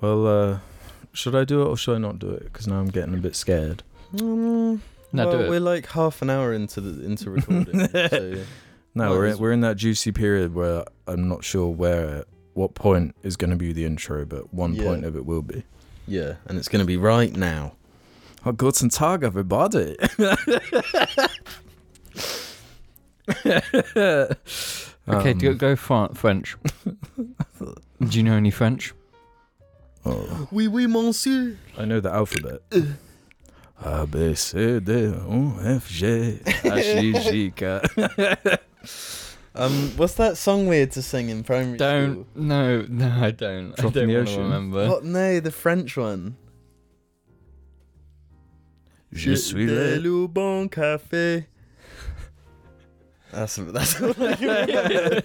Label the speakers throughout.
Speaker 1: Well, uh, should I do it or should I not do it? Because now I'm getting a bit scared.
Speaker 2: Um,
Speaker 3: No,
Speaker 2: well,
Speaker 3: do it.
Speaker 2: We're like half an hour into the into recording. so
Speaker 1: No,
Speaker 2: Well,
Speaker 1: we're in,
Speaker 2: it's-
Speaker 1: we're in that juicy period where I'm not sure where what point is going to be the intro, but one
Speaker 2: Yeah.
Speaker 1: point of it will be.
Speaker 2: yeah, and it's gonna be right now.
Speaker 1: Oh, guten Tag, everybody.
Speaker 3: Okay,
Speaker 1: Um,
Speaker 3: go, go fr- French. do you know any French?
Speaker 1: oh,
Speaker 2: Oui, oui, monsieur.
Speaker 1: I know the alphabet. A B C D O F G H I J K.
Speaker 2: Um, what's that song we had to sing in primary
Speaker 3: Don't.
Speaker 2: school?
Speaker 3: No, no, I don't.
Speaker 1: Drop in
Speaker 3: I don't
Speaker 1: the
Speaker 3: wanna
Speaker 1: ocean.
Speaker 3: remember.
Speaker 2: What? No, the French one.
Speaker 1: Je suis
Speaker 2: Des
Speaker 1: le.
Speaker 2: loups bon café. That's that's all I can remember.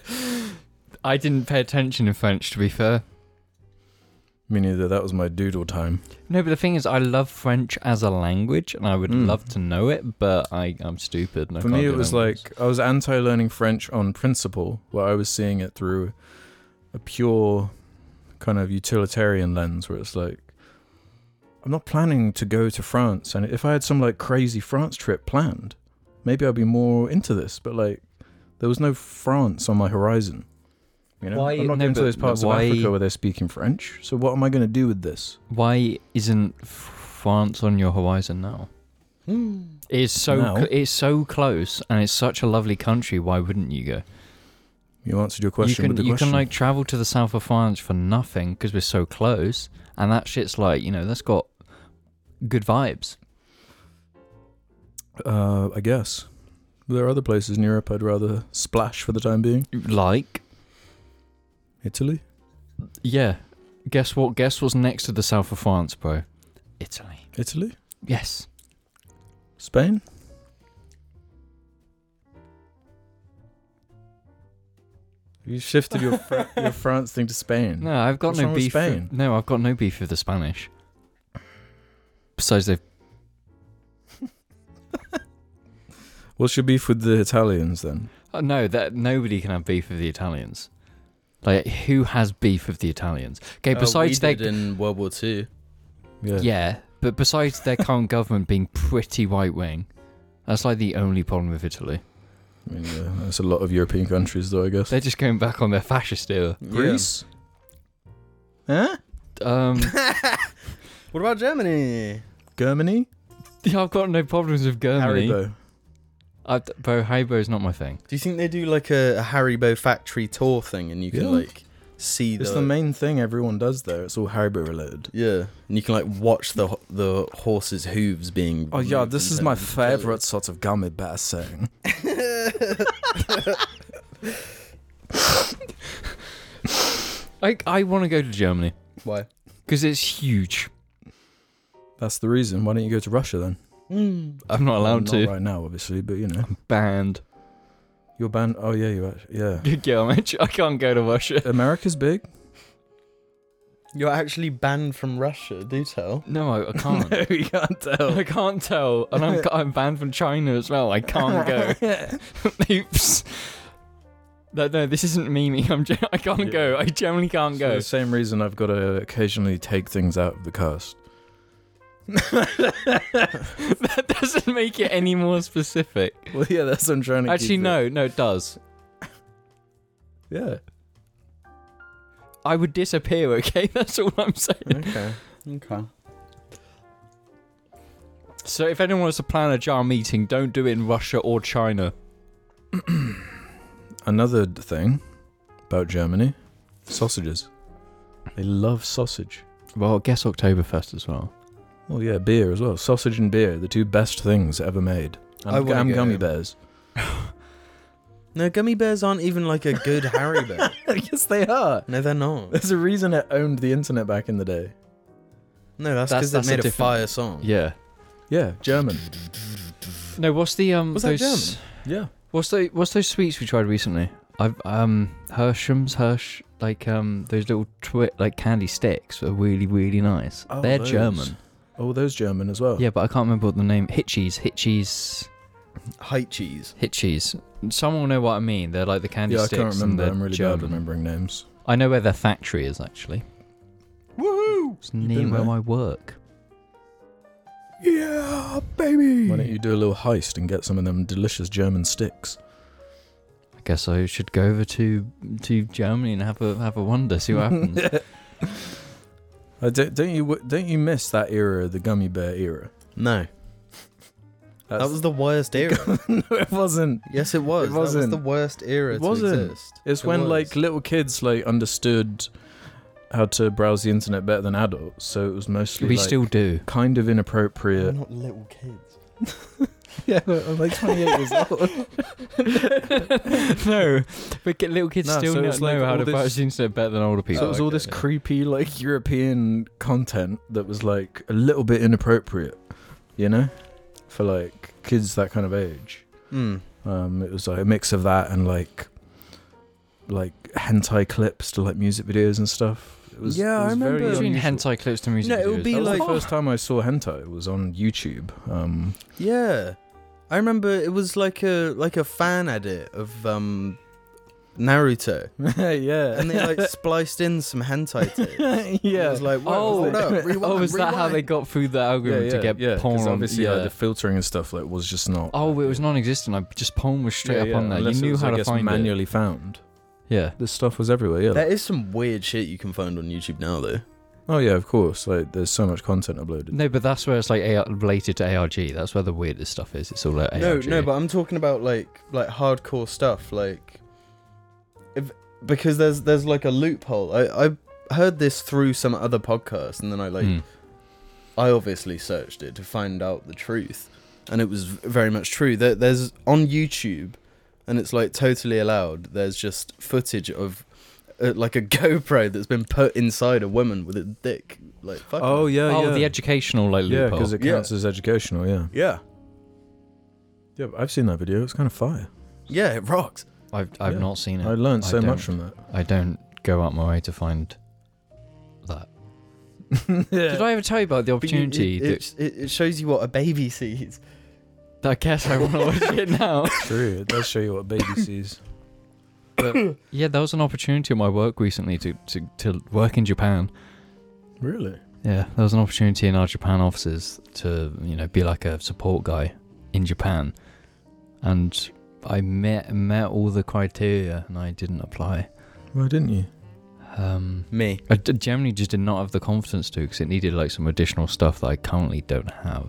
Speaker 3: I didn't pay attention in French, to be fair.
Speaker 1: Me neither. That was my doodle time.
Speaker 3: No, but the thing is, I love French as a language, and I would
Speaker 1: Mm.
Speaker 3: love to know it, but I, I'm stupid. And I
Speaker 1: For
Speaker 3: can't
Speaker 1: me,
Speaker 3: do
Speaker 1: it was
Speaker 3: languages.
Speaker 1: like I was anti learning French on principle, where I was seeing it through a pure kind of utilitarian lens, where it's like, I'm not planning to go to France. And if I had some like crazy France trip planned, maybe I'd be more into this. But like, there was no France on my horizon. You know,
Speaker 3: Why-
Speaker 1: I'm not
Speaker 3: no,
Speaker 1: going to
Speaker 3: but
Speaker 1: those parts
Speaker 3: why-
Speaker 1: of Africa where they're speaking French. So what am I going to do with this?
Speaker 3: Why isn't F- France on your horizon now?
Speaker 2: Hmm.
Speaker 3: It's so
Speaker 1: Now?
Speaker 3: cl- it's so close, and it's such a lovely country. Why wouldn't you go?
Speaker 1: You answered your question
Speaker 3: you
Speaker 1: with the
Speaker 3: can you
Speaker 1: question.
Speaker 3: can like travel to the south of France for nothing because we're so close, and that shit's like you know that's got good vibes.
Speaker 1: Uh, I guess. There are other places in Europe I'd rather splash for the time being.
Speaker 3: Like
Speaker 1: Italy?
Speaker 3: yeah, guess what? Guess what's next to the south of France, bro? Italy.
Speaker 1: Italy?
Speaker 3: Yes.
Speaker 1: Spain? You shifted your, Fra- your France thing to Spain.
Speaker 3: No, I've got
Speaker 1: What's
Speaker 3: no
Speaker 1: wrong with
Speaker 3: beef.
Speaker 1: Spain?
Speaker 3: With, no, I've got no beef with the Spanish. Besides, they've
Speaker 1: What's your beef with the Italians then?
Speaker 3: Oh, no, that nobody can have beef with the Italians. Like, who has beef with the Italians? Okay,
Speaker 2: Uh,
Speaker 3: besides
Speaker 2: we
Speaker 3: their
Speaker 2: did in World War Two.
Speaker 3: yeah, but besides their current government being pretty right wing, that's like the only problem with Italy.
Speaker 1: I mean, yeah, that's a lot of European countries, though, I guess.
Speaker 3: They're just going back on their fascist era.
Speaker 1: Greece? Huh?
Speaker 3: Um,
Speaker 2: What about Germany?
Speaker 1: Germany?
Speaker 3: yeah, I've got no problems with Germany.
Speaker 1: Haribo.
Speaker 3: I, bro, Haribo's not my thing.
Speaker 2: Do you think they do like a, a Haribo factory tour thing, and you can
Speaker 1: Yeah.
Speaker 2: like see
Speaker 1: It's the main thing everyone does there. It's all Haribo related.
Speaker 2: yeah, and you can like watch the ho- the horse's hooves being.
Speaker 1: Oh, yeah,
Speaker 2: removed
Speaker 1: this
Speaker 2: and
Speaker 1: is my
Speaker 2: turned into jelly.
Speaker 1: favorite sort of gummy bear saying.
Speaker 3: I, I want to go to Germany
Speaker 2: Why?
Speaker 3: because it's huge.
Speaker 1: That's the reason. Why don't you go to Russia then?
Speaker 2: Hmm.
Speaker 3: I'm not allowed
Speaker 1: Well,
Speaker 3: to.
Speaker 1: not right now, obviously, but you know,
Speaker 3: Banned.
Speaker 1: your band. Oh yeah, you actually, yeah.
Speaker 3: yeah, I'm actually, I can't go to Russia.
Speaker 1: America's big.
Speaker 2: You're actually banned from Russia. Do tell.
Speaker 3: No, I, I can't.
Speaker 1: we can't tell.
Speaker 3: I can't tell, and I'm I'm banned from China as well. I can't go. Oops. No, no, this isn't me. me. I'm ge- I can't go. I generally can't
Speaker 1: For
Speaker 3: go.
Speaker 1: the same reason, I've got to occasionally take things out of the cast.
Speaker 3: that doesn't make it any more specific.
Speaker 1: Well, yeah, that's what I'm trying to. keep
Speaker 3: Actually,
Speaker 1: it-
Speaker 3: no, no, it does.
Speaker 1: Yeah.
Speaker 3: I would disappear. Okay, that's all I'm saying.
Speaker 2: Okay. Okay.
Speaker 3: So, if anyone wants to plan a jar meeting, don't do it in Russia or China.
Speaker 1: Another d- thing about Germany, sausages. They love sausage.
Speaker 3: Well, guess Oktoberfest as well.
Speaker 1: Well, yeah, beer as well. Sausage and beer, the two best things ever made. And,
Speaker 2: I wanna
Speaker 1: and
Speaker 2: go.
Speaker 1: gummy bears.
Speaker 2: No, gummy bears aren't even like a good Haribo.
Speaker 1: yes, they are.
Speaker 2: No, they're not.
Speaker 1: There's a reason it owned the internet back in the day.
Speaker 2: No, that's because
Speaker 3: That's-
Speaker 2: they
Speaker 3: that's a
Speaker 2: made a,
Speaker 3: different-
Speaker 2: fire song.
Speaker 3: Yeah.
Speaker 1: Yeah, German.
Speaker 3: No, what's the um?
Speaker 2: Was that
Speaker 3: those,
Speaker 2: German?
Speaker 1: Yeah.
Speaker 3: What's those What's those sweets we tried recently? I've um Hershams, Hirsch, like um those little twi- like candy sticks are really really nice.
Speaker 1: Oh,
Speaker 3: They're
Speaker 1: those.
Speaker 3: German.
Speaker 1: Oh, those German as well.
Speaker 3: Yeah, but I can't remember what the name. Hitchies, Hitchies,
Speaker 2: Height cheese.
Speaker 3: Hitchies. Someone will know what I mean. They're like the candy
Speaker 1: yeah, I
Speaker 3: sticks.
Speaker 1: can't
Speaker 3: and
Speaker 1: remember.
Speaker 3: they're
Speaker 1: I'm really
Speaker 3: German.
Speaker 1: bad remembering names.
Speaker 3: I know where their factory is actually.
Speaker 1: Woohoo!
Speaker 3: It's
Speaker 1: been
Speaker 3: near where
Speaker 1: there?
Speaker 3: I work.
Speaker 1: Yeah, baby. Why don't you do a little heist and get some of them delicious German sticks?
Speaker 3: I guess I should go over to to Germany and have a have a wonder, see what happens.
Speaker 1: Uh, don't, don't you w- don't you miss that era, the gummy bear era?
Speaker 2: No, that
Speaker 1: That's-
Speaker 2: was the worst era.
Speaker 1: no, it wasn't.
Speaker 2: yes, it was. That was
Speaker 1: wasn't.
Speaker 2: the worst era
Speaker 1: It
Speaker 2: to
Speaker 1: wasn't.
Speaker 2: exist.
Speaker 1: It's
Speaker 2: It
Speaker 1: when
Speaker 2: was.
Speaker 1: like little kids like understood how to browse the internet better than adults, so it was mostly
Speaker 3: we
Speaker 1: like,
Speaker 3: still do.
Speaker 1: kind of
Speaker 2: We're
Speaker 1: inappropriate.
Speaker 2: not little kids.
Speaker 1: yeah, I'm like 28 years old.
Speaker 3: no, but get- little kids
Speaker 1: No,
Speaker 3: still
Speaker 1: so
Speaker 3: not
Speaker 1: it's like
Speaker 3: know how
Speaker 1: all
Speaker 3: to
Speaker 1: this-
Speaker 3: browse the internet better than older people.
Speaker 1: So it was all
Speaker 2: okay,
Speaker 1: this
Speaker 2: yeah.
Speaker 1: creepy like European content that was like a little bit inappropriate, you know, for like kids that kind of age.
Speaker 2: Mm.
Speaker 1: Um, it was like a mix of that and like like hentai clips to like music videos and stuff. It was
Speaker 2: Yeah,
Speaker 1: it
Speaker 2: I
Speaker 1: was
Speaker 2: remember-
Speaker 1: very
Speaker 2: Between
Speaker 3: Between
Speaker 1: unusual.
Speaker 3: hentai clips to music
Speaker 2: No, it would
Speaker 3: videos,
Speaker 2: be
Speaker 1: That was
Speaker 3: that was
Speaker 1: the
Speaker 2: like-
Speaker 1: first time I saw hentai. It was on YouTube. Um,
Speaker 2: Yeah, I remember it was like a like a fan edit of um Naruto,
Speaker 1: yeah,
Speaker 2: and they like spliced in some hentai tapes. It
Speaker 1: yeah.
Speaker 2: was like, whoa,
Speaker 3: Oh,
Speaker 2: hold up, rewind,
Speaker 3: Oh, is that how they
Speaker 2: rewind.
Speaker 3: got through the algorithm to get porn
Speaker 1: 'cause
Speaker 3: on?
Speaker 1: Obviously,
Speaker 3: yeah.
Speaker 1: like, the filtering and stuff like was just not.
Speaker 3: oh, it was non-existent. I just porn was straight
Speaker 1: Yeah,
Speaker 3: up
Speaker 1: yeah,
Speaker 3: on there.
Speaker 1: unless
Speaker 3: you
Speaker 1: it
Speaker 3: knew
Speaker 1: was,
Speaker 3: how
Speaker 1: I
Speaker 3: to
Speaker 1: guess,
Speaker 3: find it.
Speaker 1: manually found.
Speaker 3: Yeah.
Speaker 1: This stuff was everywhere. Yeah.
Speaker 2: There is some weird shit you can find on YouTube now, though.
Speaker 1: oh yeah, of course. Like, there's so much content uploaded.
Speaker 3: No, but that's where it's like AR- related to ARG. That's where the weirdest stuff is. It's all like
Speaker 2: No,
Speaker 3: ARG.
Speaker 2: no, but I'm talking about like like hardcore stuff, like if because there's there's like a loophole. I I heard this through some other podcast, and then I like
Speaker 3: Hmm.
Speaker 2: I obviously searched it to find out the truth, and it was v- very much true. There, there's on YouTube, and it's like totally allowed. There's just footage of. Uh, like a GoPro that's been put inside a woman with a dick, like fuck.
Speaker 1: Oh yeah,
Speaker 3: oh,
Speaker 1: yeah.
Speaker 3: the educational like
Speaker 1: yeah,
Speaker 3: loophole.
Speaker 1: because it
Speaker 2: Yeah.
Speaker 1: counts as educational. Yeah.
Speaker 2: yeah,
Speaker 1: Yeah, but I've seen that video. It's kind of fire.
Speaker 2: yeah, it rocks.
Speaker 3: I've I've
Speaker 1: Yeah.
Speaker 3: not seen it.
Speaker 1: I learned
Speaker 3: I
Speaker 1: so
Speaker 3: don't.
Speaker 1: much from that.
Speaker 3: I don't go out my way to find that. Did I ever tell you about the
Speaker 2: But you-
Speaker 3: opportunity
Speaker 2: it, it, it, it shows you what a baby sees.
Speaker 3: that I guess I want to watch it now?
Speaker 1: True. It does show you what baby sees.
Speaker 3: Yeah, there was an opportunity at my work recently to, to, to work in Japan.
Speaker 1: Really?
Speaker 3: Yeah, there was an opportunity in our Japan offices to, you know, be like a support guy in Japan. And I met met all the criteria and I didn't apply.
Speaker 1: Why didn't you?
Speaker 3: Um,
Speaker 2: Me.
Speaker 3: I d- generally just did not have the confidence to because it needed like some additional stuff that I currently don't have.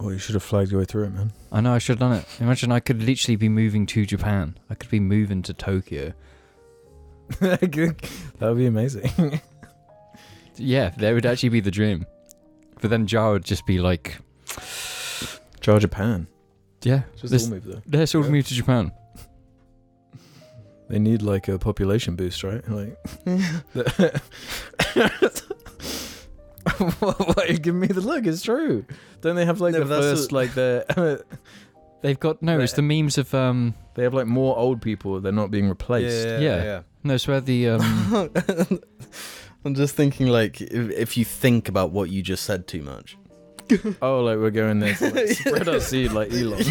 Speaker 1: Oh, you should have flagged your way through it, man.
Speaker 3: I know I should have done it. Imagine I could literally be moving to Japan. I could be moving to Tokyo.
Speaker 1: that would be amazing.
Speaker 3: Yeah, that would actually be the dream. But then Jar would just be like,
Speaker 1: Jar Japan.
Speaker 3: yeah,
Speaker 1: Just
Speaker 3: let's,
Speaker 1: all move though.
Speaker 3: let's all move to Japan.
Speaker 1: They need like a population boost, right? Like, what, what, you giving me the look. It's true. Don't they have like
Speaker 2: No,
Speaker 1: the
Speaker 2: but that's
Speaker 1: first
Speaker 2: a-
Speaker 1: like the
Speaker 3: They've got no. It's the memes of um.
Speaker 1: they have like more old people. They're not being replaced.
Speaker 3: Yeah. No, it's where the um.
Speaker 2: I'm just thinking, like, if, if you think about what you just said too much.
Speaker 1: Oh, like we're going there to like, spread our seed like Elon.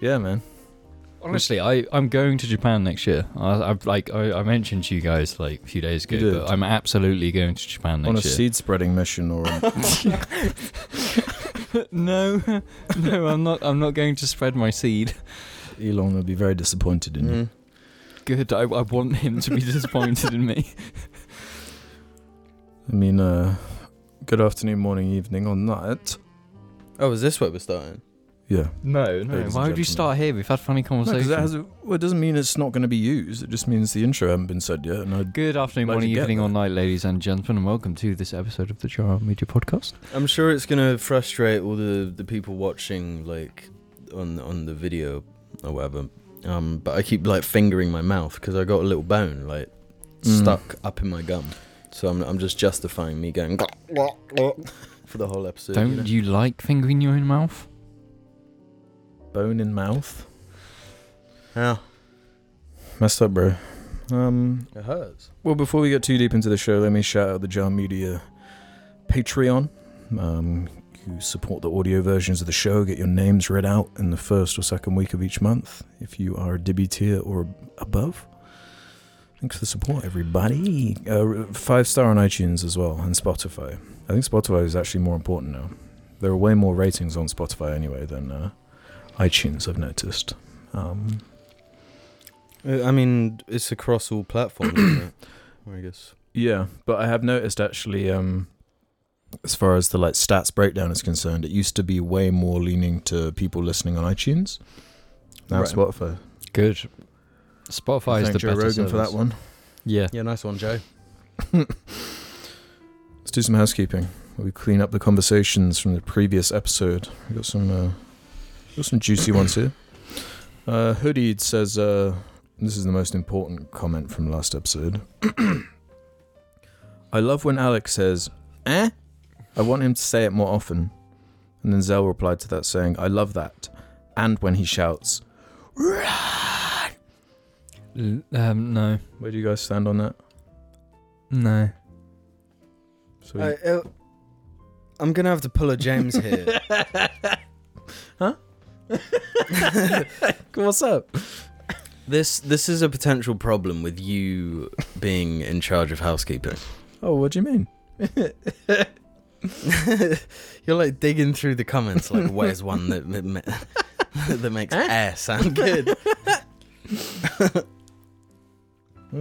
Speaker 1: yeah, man.
Speaker 3: honestly, I I'm going to Japan next year. I, I've like I, I mentioned to you guys like a few days ago,
Speaker 1: You did.
Speaker 3: but I'm absolutely going to Japan
Speaker 1: On a
Speaker 3: next year.
Speaker 1: seed spreading mission or
Speaker 3: no, no, I'm not. I'm not going to spread my seed.
Speaker 1: Elon would be very disappointed in you.
Speaker 2: Mhm.
Speaker 3: Good. I, I want him to be disappointed in me.
Speaker 1: I mean, uh, good afternoon, morning, evening, or night.
Speaker 2: Oh, is this where we're starting?
Speaker 1: Yeah.
Speaker 3: No,
Speaker 1: Oh, no. Ladies and
Speaker 3: Why would
Speaker 1: gentlemen.
Speaker 3: you start here? We've had funny
Speaker 1: Because
Speaker 3: conversations.
Speaker 1: that has a, well, it doesn't mean it's not going to be used. It just means the intro hasn't been said yet, and I
Speaker 3: Good afternoon,
Speaker 1: Glad
Speaker 3: morning,
Speaker 1: you get
Speaker 3: evening,
Speaker 1: that.
Speaker 3: or night, ladies and gentlemen, and welcome to this episode of the Jar Media Podcast.
Speaker 2: I'm sure it's going to frustrate all the, the people watching, like, on, on the video or whatever. Um, but I keep, like, fingering my mouth because I got a little bone, like,
Speaker 1: Mm.
Speaker 2: stuck up in my gum. So I'm, I'm just justifying me going for the whole episode. you
Speaker 3: Don't
Speaker 2: know?
Speaker 3: you like fingering your own mouth?
Speaker 1: bone in mouth.
Speaker 2: Yeah,
Speaker 1: Messed up, bro. Um,
Speaker 2: it hurts.
Speaker 1: Well, before we get too deep into the show, let me shout out the Jar Media Patreon. Um, you support the audio versions of the show, get your names read out in the first or second week of each month if you are a Dibby tier or above. Thanks for the support, everybody. Uh, five star on iTunes as well and Spotify. I think Spotify is actually more important now. There are way more ratings on Spotify anyway than uh, iTunes. I've noticed. Um,
Speaker 2: Uh, I mean, it's across all platforms, isn't it? I guess.
Speaker 1: yeah, but I have noticed actually, um, as far as the like stats breakdown is concerned, it used to be way more leaning to people listening on iTunes. Now
Speaker 3: Right.
Speaker 1: Spotify.
Speaker 3: Good. Spotify is
Speaker 1: Thank
Speaker 3: the
Speaker 1: Joe
Speaker 3: better
Speaker 1: Rogan
Speaker 3: service.
Speaker 1: for that one.
Speaker 3: Yeah.
Speaker 2: Yeah, nice one, Joe.
Speaker 1: Let's do some housekeeping. We clean up the conversations from the previous episode. We got some, uh, got some juicy ones here. Uh, Hoodied says, uh, "This is the most important comment from last episode." I love when Alex says, "Eh." I want him to say it more often. And then Zell replied to that saying, "I love that," and when he shouts,
Speaker 3: L- Um, no.
Speaker 1: "Where do you guys stand on that?"
Speaker 3: No.
Speaker 1: So
Speaker 2: I, uh, I'm gonna have to pull a James here.
Speaker 1: what's up?
Speaker 2: this this is a potential problem with you being in charge of housekeeping.
Speaker 1: Oh, what do you mean?
Speaker 2: You're like digging through the comments, like where's one that that, ma- that makes air sound good?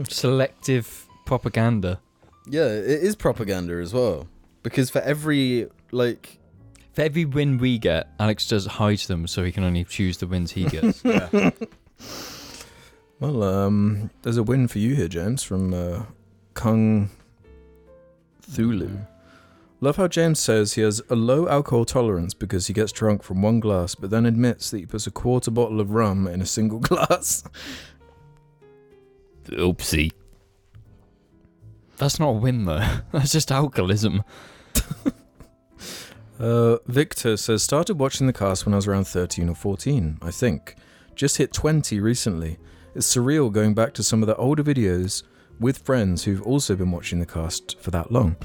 Speaker 3: Selective propaganda.
Speaker 2: Yeah, it is propaganda as well. Because for every like,
Speaker 3: For every win we get, Alex does hide them so he can only choose the wins he gets.
Speaker 1: Well, um, there's a win for you here, James, from uh, Kung Thulu. Love how James says he has a low alcohol tolerance because he gets drunk from one glass, but then admits that he puts a quarter bottle of rum in a single glass.
Speaker 3: Oopsie. That's not a win though. That's just alcoholism.
Speaker 1: Uh, Victor says started watching the cast when I was around 13 or 14, I think. Just hit 20 recently. It's surreal going back to some of the older videos with friends who've also been watching the cast for that long.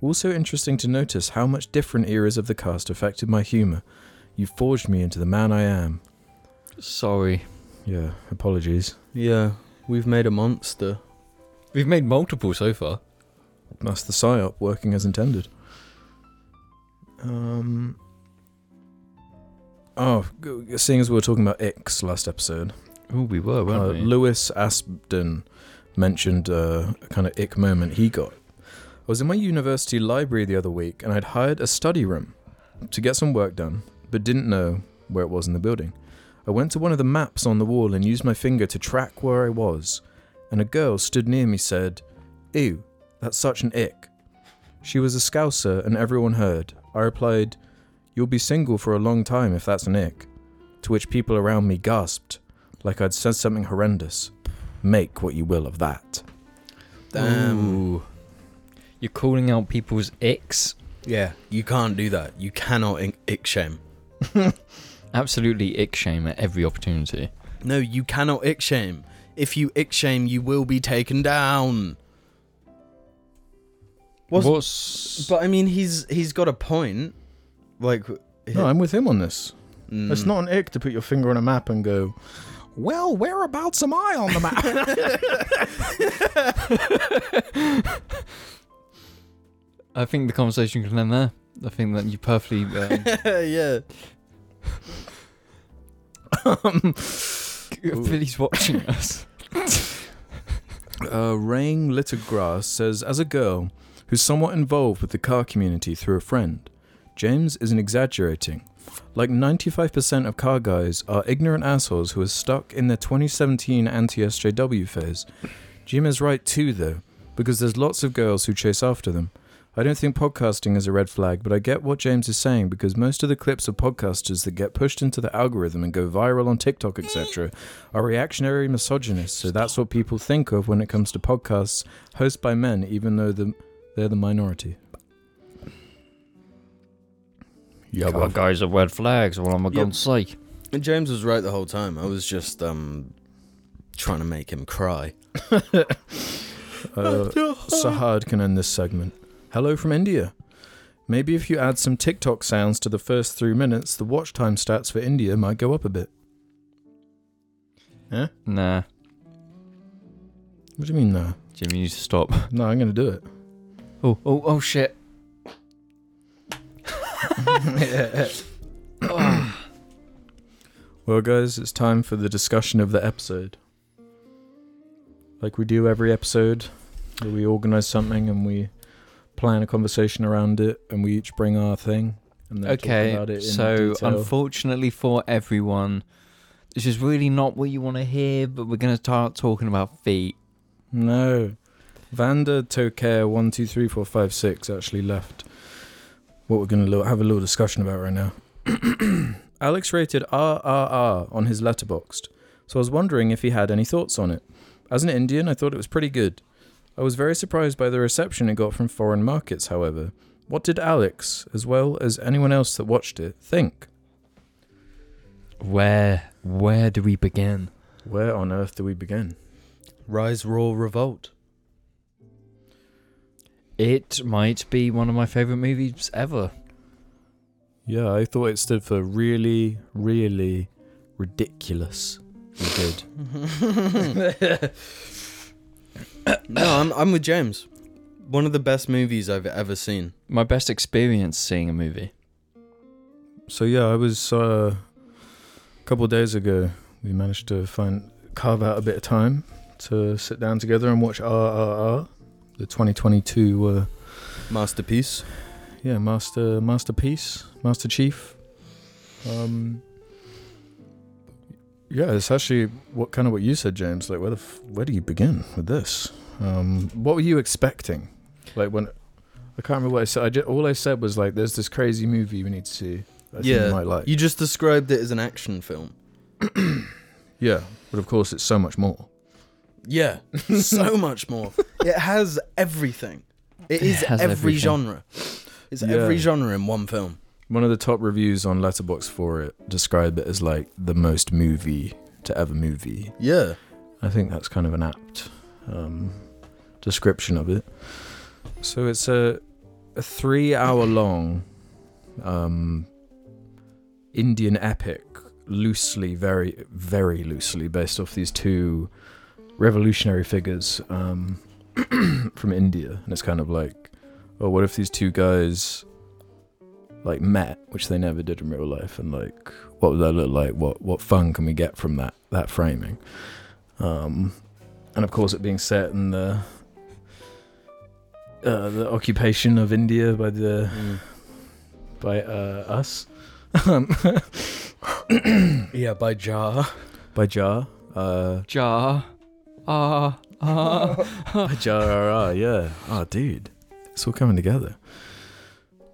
Speaker 1: Also interesting to notice how much different eras of the cast affected my humor. You forged me into the man I am.
Speaker 3: Sorry.
Speaker 1: Yeah, apologies.
Speaker 2: yeah, we've made a monster.
Speaker 3: We've made multiple so far.
Speaker 1: That's the psyop working as intended. Um. Oh, g- g- seeing as we were talking about X last episode,
Speaker 3: Oh, we were, weren't
Speaker 1: Uh,
Speaker 3: we?
Speaker 1: Lewis Aspden mentioned uh, a kind of ick moment he got. I was in my university library the other week and I'd hired a study room to get some work done, but didn't know where it was in the building. I went to one of the maps on the wall and used my finger to track where I was, and a girl stood near me said, Ew, that's such an ick. She was a scouser and everyone heard. I replied, You'll be single for a long time if that's an ick. To which people around me gasped like I'd said something horrendous. Make what you will of that.
Speaker 2: Damn.
Speaker 3: You're calling out people's icks?
Speaker 2: Yeah, you can't do that. You cannot in- ick shame.
Speaker 3: Absolutely ick shame at every opportunity.
Speaker 2: No, you cannot ick shame. If you ick shame, you will be taken down. Was-
Speaker 3: What's
Speaker 2: But I mean, he's he's got a point. Like,
Speaker 1: No, I'm with him on this.
Speaker 2: mm,
Speaker 1: It's not an ick to put your finger on a map and go, well, whereabouts am I on the map?
Speaker 3: I think the conversation can end there. I think that you perfectly um,
Speaker 2: yeah.
Speaker 3: Billy's watching us.
Speaker 1: uh, Rain Littergrass says, as a girl who's somewhat involved with the car community through a friend, James isn't exaggerating. Like 95% of car guys are ignorant assholes who are stuck in their 2017 anti-SJW phase. Jim is right too, though, because there's lots of girls who chase after them. I don't think podcasting is a red flag, but I get what James is saying because most of the clips of podcasters that get pushed into the algorithm and go viral on TikTok, etc., are reactionary misogynists. So that's what people think of when it comes to podcasts hosted by men, even though the, they're the minority.
Speaker 3: Yeah, well, guys are red flags. Well, I'm a
Speaker 2: Yep.
Speaker 3: god's sake.
Speaker 2: And James was right the whole time. I was just um trying to make him cry.
Speaker 1: Uh, Sahad can end this segment. Hello from India. Maybe if you add some TikTok sounds to the first three minutes, the watch time stats for India might go up a bit.
Speaker 3: Nah.
Speaker 1: Eh? What do you mean, no?
Speaker 3: Jim, you need to stop.
Speaker 1: No, I'm going to do it.
Speaker 3: Oh, oh, oh, shit.
Speaker 1: Well, guys, it's time for the discussion of the episode. Like we do every episode, where we organize something and we plan a conversation around it, and we each bring our thing. And then talk about
Speaker 3: Okay,
Speaker 1: it in
Speaker 3: so
Speaker 1: detail.
Speaker 3: unfortunately for everyone, this is really not what you want to hear, but we're going to start talking about feet.
Speaker 1: No. Vanda Tokare one two three four five six actually left. What we're gonna lo- have a little discussion about right now. Alex rated RRR on his letterboxed, so I was wondering if he had any thoughts on it. As an Indian, I thought it was pretty good. I was very surprised by the reception it got from foreign markets, however. What did Alex, as well as anyone else that watched it, think?
Speaker 3: Where, where do we begin?
Speaker 1: Where on earth do we begin?
Speaker 2: Rise, roar, revolt.
Speaker 3: It might be one of my favorite movies ever.
Speaker 1: Yeah, I thought it stood for really, really ridiculous. We did.
Speaker 2: no, I'm I'm with James. One of the best movies I've ever seen.
Speaker 3: My best experience seeing a movie.
Speaker 1: So yeah, I was uh, a couple of days ago. We managed to find carve out a bit of time to sit down together and watch RRR, the 2022 uh,
Speaker 2: Masterpiece.
Speaker 1: yeah master masterpiece, Master Chief. Um, yeah, it's actually what kind of what you said, James. Like, where the f- where do you begin with this? Um, what were you expecting? Like when I can't remember what I said. I ju- all I said was like, "There's this crazy movie we need to see." that I think
Speaker 2: Yeah,
Speaker 1: you might like.
Speaker 2: You just described it as an action film.
Speaker 1: Yeah, but of course it's so much more.
Speaker 2: Yeah, so much more. It has everything. It is
Speaker 3: has
Speaker 2: every
Speaker 3: everything.
Speaker 2: genre. It's
Speaker 1: Yeah.
Speaker 2: every genre in one film.
Speaker 1: One of the top reviews on Letterbox for it describe it as like the most movie to ever movie.
Speaker 2: Yeah.
Speaker 1: I think that's kind of an apt um, description of it. So it's a, a three hour long um, Indian epic, loosely, very, very loosely based off these two revolutionary figures um, from India. And it's kind of like, oh, what if these two guys like met, which they never did in real life, and like, what would that look like? What what fun can we get from that that framing? um, and of course it being set in the uh, the occupation of India by
Speaker 2: Mm.
Speaker 1: the
Speaker 3: Mm.
Speaker 1: by uh, us um,
Speaker 2: Yeah, by Jar.
Speaker 1: by Jar uh,
Speaker 3: Jar. Ah. Ah.
Speaker 1: by Jar R R, yeah oh dude it's all coming together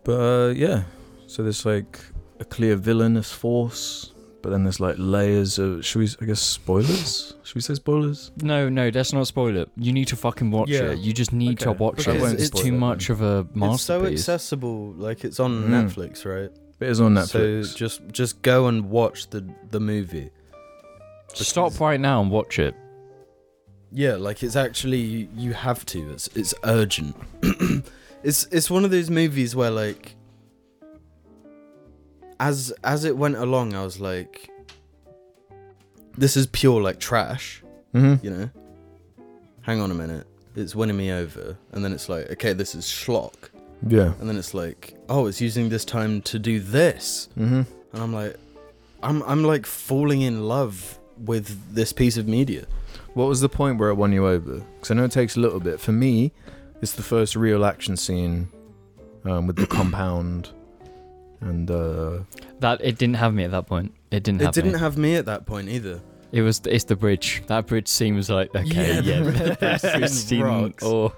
Speaker 1: but uh, yeah so there's like a clear villainous force but then there's like layers of should we I guess spoilers should we say spoilers
Speaker 3: No, no, that's not spoil it. You need to fucking watch
Speaker 2: Yeah.
Speaker 3: it. You just need to
Speaker 1: Okay.
Speaker 3: watch
Speaker 2: I
Speaker 3: it.
Speaker 2: won't
Speaker 3: It's
Speaker 1: spoil
Speaker 3: too
Speaker 1: it
Speaker 3: much of a
Speaker 2: It's so
Speaker 3: masterpiece.
Speaker 2: accessible. Like it's on
Speaker 1: Mm.
Speaker 2: Netflix, right?
Speaker 1: it is on Netflix
Speaker 2: So just just go and watch the the movie.
Speaker 3: Stop right now and watch it.
Speaker 2: Yeah, like it's actually you, you have to. It's it's urgent. it's it's one of those movies where like as as it went along, I was like, this is pure like trash.
Speaker 1: Mhm.
Speaker 2: You know. Hang on a minute. It's winning me over, and then it's like, okay, this is schlock,
Speaker 1: yeah
Speaker 2: and then it's like, oh, it's using this time to do this,
Speaker 1: mm-hmm.
Speaker 2: and I'm like, I'm I'm like falling in love with this piece of media.
Speaker 1: What was the point where it won you over? Because I know it takes a little bit. For me, it's the first real action scene um, with the compound, and uh,
Speaker 3: That it didn't have me at that point. It didn't
Speaker 2: It
Speaker 3: have
Speaker 2: didn't
Speaker 3: me.
Speaker 2: have me at that point either.
Speaker 3: it was it's the bridge. That bridge seems like
Speaker 2: Yeah,
Speaker 3: okay, yeah.
Speaker 2: the
Speaker 3: the bridge
Speaker 2: bridge
Speaker 3: was seen
Speaker 2: rocks.
Speaker 3: or Oh.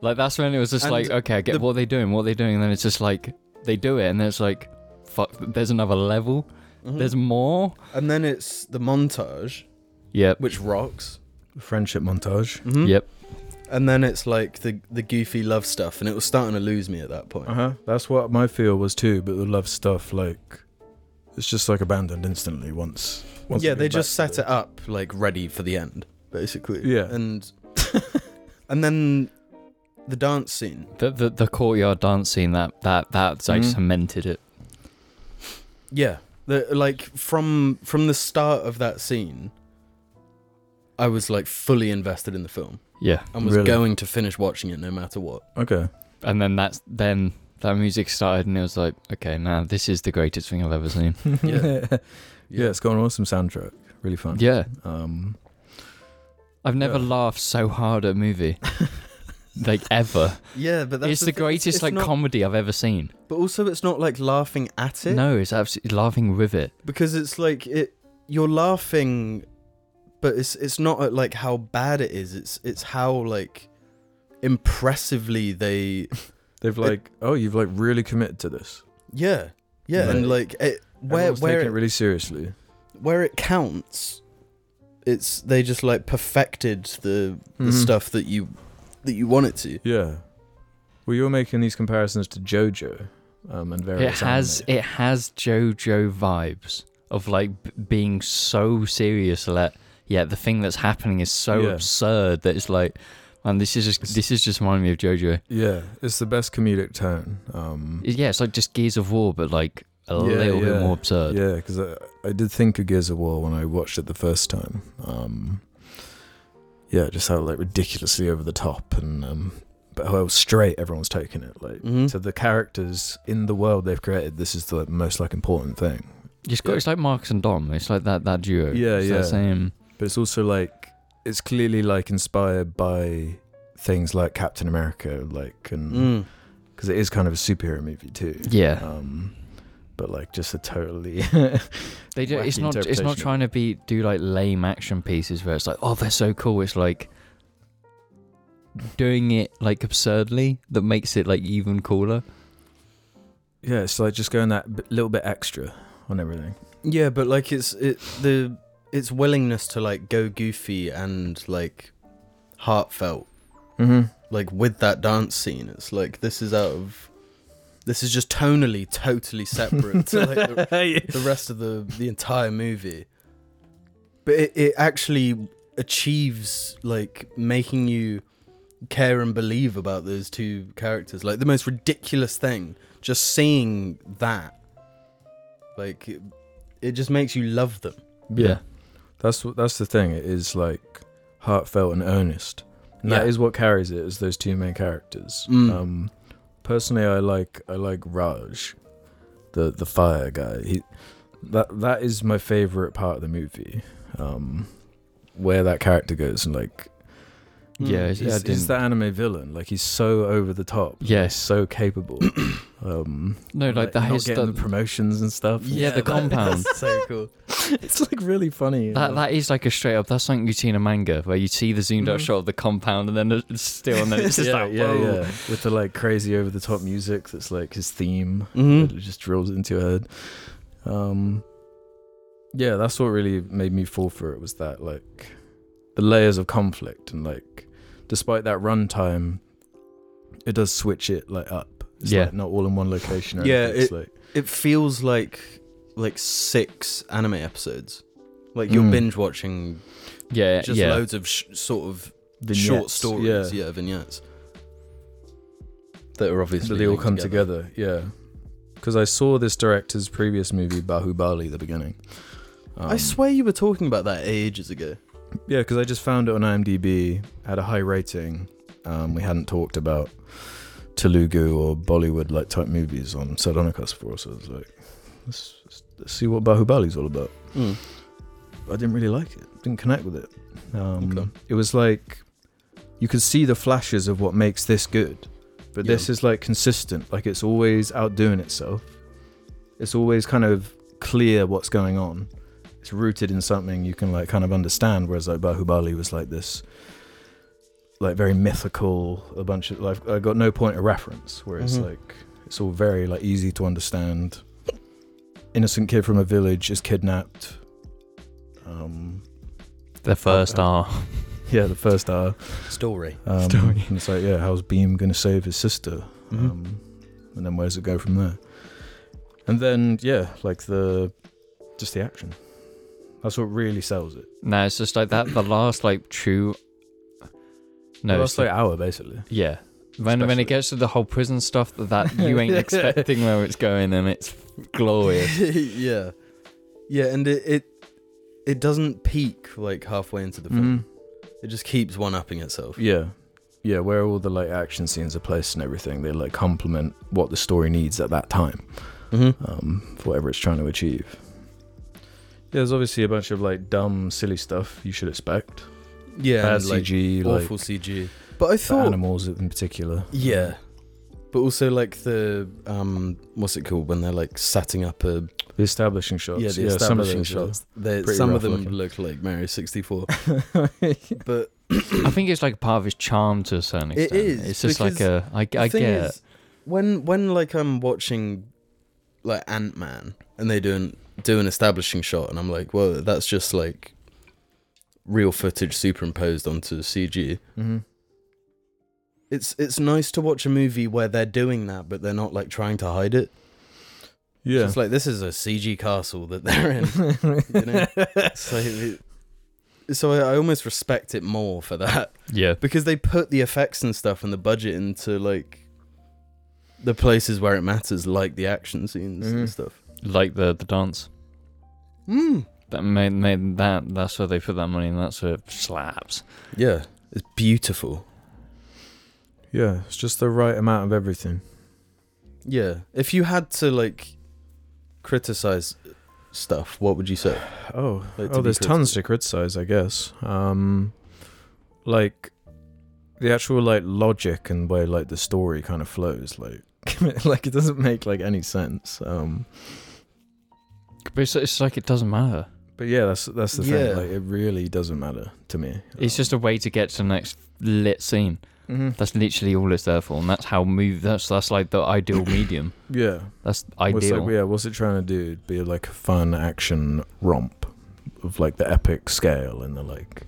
Speaker 3: like that's when it was just
Speaker 2: And
Speaker 3: like okay, I get
Speaker 2: the-
Speaker 3: what they're doing, what they're doing, and then it's just like they do it, and then it's like fuck. There's another level.
Speaker 2: Mm-hmm.
Speaker 3: There's
Speaker 2: Mm.
Speaker 3: more.
Speaker 2: And then it's the montage,
Speaker 3: Yep. Mm.
Speaker 2: which rocks.
Speaker 1: friendship montage.
Speaker 2: Mm-hmm.
Speaker 3: Yep.
Speaker 2: And then it's like the the goofy love stuff, and it was starting to lose me at that point.
Speaker 1: Uh huh. That's what my feel was too. But the love stuff, like, it's just like abandoned instantly once. once
Speaker 2: yeah, they just set it up like ready for the end, basically.
Speaker 1: Yeah.
Speaker 2: And and then the dance scene.
Speaker 3: The, the the courtyard dance scene that that that's like
Speaker 2: Mm-hmm.
Speaker 1: Mhm.
Speaker 3: cemented it.
Speaker 2: Yeah. The, like from from the start of that scene, I was like fully invested in the film
Speaker 3: Yeah.
Speaker 2: and was
Speaker 1: Really?
Speaker 2: going to finish watching it no matter what.
Speaker 1: Okay.
Speaker 3: And then that's then that music started and it was like, okay, now this is the greatest thing I've ever seen.
Speaker 1: yeah. it's got an awesome soundtrack. Really fun.
Speaker 3: yeah.
Speaker 1: Um,
Speaker 3: I've never
Speaker 1: Yeah.
Speaker 3: laughed so hard at a movie. like ever.
Speaker 2: Yeah, but that's
Speaker 3: it's the, greatest like
Speaker 2: not,
Speaker 3: comedy I've ever seen.
Speaker 2: but also it's not like laughing at it
Speaker 3: No, it's absolutely laughing with it.
Speaker 2: because it's like it you're laughing but it's it's not at like how bad it is. It's it's how like impressively they
Speaker 1: they've like, oh, you've like really committed to this.
Speaker 2: Yeah. Yeah, and like it, where
Speaker 1: Everyone's
Speaker 2: where
Speaker 1: taking
Speaker 2: it,
Speaker 1: it really seriously.
Speaker 2: where it counts it's they just like perfected the the
Speaker 1: Mhm.
Speaker 2: stuff that you that you want it to.
Speaker 1: Yeah. Well, you're making these comparisons to JoJo, um, and
Speaker 3: It
Speaker 1: various.
Speaker 3: has
Speaker 1: anime.
Speaker 3: it has JoJo vibes of like b- being so serious that yeah, the thing that's happening is so
Speaker 1: Yeah.
Speaker 3: absurd that it's like and this is just this is just reminding me of JoJo.
Speaker 1: Yeah, it's the best comedic tone. Um,
Speaker 3: It- yeah, it's like just Gears of War, but like a
Speaker 1: Yeah,
Speaker 3: little bit
Speaker 1: yeah,
Speaker 3: more absurd.
Speaker 1: Yeah, because I, I did think of Gears of War when I watched it the first time. Um, yeah, just how like ridiculously over the top and um, but how straight everyone's taking it. Like
Speaker 3: Mm-hmm.
Speaker 2: Mhm.
Speaker 1: to the characters in the world they've created, this is the most like important thing.
Speaker 3: It's got
Speaker 1: Yeah.
Speaker 3: it's like Marcus and Dom. It's like that that duo.
Speaker 1: Yeah,
Speaker 3: it's
Speaker 1: yeah.
Speaker 3: That same.
Speaker 1: But it's also like it's clearly like inspired by things like Captain America, like and
Speaker 2: Mm.
Speaker 1: because it is kind of a superhero movie too.
Speaker 3: Yeah.
Speaker 1: Um, but like just a totally
Speaker 3: They do, it's
Speaker 1: wacky
Speaker 3: not it's
Speaker 1: interpretation
Speaker 3: not
Speaker 1: of
Speaker 3: trying to be do like lame action pieces where it's like oh they're so cool. It's like doing it like absurdly that makes it like even cooler.
Speaker 1: yeah, it's like just going that b- little bit extra on everything.
Speaker 2: Yeah, but like it's it the its willingness to like go goofy and like heartfelt
Speaker 1: Mm-hmm.
Speaker 2: like with that dance scene. It's like this is out of this is just tonally totally separate to like the, the rest of the the entire movie. But it, it actually achieves like making you care and believe about those two characters. Like the most ridiculous thing, just seeing that, like it, it just makes you love them.
Speaker 1: Yeah. That's what that's the thing. It is like heartfelt and earnest, and that
Speaker 2: Yeah.
Speaker 1: is what carries it. Is those two main characters.
Speaker 2: Mm.
Speaker 1: Um, personally, I like I like Raj, the the fire guy. He that that is my favorite part of the movie. Um, where that character goes and like
Speaker 3: Yeah, it's-
Speaker 1: he's,
Speaker 3: I
Speaker 1: he's
Speaker 3: didn't-
Speaker 1: the anime villain. Like he's so over the top.
Speaker 3: Yes.
Speaker 1: so capable. um,
Speaker 3: No, like that
Speaker 1: not
Speaker 3: is
Speaker 1: getting
Speaker 3: the,
Speaker 1: the promotions and stuff.
Speaker 3: Yeah, the
Speaker 2: that-
Speaker 3: compound.
Speaker 2: that's so cool.
Speaker 1: it's like really funny.
Speaker 3: that that is like a straight up. That's something you see in a manga where you see the zoomed out
Speaker 1: Mhm.
Speaker 3: shot of the compound and then it's still and then it's just
Speaker 1: yeah,
Speaker 3: like
Speaker 1: yeah,
Speaker 3: whoa.
Speaker 1: yeah. With the like crazy over the top music that's like his theme that
Speaker 2: Mhm.
Speaker 1: it just drills into your head. Um Yeah, that's what really made me fall for it was that like the layers of conflict and like despite that runtime it does switch it like up. It's
Speaker 3: Yeah.
Speaker 1: like, not all in one location or
Speaker 2: Yeah,
Speaker 1: anything. It's like
Speaker 2: It feels like like six anime episodes. Like you're
Speaker 1: Mm.
Speaker 2: binge watching
Speaker 3: yeah,
Speaker 2: just
Speaker 3: yeah.
Speaker 2: loads of sh- sort of
Speaker 1: vignettes,
Speaker 2: short stories,
Speaker 1: Yeah.
Speaker 2: yeah. vignettes that are obviously
Speaker 1: So they all
Speaker 2: linked
Speaker 1: come together, yeah. Because I saw this director's previous movie, Bahubali, the beginning.
Speaker 2: I
Speaker 1: Um,
Speaker 2: swear you were talking about that ages ago.
Speaker 1: Yeah, because I just found it on IMDb, had a high rating. Um, we hadn't talked about Telugu or Bollywood like type movies on Sardonicus before, so I was like, let's, let's see what Bahubali's all about. I didn't really like it, didn't connect with it. Um,
Speaker 2: Okay.
Speaker 1: It was like you could see the flashes of what makes this good, but
Speaker 2: Yeah.
Speaker 1: this is like consistent, like it's always outdoing itself. It's always kind of clear what's going on. It's rooted in something you can like kind of understand, whereas like Bahubali was like this, like very mythical, a bunch of like I got no point of reference, whereas
Speaker 2: Mhm.
Speaker 1: like it's all very like easy to understand. Innocent kid from a village is kidnapped. Um,
Speaker 3: The first
Speaker 1: Uh,
Speaker 3: R.
Speaker 1: yeah, the first hour.
Speaker 2: Story.
Speaker 1: Um,
Speaker 3: Story.
Speaker 1: And it's like, yeah, how's Beam going to save his sister?
Speaker 2: Mhm.
Speaker 1: Um, and then where does it go from there? And then, yeah, like the just the action. That's what really sells it.
Speaker 3: No, it's just like that. The last like true. No,
Speaker 1: No,
Speaker 3: it's
Speaker 1: it's like hour basically.
Speaker 3: the- yeah. When when
Speaker 1: Especially-
Speaker 3: it gets to the whole prison stuff, that, that you ain't expecting Oh, where it's going, and it's glorious.
Speaker 2: yeah, yeah, and it, it it doesn't peak like halfway into the film.
Speaker 1: Mhm.
Speaker 3: Mm-hmm.
Speaker 2: It just keeps one upping itself.
Speaker 1: Yeah. Yeah, where all the like action scenes are placed and everything, they like complement what the story needs at that time.
Speaker 2: Mm-hmm.
Speaker 1: um, for whatever it's trying to achieve. Yeah, there's obviously a bunch of like dumb, silly stuff you should expect.
Speaker 2: Yeah,
Speaker 1: Bad
Speaker 2: and, like,
Speaker 1: CG, like
Speaker 2: awful CG. But I
Speaker 1: the
Speaker 2: thought,
Speaker 1: animals in particular.
Speaker 2: yeah, but also like the um, what's it called when they're like setting up a
Speaker 1: the establishing shots.
Speaker 2: yeah the
Speaker 1: some of
Speaker 2: establishing
Speaker 1: those
Speaker 2: shots. They,
Speaker 1: pretty
Speaker 2: some of
Speaker 1: rough
Speaker 2: them
Speaker 1: looking.
Speaker 2: look like Mario sixty four,
Speaker 1: are-
Speaker 2: but
Speaker 3: I think it's like part of his charm to a certain
Speaker 2: It
Speaker 3: extent.
Speaker 2: is,
Speaker 3: It's just like
Speaker 2: because
Speaker 3: a. I, I
Speaker 2: the
Speaker 3: get.
Speaker 2: thing is, when when like I'm watching like Ant Man and they do an do an establishing shot and I'm like, whoa, that's just like real footage superimposed onto CG.
Speaker 1: Mhm.
Speaker 2: It's it's nice to watch a movie where they're doing that, but they're not like trying to hide it.
Speaker 1: Yeah.
Speaker 2: It's like this is a CG castle that they're in. you know? so it, so I, I almost respect it more for that
Speaker 3: yeah.
Speaker 2: because they put the effects and stuff and the budget into like the places where it matters, like the action scenes
Speaker 1: Mhm.
Speaker 2: and stuff.
Speaker 3: Like the the dance.
Speaker 2: Mm-hmm. Mm.
Speaker 3: That made, made that. That's where they put that money, and that's where it slaps.
Speaker 2: Yeah, it's beautiful.
Speaker 1: yeah, it's just the right amount of everything.
Speaker 2: Yeah, if you had to like criticize stuff, what would you say?
Speaker 1: Oh,
Speaker 2: Like,
Speaker 1: oh,
Speaker 2: to be
Speaker 1: there's tons to criticize, I guess. Um, like the actual like logic and way like the story kind of flows, like like it doesn't make like any sense. Um,
Speaker 3: But it's, it's like it doesn't matter.
Speaker 1: But yeah, that's that's the
Speaker 2: Yeah.
Speaker 1: thing. Like, it really doesn't matter to me.
Speaker 3: It's just a way to get to the next lit scene.
Speaker 2: Mm-hmm.
Speaker 1: hmm
Speaker 3: That's literally all it's there for, and that's how move. That's that's like the ideal medium.
Speaker 1: yeah.
Speaker 3: That's
Speaker 1: What's
Speaker 3: ideal.
Speaker 1: like, yeah, what's it trying to do? Be like a fun action romp of like the epic scale and the like,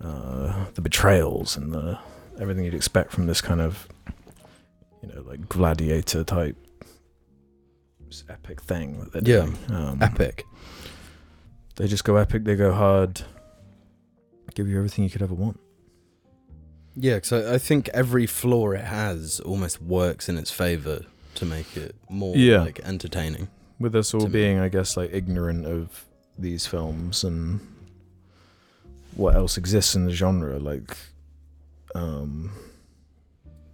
Speaker 1: uh, the betrayals and the everything you'd expect from this kind of, you know, like gladiator type s- epic thing that they're
Speaker 2: Yeah.
Speaker 1: doing. Um,
Speaker 2: Epic.
Speaker 1: They just go epic. They go hard. Give you everything you could ever want.
Speaker 2: Yeah, because I, I think every flaw it has almost works in its favor to make it more
Speaker 1: Yeah.
Speaker 2: like entertaining.
Speaker 1: with us all
Speaker 2: to me.
Speaker 1: being, I guess, like ignorant of these films and what else exists in the genre, like, um,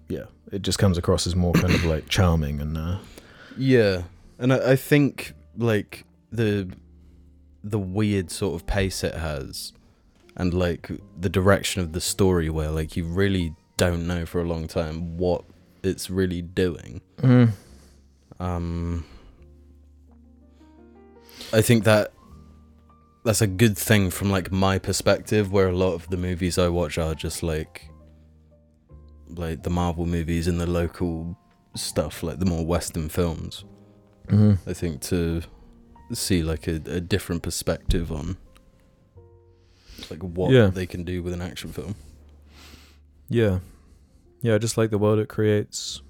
Speaker 1: yeah, it just comes across as more kind of like charming and uh,
Speaker 2: Yeah, and I, I think like the the weird sort of pace it has, and like the direction of the story, where like you really don't know for a long time what it's really doing. Um, I think that that's a good thing from like my perspective, where a lot of the movies I watch are just like like the Marvel movies and the local stuff, like the more Western films.
Speaker 1: Mhm.
Speaker 2: I think to see like a, a different perspective on like what
Speaker 1: Yeah.
Speaker 2: they can do with an action film.
Speaker 1: yeah, yeah, I just like the world it creates,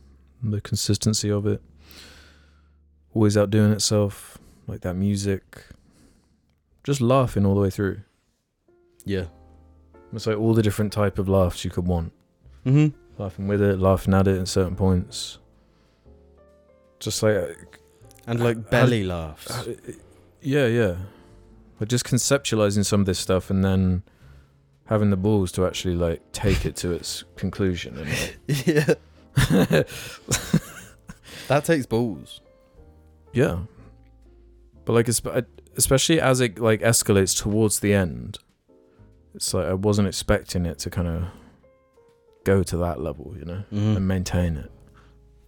Speaker 1: the consistency of it, always outdoing itself, like that music, just laughing all the way through.
Speaker 2: Yeah.
Speaker 1: It's like all the different type of laughs you could want.
Speaker 2: Mm-hmm.
Speaker 1: laughing with it, laughing at it at certain points. Just like, uh,
Speaker 2: And
Speaker 1: Uh,
Speaker 2: like belly laughs.
Speaker 1: uh, yeah, yeah. But just conceptualizing some of this stuff and then having the balls to actually like take it to its conclusion. And, like,
Speaker 2: yeah. That takes balls.
Speaker 1: yeah. But like, espe- especially as it like escalates towards the end, it's like I wasn't expecting it to kind of go to that level, you know,
Speaker 2: Hmm.
Speaker 1: and maintain it.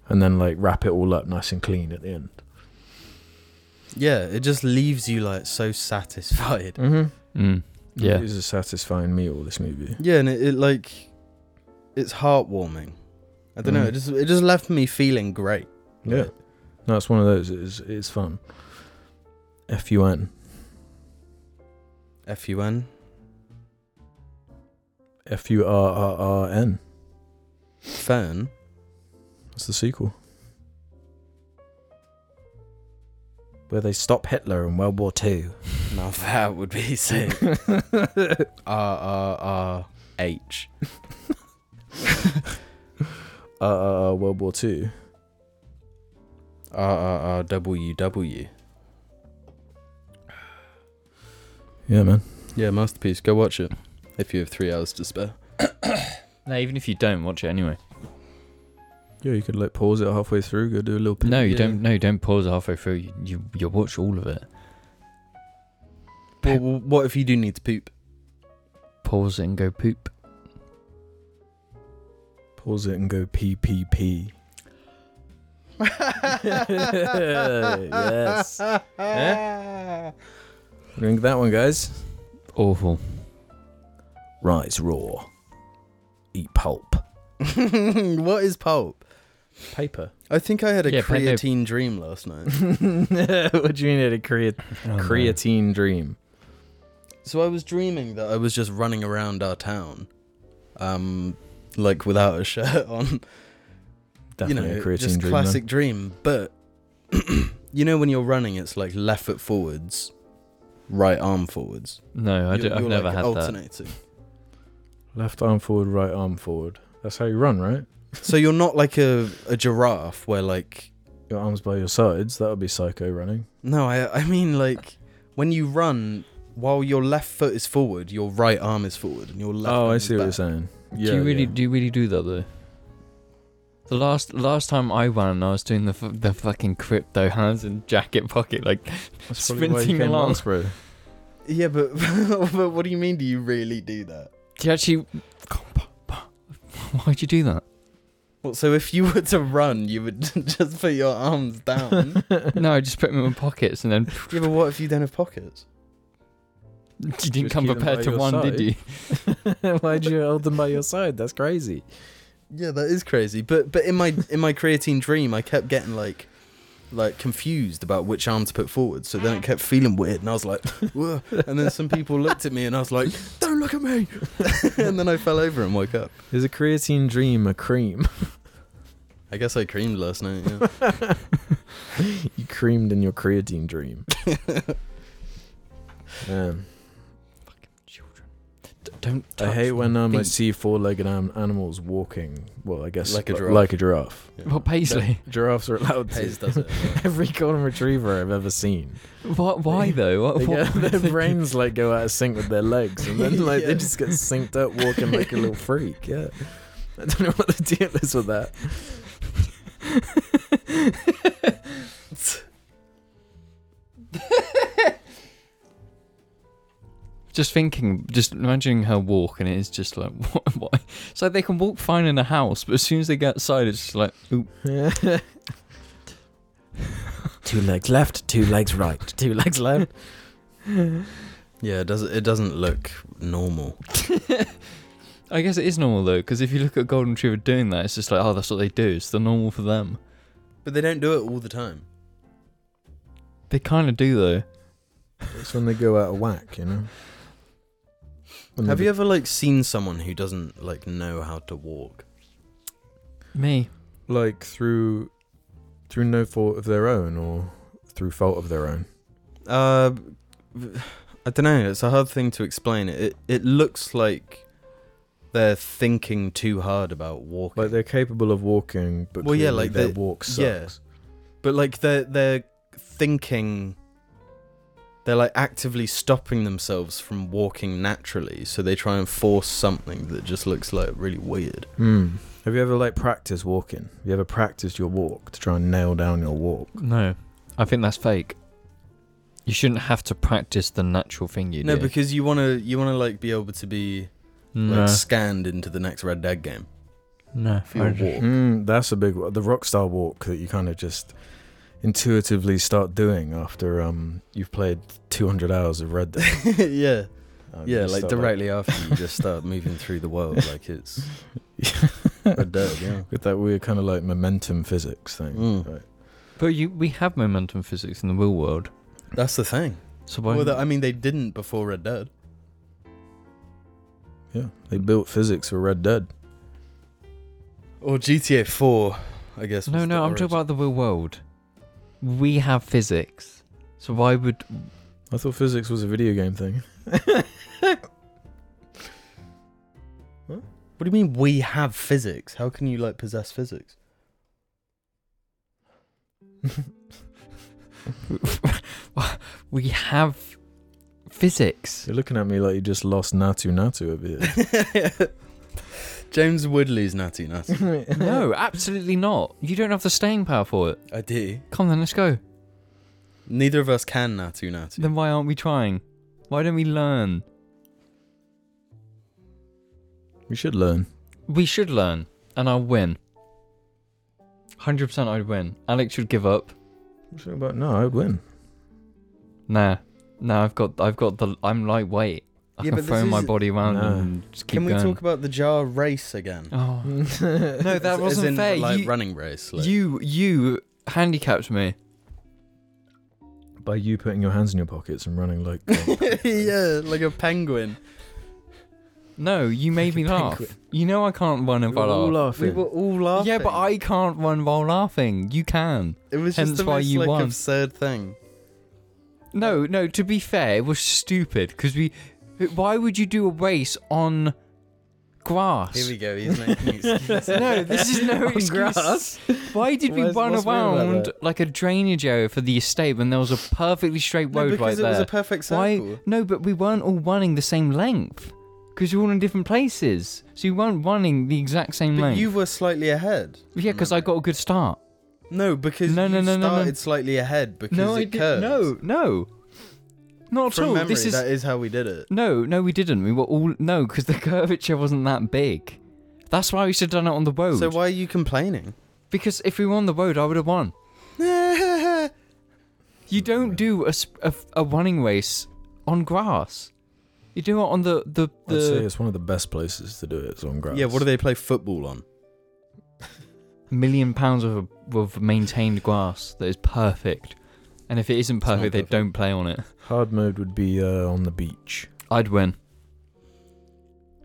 Speaker 1: And then like wrap it all up nice and clean at the end.
Speaker 2: Yeah, it just leaves you like so satisfied.
Speaker 1: Mm-hmm.
Speaker 3: Mm. Yeah.
Speaker 1: It is a satisfying meal, this movie.
Speaker 2: Yeah, and it, it like it's heartwarming. I don't know,
Speaker 1: Mm.
Speaker 2: it just it just left me feeling great.
Speaker 1: Yeah.
Speaker 2: Like,
Speaker 1: No, it's one of those. It's, it's fun. F U N.
Speaker 2: F U N.
Speaker 1: F U R R R N.
Speaker 2: Fern.
Speaker 1: That's the sequel. Where they stop Hitler in World War Two.
Speaker 2: Now that would be sick. R R R H.
Speaker 1: Uh, uh, uh, World War Two.
Speaker 2: R R R W W.
Speaker 1: Yeah, man.
Speaker 2: Yeah, masterpiece. Go watch it if you have three hours to spare.
Speaker 3: No, even if you don't watch it anyway.
Speaker 1: Yeah, you could like pause it halfway through, go do a little.
Speaker 3: No, you
Speaker 2: Yeah.
Speaker 3: don't. No, you don't pause halfway through. You, you you watch all of it.
Speaker 2: Well, well, what if you do need to poop?
Speaker 3: Pause it and go poop.
Speaker 1: Pause it and go pee pee pee. Yes.
Speaker 2: Eh?
Speaker 1: Drink that one, guys.
Speaker 3: Awful.
Speaker 1: Rise raw. Eat pulp.
Speaker 2: what is pulp?
Speaker 1: Paper.
Speaker 2: I think I had a
Speaker 3: Yeah, Pendo-
Speaker 2: creatine dream last night.
Speaker 1: what do you mean it a creat-
Speaker 3: Oh, no.
Speaker 1: creatine dream?
Speaker 2: So I was dreaming that I was just running around our town, um, like without a shirt on.
Speaker 1: Definitely
Speaker 2: you
Speaker 1: a
Speaker 2: know,
Speaker 1: creatine
Speaker 2: just
Speaker 1: dream. man.
Speaker 2: classic dream. But you know when you're running, it's like left foot forwards, right arm forwards.
Speaker 3: No, I
Speaker 2: You're-
Speaker 3: do, I've
Speaker 2: you're,
Speaker 3: never
Speaker 2: like,
Speaker 3: had that.
Speaker 2: alternating.
Speaker 1: Left arm forward, right arm forward. That's how you run, right?
Speaker 2: so you're not like a, a giraffe where like
Speaker 1: Your arms by your sides. That would be psycho running.
Speaker 2: no, I I mean like when you run. While your left foot is forward, your right arm is forward, and your left.
Speaker 1: oh,
Speaker 2: arm
Speaker 1: I
Speaker 2: is
Speaker 1: see what
Speaker 2: back.
Speaker 1: you're saying. Yeah,
Speaker 3: do you really
Speaker 1: yeah.
Speaker 3: do you really do that though? The last last time I ran, I was doing the f- the fucking crypto hands in jacket pocket. Like
Speaker 1: That's probably why you
Speaker 3: sprinting
Speaker 1: came
Speaker 3: along?
Speaker 1: last, bro.
Speaker 2: Yeah, but, but what do you mean? Do you really do that?
Speaker 3: do you actually? Why'd you do that?
Speaker 2: Well, so if you were to run, you would just put your arms
Speaker 1: Hmm?
Speaker 2: down.
Speaker 3: No, I just put them in my pockets and then
Speaker 2: yeah, but what if you don't have pockets?
Speaker 3: you didn't
Speaker 1: Just
Speaker 3: come
Speaker 1: keep them
Speaker 3: prepared
Speaker 1: by
Speaker 3: to
Speaker 1: your
Speaker 3: one, did
Speaker 1: side.
Speaker 3: you?
Speaker 1: Why'd you hold them by your side? That's crazy.
Speaker 2: Yeah, that is crazy. But but in my in my creatine dream, I kept getting like like confused about which arm to put forward. So then it kept feeling weird, and I was like, "Whoa." and then some people looked at me, and I was like, "Don't look at me!" and then I fell over and woke up.
Speaker 1: Is a creatine dream a cream?
Speaker 2: I guess I creamed last night. Yeah.
Speaker 1: you creamed in your creatine dream. um,
Speaker 3: Children, D- don't.
Speaker 1: I
Speaker 3: touch
Speaker 1: hate when
Speaker 3: my
Speaker 1: um, I
Speaker 3: feet.
Speaker 1: see four-legged an- animals walking. Well, I guess
Speaker 2: Like a
Speaker 1: li-
Speaker 2: giraffe.
Speaker 1: Like a giraffe.
Speaker 3: Well, Paisley.
Speaker 1: Giraffes are allowed to.
Speaker 2: Hayes does it.
Speaker 1: Every golden retriever I've ever seen.
Speaker 3: Why, why though? What,
Speaker 1: They get,
Speaker 3: what
Speaker 1: their brains like go out of sync with their legs, and then like
Speaker 2: Yeah.
Speaker 1: they just get synced up, walking like a little freak. Yeah, I don't know what the deal is with that.
Speaker 3: Just thinking, just imagining her walk, and it is just like, what? what? It's like they can walk fine in a house, but as soon as they get outside, it's just like, oop.
Speaker 1: two legs left, two legs right, two legs left.
Speaker 2: Yeah, it doesn't. It doesn't look normal.
Speaker 3: I guess it is normal though, because if you look at a golden retriever doing that, it's just like, oh, that's what they do. It's the normal for them.
Speaker 2: But they don't do it all the time.
Speaker 3: They kind of do though.
Speaker 1: It's when they go out of whack, you know. When
Speaker 2: Have
Speaker 1: they-
Speaker 2: you ever like seen someone who doesn't like know how to walk?
Speaker 3: Me,
Speaker 1: like through through no fault of their own or through fault of their own?
Speaker 2: Uh, I don't know. It's a hard thing to explain. It it looks like they're thinking too hard about walking.
Speaker 1: Like they're capable of walking, but
Speaker 2: Well, yeah,
Speaker 1: clearly
Speaker 2: like
Speaker 1: their
Speaker 2: they-
Speaker 1: walk sucks.
Speaker 2: yeah. but like they're they're thinking. They're like actively stopping themselves from walking naturally, so they try and force something that just looks like really weird.
Speaker 1: Hmm. Have you ever like practiced walking? Have you ever practiced your walk to try and nail down your walk?
Speaker 3: no, I think that's fake. You shouldn't have to practice the natural thing you
Speaker 2: no,
Speaker 3: do.
Speaker 2: because you wanna you wanna like be able to be like scanned into the next Red Dead game.
Speaker 3: no,
Speaker 2: for your
Speaker 3: I just-
Speaker 2: walk.
Speaker 1: Mm, that's a big one. The rockstar walk that you kind of just intuitively start doing after um you've played 200 hours of Red Dead.
Speaker 2: yeah,
Speaker 1: Um, you
Speaker 2: yeah,
Speaker 1: just
Speaker 2: like
Speaker 1: start,
Speaker 2: directly after you just start moving through the world, like it's Red Dead, yeah.
Speaker 1: with that weird kind of like momentum physics thing.
Speaker 2: Mm.
Speaker 1: Right.
Speaker 3: But you, we have momentum physics in the real world.
Speaker 2: That's the thing.
Speaker 3: So why?
Speaker 2: Well, I mean, they didn't before Red Dead.
Speaker 1: Yeah, they built physics for Red Dead.
Speaker 2: Or GTA 4, I guess.
Speaker 3: no,
Speaker 2: was
Speaker 3: no,
Speaker 2: the
Speaker 3: I'm talking
Speaker 2: origin.
Speaker 3: about the real world. We have physics, so why would
Speaker 1: I thought physics was a video game thing.
Speaker 2: What do you mean we have physics? How can you, like, possess physics?
Speaker 3: we have physics.
Speaker 1: You're looking at me like you just lost Natu Natu a bit.
Speaker 2: James Woodley's natty natty.
Speaker 3: No, absolutely not. You don't have the staying power for it.
Speaker 2: I do.
Speaker 3: Come then, let's go.
Speaker 2: Neither of us can natty natty.
Speaker 3: Then why aren't we trying? Why don't we learn?
Speaker 1: We should learn.
Speaker 3: We should learn, and I'll win. 100% I'd win. Alex should give up.
Speaker 1: What's it about? No, I would win.
Speaker 3: Nah. Nah, I've got I've got the I'm lightweight. I
Speaker 2: Yeah,
Speaker 3: can
Speaker 2: but this
Speaker 3: throw my
Speaker 2: is-
Speaker 3: body around
Speaker 1: No.
Speaker 3: and just keep
Speaker 2: Can we
Speaker 3: going.
Speaker 2: talk about the jar race again?
Speaker 3: Oh. No, that
Speaker 2: As- as
Speaker 3: wasn't
Speaker 2: in,
Speaker 3: fair.
Speaker 2: Like
Speaker 3: You-
Speaker 2: running race. Like.
Speaker 3: You you handicapped me.
Speaker 1: By you putting your hands in your pockets and running like.
Speaker 2: yeah, like a penguin.
Speaker 3: No, you made me laugh.
Speaker 1: Penguin.
Speaker 3: You know I can't run if
Speaker 1: We're
Speaker 3: I
Speaker 1: all
Speaker 3: laugh.
Speaker 1: laughing.
Speaker 2: We were all laughing.
Speaker 3: Yeah, but I can't run while laughing. You can.
Speaker 2: It was
Speaker 3: hence
Speaker 2: just the
Speaker 3: why
Speaker 2: most
Speaker 3: you
Speaker 2: like
Speaker 3: won.
Speaker 2: absurd thing.
Speaker 3: No, no. To be fair, it was stupid because we. Why would you do a race on grass?
Speaker 2: Here we go. He's making excuses.
Speaker 3: no, this is no excuse.
Speaker 2: grass?
Speaker 3: Why did we
Speaker 2: What's-
Speaker 3: run
Speaker 2: what's weird about
Speaker 3: around
Speaker 2: that?
Speaker 3: like a drainage area for the estate when there was a perfectly straight
Speaker 2: No,
Speaker 3: road
Speaker 2: because
Speaker 3: right
Speaker 2: it
Speaker 3: there?
Speaker 2: was a perfect circle.
Speaker 3: Why? No, but we weren't all running the same length because we were all in different places. So you weren't running the exact same
Speaker 2: But
Speaker 3: length.
Speaker 2: you were slightly ahead.
Speaker 3: yeah, because I
Speaker 2: remember.
Speaker 3: got a good start.
Speaker 2: No, because
Speaker 3: No,
Speaker 2: you
Speaker 3: no, no, no, no.
Speaker 2: started slightly ahead because
Speaker 3: no,
Speaker 2: it
Speaker 3: I didn't.
Speaker 2: curved.
Speaker 3: No, no, not
Speaker 2: From
Speaker 3: at all.
Speaker 2: memory,
Speaker 3: this is
Speaker 2: that is how we did it.
Speaker 3: no, no. We didn't. We were all no because the curvature wasn't that big. That's why we should have done it on the road.
Speaker 2: So why are you complaining?
Speaker 3: Because if we were on the road, I would have won.
Speaker 2: That's
Speaker 3: You don't do a, sp- a, a running race on grass. You do it on the the,
Speaker 1: I'd say
Speaker 3: the
Speaker 1: it's one of the best places to do it. It's on grass.
Speaker 2: Yeah, what do they play football on?
Speaker 3: million pounds of of maintained grass that is perfect. And if it isn't
Speaker 2: not
Speaker 3: perfect, they
Speaker 2: perfect.
Speaker 3: don't play on it.
Speaker 1: Hard mode would be uh, on the beach.
Speaker 3: I'd win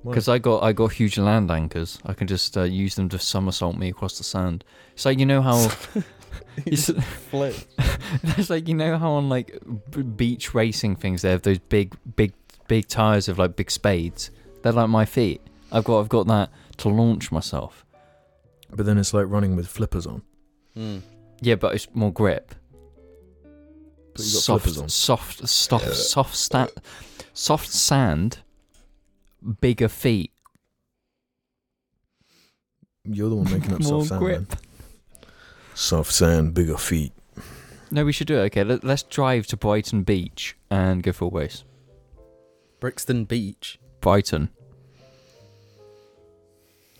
Speaker 1: Why?
Speaker 3: because I got I got huge land anchors. I can just uh, use them to somersault me across the sand. It's like you know how it's,
Speaker 2: Flip.
Speaker 3: it's like you know how on like b- beach racing things they have those big big big tires of like big spades. They're like my feet. I've got I've got that to launch myself.
Speaker 1: But then it's like running with flippers on.
Speaker 2: Mm.
Speaker 3: Yeah, but it's more grip.
Speaker 1: But you got
Speaker 3: soft,
Speaker 1: flippers on.
Speaker 3: soft, soft, soft, sta- soft sand, bigger feet,
Speaker 1: You're the one making up
Speaker 3: more
Speaker 1: soft sand.
Speaker 3: grip.
Speaker 1: man. Soft sand, bigger feet.
Speaker 3: No, we should do it. Okay, let, let's drive to Brighton Beach and go for a race.
Speaker 2: Brixton Beach.
Speaker 3: Brighton.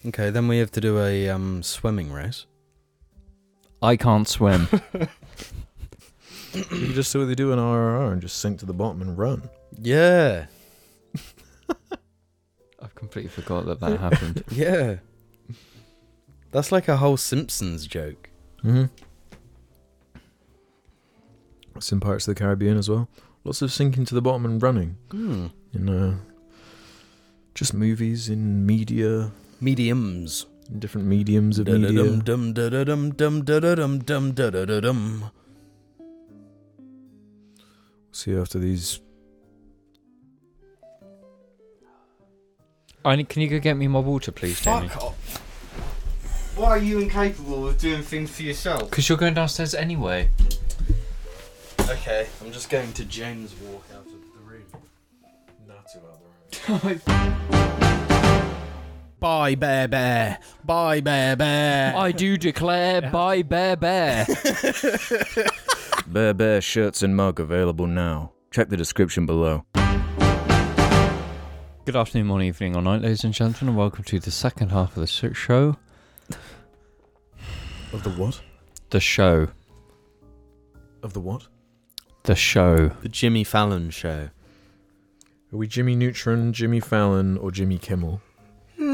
Speaker 2: Okay, then we have to do a um, swimming race.
Speaker 3: I can't swim.
Speaker 1: You just do what they do in RRR and just sink to the bottom and run.
Speaker 2: Yeah,
Speaker 3: I've completely forgot that that happened.
Speaker 2: yeah. That's like a whole Simpsons joke.
Speaker 1: Mm-hmm. It's in parts of the Caribbean as well. Lots of sinking to the bottom and running.
Speaker 2: Hmm.
Speaker 1: In uh, just movies, in media,
Speaker 2: Mediums.
Speaker 1: in different mediums of media.
Speaker 2: Dum dum dum dum dum dum dum.
Speaker 1: See after these.
Speaker 3: I need, can you go get me my water, please, Jamie?
Speaker 4: off. Why are you incapable of doing things for yourself?
Speaker 3: Because you're going downstairs anyway.
Speaker 2: Okay, I'm just going to James walk out of the room. Bye, Bear Bear. Bye, Bear Bear.
Speaker 3: I do declare, by Bear Bear.
Speaker 1: Bear Bear shirts and mug available now. Check the description below.
Speaker 3: Good afternoon, morning, evening, or night, ladies and gentlemen, and welcome to the second half of the sh- show.
Speaker 1: Of the what?
Speaker 3: The show.
Speaker 1: Of the what?
Speaker 3: The show.
Speaker 2: The Jimmy Fallon Show.
Speaker 1: Are we Jimmy Neutron, Jimmy Fallon, or Jimmy Kimmel?
Speaker 3: Well,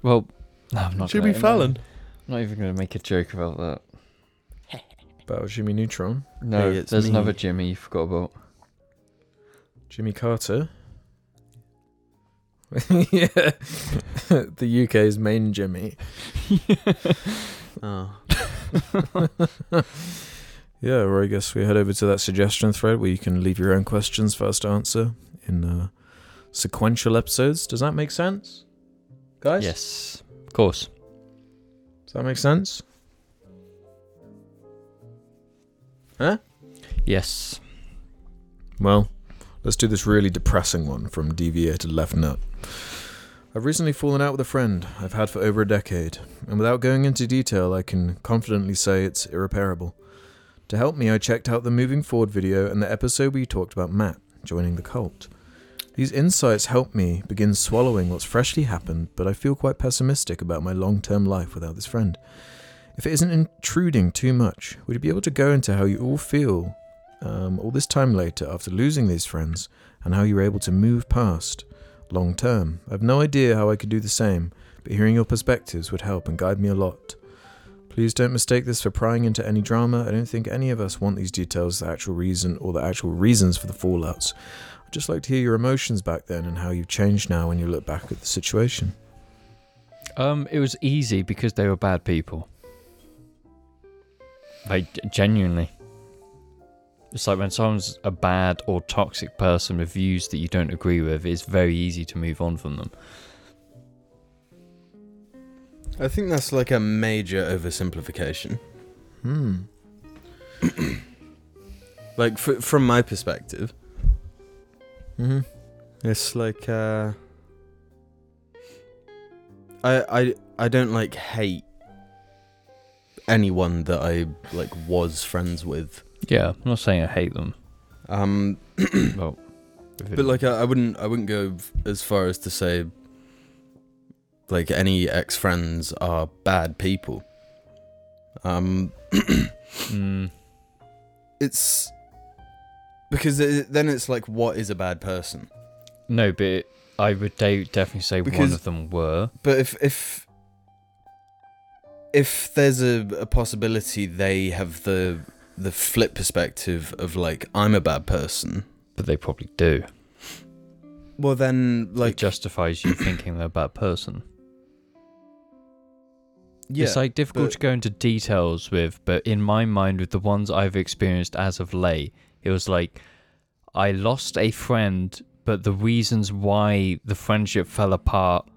Speaker 3: no, I'm not. gonna- I'm not even going to make a joke about that.
Speaker 1: About Jimmy Neutron,
Speaker 3: No,
Speaker 2: Hey, it's
Speaker 3: there's
Speaker 2: me.
Speaker 3: another Jimmy you forgot about.
Speaker 1: Jimmy Carter. yeah, the UK's main Jimmy.
Speaker 2: Oh.
Speaker 1: Yeah, or I guess we head over to that suggestion thread where you can leave your own questions for us to answer in uh, sequential episodes. Does that make sense, guys?
Speaker 3: Yes, of course.
Speaker 1: Does that make sense?
Speaker 3: Yes.
Speaker 1: Well, Let's do this really depressing one from Deviated Left Nut. I've recently fallen out with a friend I've had for over a decade, and without going into detail, I can confidently say it's irreparable. To help me, I checked out the Moving Forward video and the episode we talked about Matt joining the cult. These insights help me begin swallowing what's freshly happened, but I feel quite pessimistic about my long term life without this friend. If it isn't intruding too much, would you be able to go into how you all feel um, all this time later after losing these friends and how you were able to move past long term? I've no idea how I could do the same, but hearing your perspectives would help and guide me a lot. Please don't mistake this for prying into any drama. I don't think any of us want these details, the actual reason, or the actual reasons for the fallouts. I'd just like to hear your emotions back then and how you've changed now when you look back at the situation.
Speaker 3: Um, it was easy because they were bad people. Like g- genuinely, it's like when someone's a bad or toxic person with views that you don't agree with, it's very easy to move on from them.
Speaker 2: I think that's like a major oversimplification.
Speaker 1: Hmm.
Speaker 2: Like fr- from my perspective,
Speaker 1: Mm-hmm.
Speaker 2: It's like uh I I I don't like hate anyone that I like was friends with.
Speaker 3: Yeah, I'm not saying I hate them.
Speaker 2: Um
Speaker 3: well, if it-
Speaker 2: but like I, I wouldn't I wouldn't go f- as far as to say like any ex friends are bad people. Um
Speaker 3: Mm,
Speaker 2: it's because it, then it's like what is a bad person?
Speaker 3: no, but it- I would de- definitely say one
Speaker 2: Because-
Speaker 3: of them were.
Speaker 2: But if if if there's a, a possibility they have the the flip perspective of like I'm a bad person,
Speaker 3: but they probably do.
Speaker 2: well then
Speaker 3: Like,
Speaker 2: like
Speaker 3: it justifies you thinking they're a bad person.
Speaker 2: yeah,
Speaker 3: it's like difficult
Speaker 2: but-
Speaker 3: to go into details with, but in my mind, with the ones I've experienced as of late, it was like I lost a friend, but the reasons why the friendship fell apart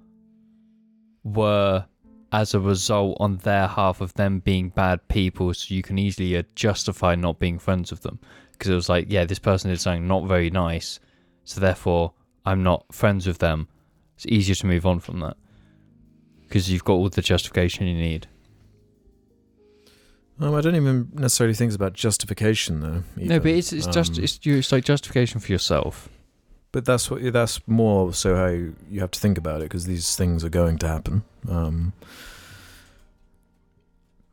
Speaker 3: were as a result on their half of them being bad people, so you can easily uh, justify not being friends with them. Because it was like, yeah, this person did something not very nice, so therefore I'm not friends with them. It's easier to move on from that because you've got all the justification you need.
Speaker 1: Um, I don't even necessarily think it's about justification though.
Speaker 3: No,
Speaker 1: even.
Speaker 3: but it's it's just
Speaker 1: Um,
Speaker 3: it's you it's like justification for yourself.
Speaker 1: But that's what that's more so how you, you have to think about it because these things are going to happen. Um,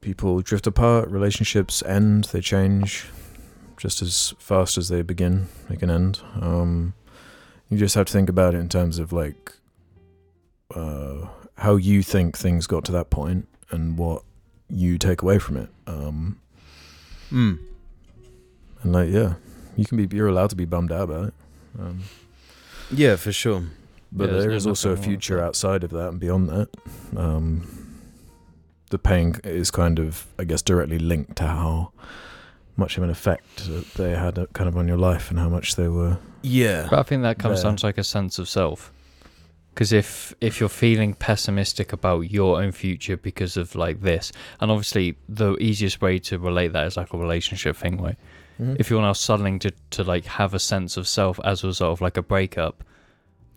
Speaker 1: people drift apart, relationships end, they change just as fast as they begin, they can end. Um, you just have to think about it in terms of like uh, how you think things got to that point and what you take away from it. Um,
Speaker 2: mm.
Speaker 1: and like, yeah, you can be you're allowed to be bummed out about it. Um,
Speaker 2: yeah for sure.
Speaker 1: But
Speaker 3: Yeah, there's
Speaker 1: there
Speaker 3: no-
Speaker 1: is also a
Speaker 3: nothing wrong with
Speaker 1: future
Speaker 3: that.
Speaker 1: outside of that and beyond that. Um, the pain is kind of, I guess, directly linked to how much of an effect that they had uh, kind of on your life and how much they were.
Speaker 2: Yeah,
Speaker 3: But I think that comes
Speaker 1: Yeah.
Speaker 3: down to like a sense of self. Because if if you're feeling pessimistic about your own future because of like this, and obviously the easiest way to relate that is like a relationship thing, right?
Speaker 1: Mm.
Speaker 3: if you're now suddenly to, to like have a sense of self as a result of like a breakup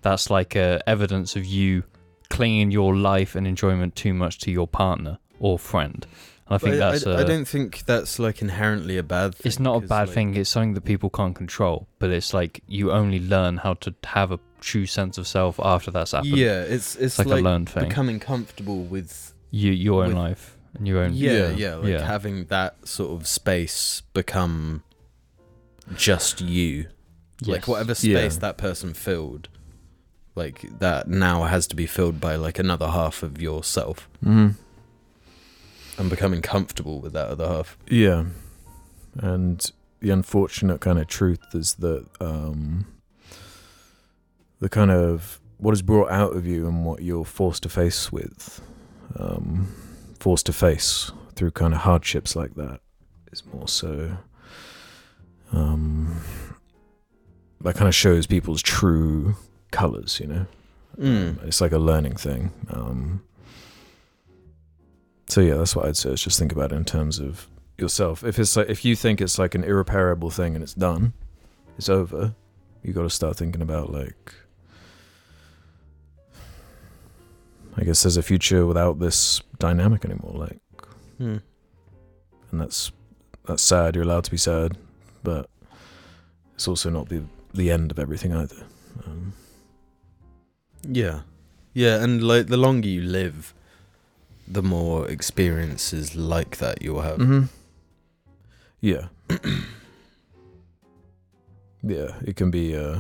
Speaker 3: that's like a evidence of you clinging your life and enjoyment too much to your partner or friend and i think
Speaker 2: But
Speaker 3: that's
Speaker 2: I,
Speaker 3: a.
Speaker 2: I don't think that's like inherently a bad thing.
Speaker 3: it's not a
Speaker 2: 'cause,
Speaker 3: bad
Speaker 2: like-
Speaker 3: thing it's something that people can't control but it's like you only learn how to have a true sense of self after that's happened
Speaker 2: Yeah, it's it's
Speaker 3: it's like,
Speaker 2: like,
Speaker 3: a learned thing
Speaker 2: becoming comfortable with
Speaker 3: you your own
Speaker 2: with-
Speaker 3: life and your own
Speaker 2: yeah yeah,
Speaker 1: Yeah.
Speaker 2: like
Speaker 3: Yeah.
Speaker 2: having that sort of space become just you. like
Speaker 3: Yes.
Speaker 2: whatever
Speaker 1: Yeah.
Speaker 2: space that person filled like that now has to be filled by like another half of yourself
Speaker 1: Mm-hmm.
Speaker 2: and becoming comfortable with that other half
Speaker 1: Yeah. And the unfortunate kind of truth is that um, the kind of what is brought out of you and what you're forced to face with, um, forced to face through kind of hardships like that, is more so. Um, that kind of shows people's true colors, you know?
Speaker 2: Mm.
Speaker 1: It's like a learning thing. Um, so yeah, that's what I'd say. Is just think about it in terms of yourself. If it's like if you think it's like an irreparable thing and it's done, it's over. you got to start thinking about like I guess there's a future without this dynamic anymore like
Speaker 2: Hmm.
Speaker 1: and that's that's sad you're allowed to be sad but it's also not the the end of everything either um,
Speaker 2: Yeah. Yeah, and like the longer you live, the more experiences like that you'll have.
Speaker 3: Mm-hmm.
Speaker 1: mhm. yeah yeah it can be uh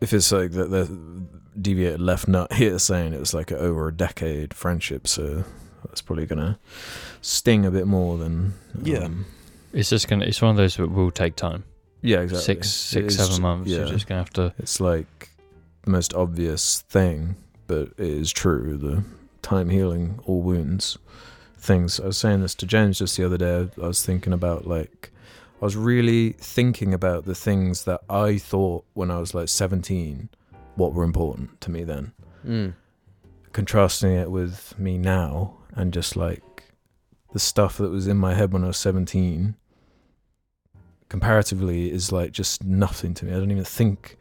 Speaker 1: if it's like the, the deviated left nut here saying it's like a, over a decade friendship so that's probably gonna sting a bit more than
Speaker 2: Yeah.
Speaker 1: um,
Speaker 3: It's just gonna. It's one of those that will take time.
Speaker 1: yeah exactly
Speaker 3: Six,
Speaker 1: It
Speaker 3: six,
Speaker 1: is
Speaker 3: seven
Speaker 1: ju-
Speaker 3: months. You're
Speaker 1: yeah.
Speaker 3: just gonna have to.
Speaker 1: It's like the most obvious thing, but it is true. The time healing all wounds things. I was saying this to James just the other day. I was thinking about like, I was really thinking about the things that I thought when I was like 17 what were important to me then,
Speaker 2: Mm.
Speaker 1: contrasting it with me now and just like the stuff that was in my head when I was 17 comparatively is like just nothing to me. I don't even think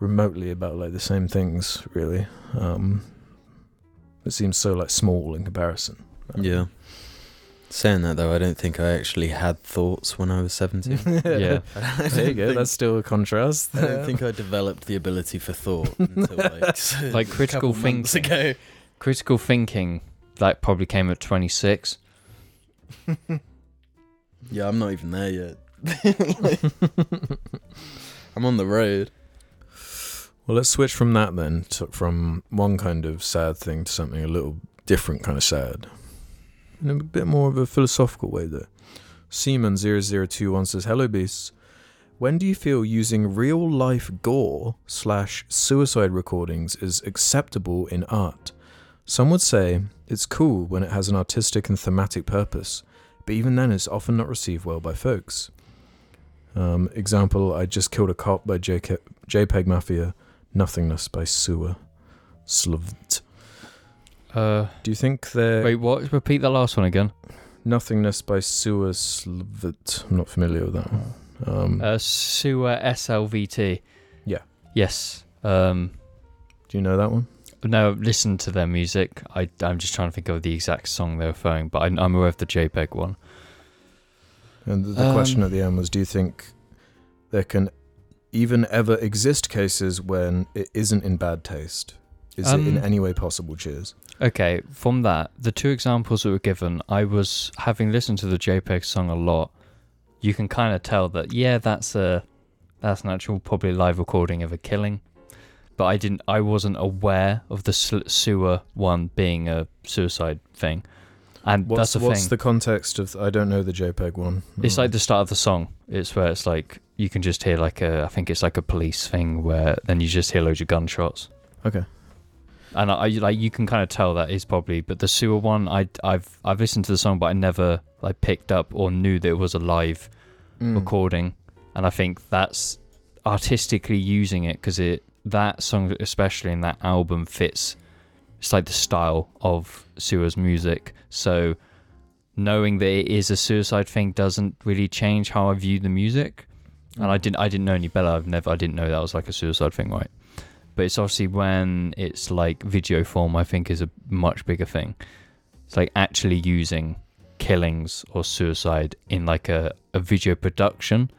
Speaker 1: remotely about like the same things really. Um it seems so like small in comparison. Um,
Speaker 2: Mm. Yeah. Saying that though, I don't think I actually had thoughts when I was 17.
Speaker 3: Yeah.
Speaker 1: There
Speaker 2: I
Speaker 1: you go.
Speaker 2: don't think-
Speaker 1: That's still a contrast.
Speaker 2: I don't think I developed the ability for thought until like,
Speaker 3: Like critical
Speaker 2: couple months
Speaker 3: thinking.
Speaker 2: ago.
Speaker 3: Critical thinking. That probably came at 26.
Speaker 2: Yeah, I'm not even there yet. Like, I'm on the road.
Speaker 1: Well, let's switch from that then, to, from one kind of sad thing to something a little different kind of sad. In a bit more of a philosophical way, though. Seaman0021 says, Hello, Beasts. When do you feel using real life gore slash suicide recordings is acceptable in art? Some would say it's cool when it has an artistic and thematic purpose, but even then it's often not received well by folks. Um, example, I just killed a cop by JK- JPEG Mafia. Nothingness by Sewer Slavt.
Speaker 3: Uh,
Speaker 1: Do you think they're
Speaker 3: wait, what? Repeat that last one again.
Speaker 1: Nothingness by Sewer Slavt? I'm not familiar with that
Speaker 2: Uh-huh.
Speaker 1: one. Um,
Speaker 3: Uh, sewer SLVT.
Speaker 1: Yeah.
Speaker 3: Yes. Um,
Speaker 1: do you know that one?
Speaker 3: no, listen to their music. I, I'm just trying to think of the exact song they're referring, but I, I'm aware of the JPEG one.
Speaker 1: And the, the
Speaker 3: Um,
Speaker 1: question at the end was: Do you think there can even ever exist cases when it isn't in bad taste? Is it in
Speaker 3: Um,
Speaker 1: any way possible? Cheers.
Speaker 3: Okay, from that, the two examples that were given, I was having listened to the JPEG song a lot. You can kind of tell that, yeah, that's a that's an actual probably live recording of a killing, but I didn't, I wasn't aware of the sl- sewer one being a suicide thing, and
Speaker 1: What's,
Speaker 3: that's the
Speaker 1: what's
Speaker 3: thing.
Speaker 1: the context of? I don't know the JPEG one.
Speaker 3: It's like the start of the song. It's where it's like you can just hear like a I think it's like a police thing where then you just hear loads of gunshots.
Speaker 1: Okay.
Speaker 3: And I, I like you can kind of tell that is probably, but the sewer one, I I've I've listened to the song, but I never like picked up or knew that it was a live
Speaker 1: Mm.
Speaker 3: recording, and I think that's artistically using it because it that song especially in that album fits. It's like the style of Sewer's music, so knowing that it is a suicide thing doesn't really change how I view the music. And I didn't I didn't know any better. I've never I didn't know that was like a suicide thing, right? But it's obviously when it's like video form, I think is a much bigger thing. It's like actually using killings or suicide in like a, a video production,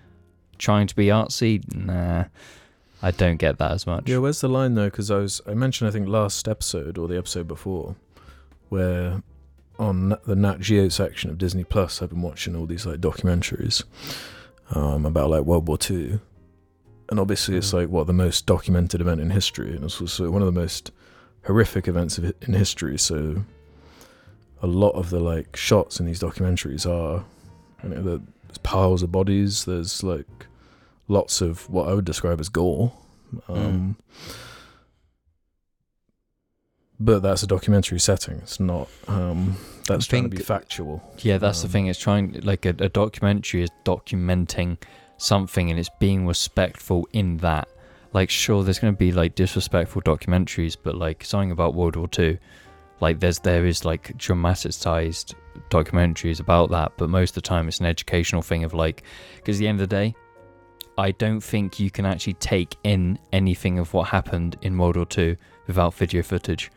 Speaker 3: trying to be artsy. Nah, I don't get that as much.
Speaker 1: Yeah, where's the line though? Because I was I mentioned I think last episode or the episode before, where on Na- the Nat Geo section of Disney Plus, I've been watching all these like documentaries um, about like World War Two, and obviously it's like what the most documented event in history, and it's also one of the most horrific events of, in history. So a lot of the like shots in these documentaries are, you know, the- there's piles of bodies. There's like lots of what I would describe as gore.
Speaker 3: Hmm.
Speaker 1: Um, But that's a documentary setting. It's not. Um, that's
Speaker 3: I
Speaker 1: trying to be
Speaker 3: think-
Speaker 1: factual.
Speaker 3: Yeah, that's
Speaker 1: Um,
Speaker 3: the thing. It's trying like a, a documentary is documenting something, and it's being respectful in that. Like, sure, there's going to be like disrespectful documentaries, but like something about World War Two, like there's there is like dramatized documentaries about that, but most of the time it's an educational thing of like, because at the end of the day, I don't think you can actually take in anything of what happened in World War II without video footage.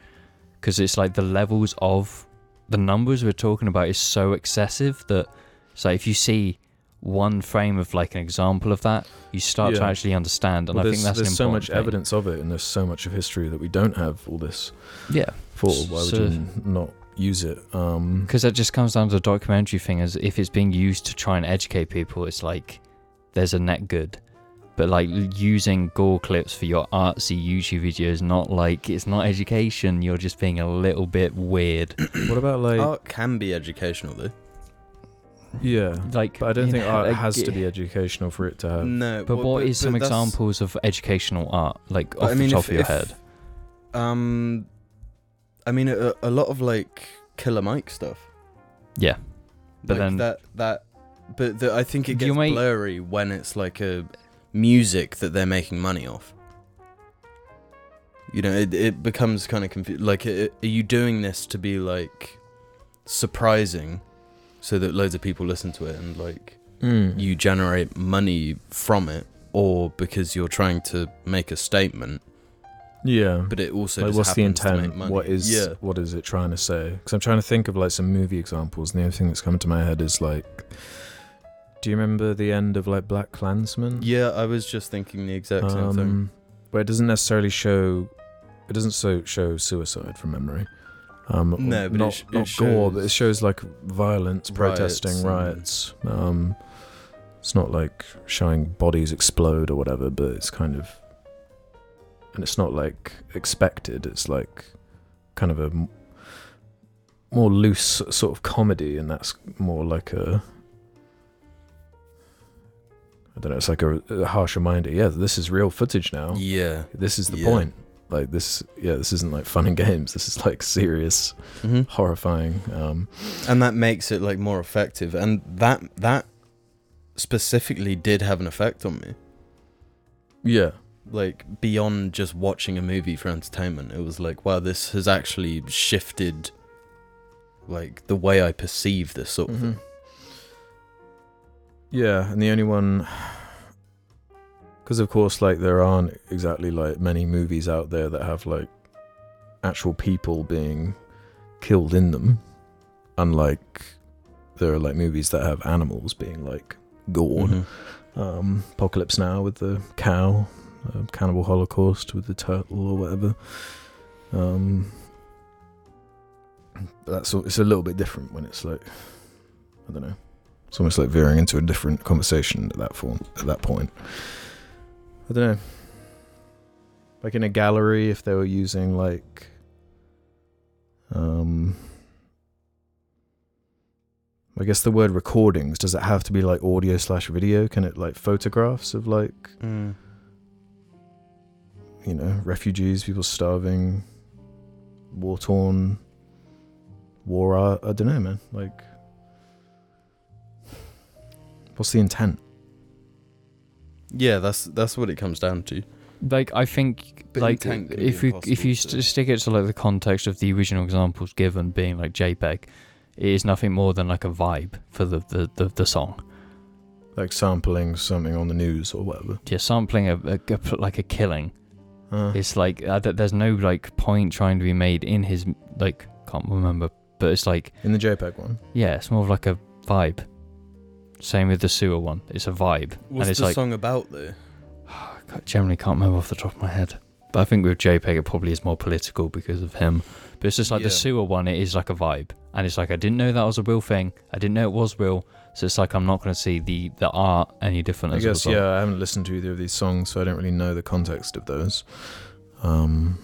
Speaker 3: Because it's like the levels of the numbers we're talking about is so excessive that it's like if you see one frame of like an example of that, you start to
Speaker 1: Yeah.
Speaker 3: actually understand. And
Speaker 1: Well,
Speaker 3: I
Speaker 1: there's
Speaker 3: think that's an
Speaker 1: there's so
Speaker 3: important
Speaker 1: much
Speaker 3: thing.
Speaker 1: evidence of it, and there's so much of history that we don't have all this
Speaker 3: Yeah.
Speaker 1: for. Why would
Speaker 3: So-
Speaker 1: you not use it? Um,
Speaker 3: Because that just comes down to the documentary thing as if it's being used to try and educate people, it's like there's a net good. But like l- using gore clips for your artsy YouTube videos, not like it's not education. You're just being a little bit weird.
Speaker 1: what about like
Speaker 3: Oh.
Speaker 2: Art can be educational though.
Speaker 1: yeah?
Speaker 3: Like,
Speaker 1: But I don't
Speaker 3: you
Speaker 1: think
Speaker 3: know,
Speaker 1: art
Speaker 3: like,
Speaker 1: has to be educational for it to
Speaker 3: Mm.
Speaker 1: have.
Speaker 2: no,
Speaker 3: Uh, But what is some
Speaker 2: that's-
Speaker 3: examples of educational art, like
Speaker 2: but
Speaker 3: off
Speaker 2: I mean,
Speaker 3: the top
Speaker 2: if-
Speaker 3: of your
Speaker 2: if-
Speaker 3: head?
Speaker 2: Um, I mean, a, a lot of like Killer Mike stuff.
Speaker 3: Yeah. But
Speaker 2: Like,
Speaker 3: then-
Speaker 2: that that, but the, I think it
Speaker 3: You
Speaker 2: gets
Speaker 3: might-
Speaker 2: blurry when it's like a music that they're making money off. You know, it, it becomes kind of confused. Like, i are you doing this to be like surprising, so that loads of people listen to it and like
Speaker 1: Mm.
Speaker 2: you generate money from it, or because you're trying to make a statement?
Speaker 1: yeah.
Speaker 2: But it also
Speaker 1: like,
Speaker 2: just
Speaker 1: what's the
Speaker 2: happens to make
Speaker 1: intent?
Speaker 2: money.
Speaker 1: What is
Speaker 2: yeah?
Speaker 1: what is it trying to say? Because I'm trying to think of like some movie examples, and the only thing that's coming to my head is like, do you remember the end of like Black Klansman?
Speaker 2: Yeah, I was just thinking the exact same thing.
Speaker 1: Um, but it doesn't necessarily show. It doesn't so show suicide from memory. Um,
Speaker 2: No, but it
Speaker 1: not,
Speaker 2: sh- it
Speaker 1: not gore. But it
Speaker 2: shows-
Speaker 1: shows like violence, protesting,
Speaker 2: Riots
Speaker 1: riots. Um, it's not like showing bodies explode or whatever, but it's kind of, and it's not like expected. It's like kind of a m- more loose sort of comedy, and that's more like a. I don't know. It's like a, a harsh reminder. Yeah, this is real footage now
Speaker 2: Yeah.
Speaker 1: this is the
Speaker 2: Yeah.
Speaker 1: point like this yeah this isn't like fun and games this is like serious
Speaker 2: hmm
Speaker 1: horrifying um
Speaker 2: And that makes it like more effective. And that that specifically did have an effect on me.
Speaker 1: yeah
Speaker 2: Like beyond just watching a movie for entertainment, it was like, wow, this has actually shifted like the way I perceive this sort of thing.
Speaker 1: Mm-hmm. yeah and the only one because of course like there aren't exactly like many movies out there that have like actual people being killed in them unlike there are like movies that have animals being like gored
Speaker 2: Mhm.
Speaker 1: um, Apocalypse Now with the cow, uh, Cannibal Holocaust with the turtle or whatever. Um, but that's all, it's a little bit different when it's like I don't know. It's almost like veering into a different conversation at that form at that point. I don't know. Like in a gallery, if they were using like um I guess the word recordings, does it have to be like audio slash video? Can it like photographs of like,
Speaker 2: Mm.
Speaker 1: you know, refugees, people starving, war torn, war art? I don't know, man. Like, what's the intent?
Speaker 2: Yeah, that's that's what it comes down to.
Speaker 3: like I think
Speaker 2: But
Speaker 3: like
Speaker 2: intent can be
Speaker 3: if you if
Speaker 2: impossible
Speaker 3: you
Speaker 2: to-
Speaker 3: st- stick it to like the context of the original examples given being like JPEG, it is nothing more than like a vibe for the the, the, the song.
Speaker 1: Like sampling something on the news or whatever.
Speaker 3: Just sampling a, a- a- like a killing.
Speaker 1: Uh,
Speaker 3: It's like uh, th- there's no like point trying to be made in his like can't remember, but it's like
Speaker 1: in the JPEG one.
Speaker 3: yeah, it's more of like a vibe. Same with the sewer one. It's a vibe,
Speaker 2: What's
Speaker 3: and it's
Speaker 2: the
Speaker 3: like
Speaker 2: song about though?
Speaker 3: I can't- generally can't remember off the top of my head. But I think with JPEG, it probably is more political because of him. But it's just like
Speaker 2: Yeah.
Speaker 3: the sewer one, it is like a vibe. And it's like, I didn't know that was a real thing. I didn't know it was real. So it's like, I'm not going to see the, the art any different
Speaker 1: I
Speaker 3: as a
Speaker 1: guess,
Speaker 3: result.
Speaker 1: yeah, I haven't listened to either of these songs, so I don't really know the context of those. Um,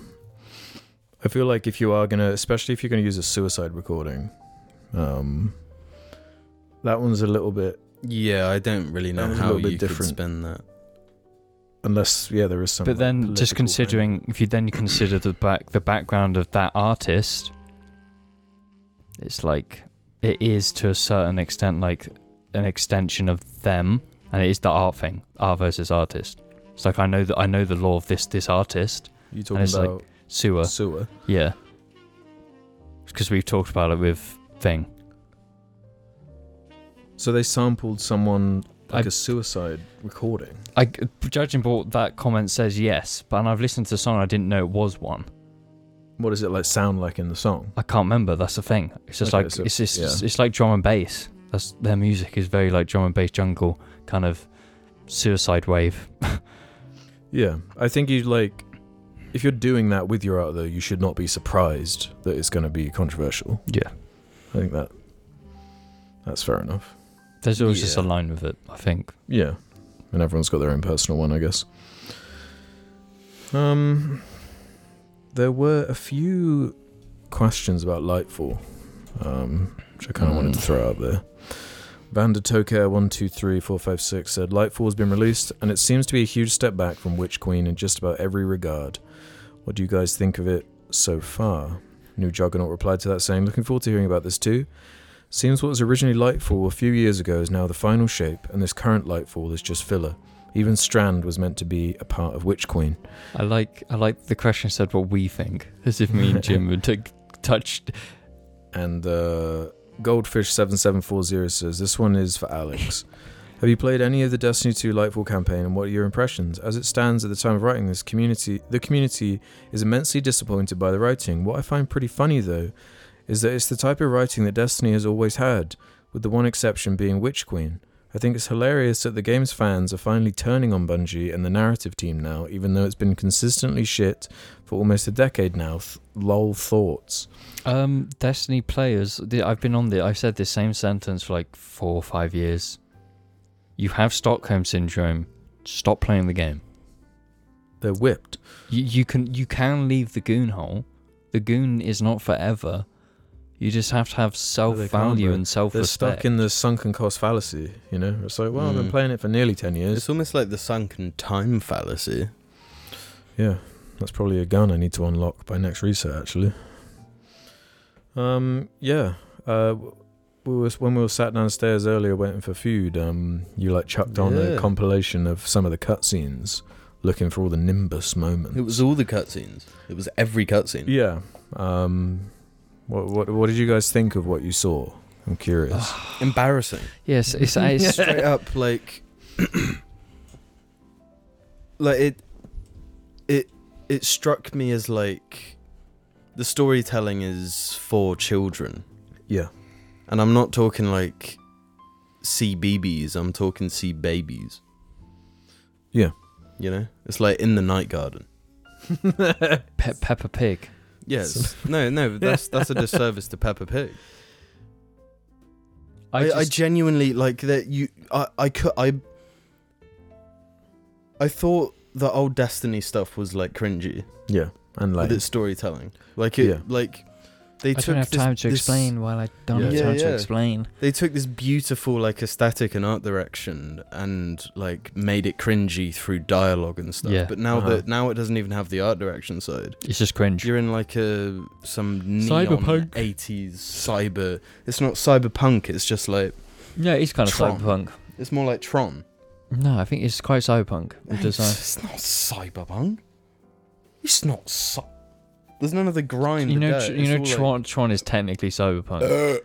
Speaker 1: I feel like if you are going to, especially if you're going to use a suicide recording, um, that one's a little bit,
Speaker 2: Yeah, I don't really
Speaker 1: That
Speaker 2: know
Speaker 1: was a
Speaker 2: how
Speaker 1: little bit
Speaker 2: you
Speaker 1: different.
Speaker 2: could spin that.
Speaker 1: unless, yeah, there is some.
Speaker 3: But
Speaker 1: like,
Speaker 3: then just
Speaker 1: political thing.
Speaker 3: considering, if you then consider the back the background of that artist, it's like, it is to a certain extent like an extension of them. And it is the art thing, art versus artist. It's like, I know that I know the law of this this artist.
Speaker 1: you talking
Speaker 3: it's like uh,
Speaker 1: about
Speaker 3: sewer.
Speaker 1: sewer.
Speaker 3: Yeah. Because we've talked about it with Thing.
Speaker 1: So they sampled someone like
Speaker 3: I-
Speaker 1: a suicide recording.
Speaker 3: I judging by what that comment says yes, but and I've listened to the song. I didn't know it was one.
Speaker 1: What does it like sound like in the song?
Speaker 3: I can't remember. That's the thing. It's just
Speaker 1: Okay,
Speaker 3: like
Speaker 1: so-
Speaker 3: it's just,
Speaker 1: yeah.
Speaker 3: it's like drum and bass. That's their music is very like drum and bass jungle kind of suicide wave.
Speaker 1: Yeah, I think you like if you're doing that with your art though, you should not be surprised that it's going to be controversial.
Speaker 3: Yeah,
Speaker 1: I think that that's fair enough.
Speaker 3: there's always just a
Speaker 1: Yeah.
Speaker 3: line with it. I think.
Speaker 1: Yeah, and everyone's got their own personal one, I guess. Um, there were a few questions about Lightfall, um, which I kind of wanted to
Speaker 3: Mm.
Speaker 1: throw out there. Vanda Toker one two three four five six said Lightfall has been released, and it seems to be a huge step back from Witch Queen in just about every regard. What do you guys think of it so far? New Juggernaut replied to that saying, "Looking forward to hearing about this too. Seems what was originally Lightfall a few years ago is now the final shape, and this current Lightfall is just filler. Even Strand was meant to be a part of Witch Queen.
Speaker 3: I like I like the question said what we think, as if me and Jim would t- touched.
Speaker 1: And uh, Goldfish7740 says, This one is for Alex. Have you played any of the Destiny 2 Lightfall campaign and what are your impressions? As it stands at the time of writing this community, the community is immensely disappointed by the writing. What I find pretty funny though is that it's the type of writing that Destiny has always had, with the one exception being Witch Queen. I think it's hilarious that the game's fans are finally turning on Bungie and the narrative team now, even though it's been consistently shit for almost a decade now. Th- lol thoughts.
Speaker 3: Um, Destiny players, the- I've been on the. I've said this same sentence for like four or five years. You have Stockholm syndrome. Stop playing the game.
Speaker 1: They're whipped.
Speaker 3: You, you can you can leave the goon hole. The goon is not forever. You just have to have self
Speaker 1: they can't,
Speaker 3: value
Speaker 1: bro.
Speaker 3: and self
Speaker 1: They're stuck
Speaker 3: respect.
Speaker 1: in the sunken cost fallacy, you know? It's like, well, I've been
Speaker 2: Mm.
Speaker 1: playing it for nearly 10 years.
Speaker 2: It's almost like the sunken time fallacy.
Speaker 1: Yeah, that's probably a gun I need to unlock by next reset, actually. Um, yeah. Uh, we was, when we were sat downstairs earlier waiting for food, um, you like chucked on a
Speaker 2: Yeah.
Speaker 1: compilation of some of the cutscenes, looking for all the Nimbus moments.
Speaker 2: It was all the cutscenes. It was every cutscene.
Speaker 1: yeah. Um, what, what, what did you guys think of what you saw? I'm curious.
Speaker 2: Ah. Embarrassing.
Speaker 3: yes, it's, it's
Speaker 2: straight up like like it it it struck me as like the storytelling is for children
Speaker 1: yeah.
Speaker 2: and i'm not talking like cbbs i'm talking c babies
Speaker 1: Yeah.
Speaker 2: you know it's like in the night garden
Speaker 3: Pe- Peppa Pig.
Speaker 2: yes no no but that's that's a disservice to peppa pig I,
Speaker 3: I,
Speaker 2: I,
Speaker 3: just,
Speaker 2: genuinely like that you I, I could I I thought the old Destiny stuff was like cringy
Speaker 1: Yeah. And like,
Speaker 2: with its storytelling. Like it
Speaker 1: Yeah.
Speaker 2: like they
Speaker 3: I
Speaker 2: took
Speaker 3: don't have
Speaker 2: this-
Speaker 3: time to
Speaker 2: this-
Speaker 3: explain. While I don't
Speaker 1: Yeah.
Speaker 3: have
Speaker 1: Yeah,
Speaker 3: time
Speaker 2: yeah.
Speaker 3: to explain.
Speaker 2: They took this beautiful like aesthetic and art direction and like made it cringy through dialogue and stuff.
Speaker 3: Yeah.
Speaker 2: But now
Speaker 1: Uh-huh.
Speaker 2: that now it doesn't even have the art direction side.
Speaker 3: It's just cringe.
Speaker 2: You're in like a some neon
Speaker 3: Cyberpunk.
Speaker 2: 80s cyber. It's not cyberpunk. It's just like
Speaker 3: Yeah, it's kind of
Speaker 2: Tron.
Speaker 3: cyberpunk.
Speaker 2: it's more like Tron.
Speaker 3: No, I think it's quite cyberpunk. The design.
Speaker 2: It's not cyberpunk. It's not. Cy- There's none of the grind.
Speaker 3: You
Speaker 2: of
Speaker 3: know,
Speaker 2: that.
Speaker 3: Tr-
Speaker 2: It's
Speaker 3: you know,
Speaker 2: all like-
Speaker 3: Tron, Tron is technically cyberpunk.
Speaker 2: Uh.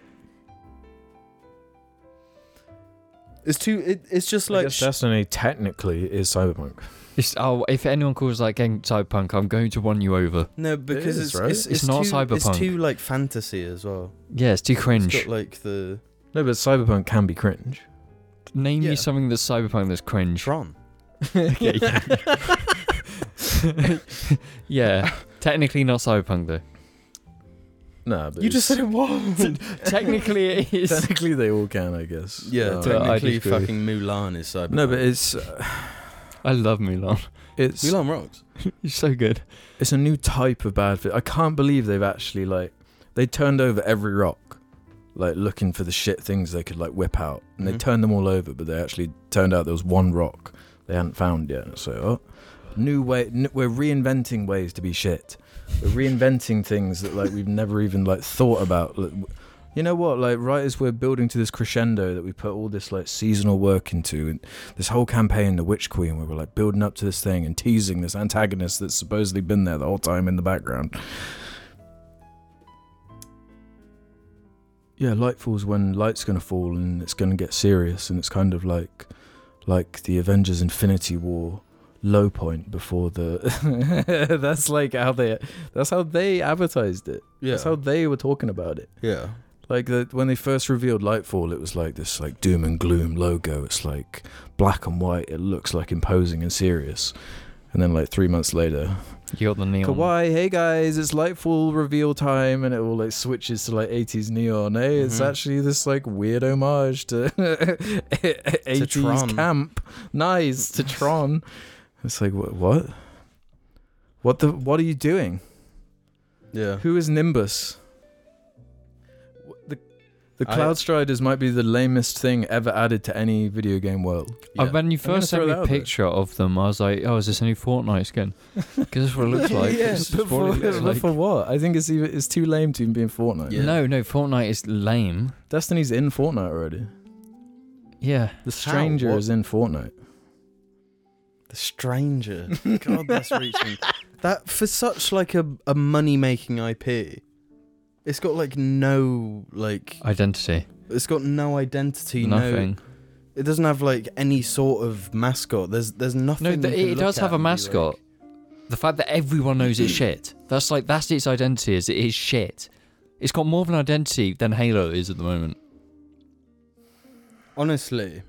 Speaker 2: it's too. It, it's just
Speaker 1: I
Speaker 2: like.
Speaker 1: guess
Speaker 2: sh-
Speaker 1: Destiny technically is Cyberpunk.
Speaker 3: It's, oh, if anyone calls that game cyberpunk, I'm going to run you over.
Speaker 2: no, because
Speaker 1: is,
Speaker 2: it's,
Speaker 1: right?
Speaker 2: it's,
Speaker 3: It's not
Speaker 2: too,
Speaker 3: cyberpunk.
Speaker 2: It's too like fantasy as well.
Speaker 3: Yeah, it's too
Speaker 2: It's
Speaker 3: cringe.
Speaker 2: got like the
Speaker 1: No, but Cyberpunk can be cringe.
Speaker 3: Name
Speaker 2: yeah.
Speaker 3: me something that's cyberpunk that's cringe.
Speaker 2: Tron.
Speaker 3: Okay, yeah. yeah, technically not cyberpunk though.
Speaker 1: No, but
Speaker 2: You just
Speaker 1: it's-
Speaker 2: said it was.
Speaker 3: technically it is.
Speaker 1: technically they all can, I guess.
Speaker 2: yeah,
Speaker 1: Um,
Speaker 3: I
Speaker 2: technically,
Speaker 3: disagree.
Speaker 2: fucking Mulan is cyberpunk.
Speaker 1: no, but it's uh,
Speaker 3: I love Mulan.
Speaker 1: it's
Speaker 2: Mulan rocks.
Speaker 3: It's so good.
Speaker 1: it's a new type of bad. Fit. I can't believe they've actually like they turned over every rock, like looking for the shit things they could like whip out, and they
Speaker 2: Mhm.
Speaker 1: turned them all over, but they actually turned out there was one rock they hadn't found yet. So oh, new way, n- we're reinventing ways to be shit. We're reinventing things that like we've never even like thought about. Like, w- You know what? Like right as we're building to this crescendo that we put all this like seasonal work into, and this whole campaign, the Witch Queen, where we're like building up to this thing and teasing this antagonist that's supposedly been there the whole time in the background. Yeah, light falls when light's gonna fall and it's gonna get serious, and it's kind of like like the Avengers Infinity War low point before the that's like how they that's how they advertised it.
Speaker 2: Yeah.
Speaker 1: That's how they were talking about it.
Speaker 2: yeah.
Speaker 1: Like the, when they first revealed Lightfall, it was like this like doom and gloom logo. It's like black and white. It looks like imposing and serious. And then like three months later,
Speaker 3: You got the neon.
Speaker 1: Kawaii, hey guys, it's Lightfall reveal time, and it all like switches to like 80s neon. Hey, it's
Speaker 2: Mhm.
Speaker 1: actually this like weird homage to 80s
Speaker 2: Tron.
Speaker 1: camp. Nice to Tron. It's like wha- what? What the? What are you doing?
Speaker 2: Yeah.
Speaker 1: Who is Nimbus? Wh- The the
Speaker 2: I-
Speaker 1: Cloud Striders might be the lamest thing ever added to any video game world.
Speaker 3: Uh,
Speaker 2: Yeah.
Speaker 3: When you
Speaker 1: gonna
Speaker 3: first sent
Speaker 1: throw
Speaker 3: me
Speaker 1: that
Speaker 3: a
Speaker 1: out there.
Speaker 3: picture of them, I was like, "Oh, is this a new Fortnite skin?" Because that's what it looks like.
Speaker 1: yeah,
Speaker 3: This is
Speaker 1: but, for,
Speaker 3: what it looks
Speaker 1: but
Speaker 3: like.
Speaker 1: for what? I think it's even, it's too lame to even be in Fortnite.
Speaker 2: Yeah.
Speaker 3: No, no, Fortnite is lame.
Speaker 1: Destiny's in Fortnite already.
Speaker 3: Yeah,
Speaker 1: The stranger
Speaker 2: What?
Speaker 1: is in Fortnite.
Speaker 2: The Stranger. God, that's reaching. That for such like a, a money making IP. It's got like no like
Speaker 3: identity,
Speaker 2: it's got no identity, no
Speaker 3: nothing.
Speaker 2: it doesn't have like any sort of mascot. There's there's nothing.
Speaker 3: No,
Speaker 2: you
Speaker 3: th-
Speaker 2: can
Speaker 3: it
Speaker 2: look
Speaker 3: does
Speaker 2: at
Speaker 3: have a
Speaker 2: and be like-
Speaker 3: mascot. The fact that everyone knows it's shit. That's like that's its identity. Is it is shit. It's got more of an identity than Halo is at the moment.
Speaker 2: Honestly,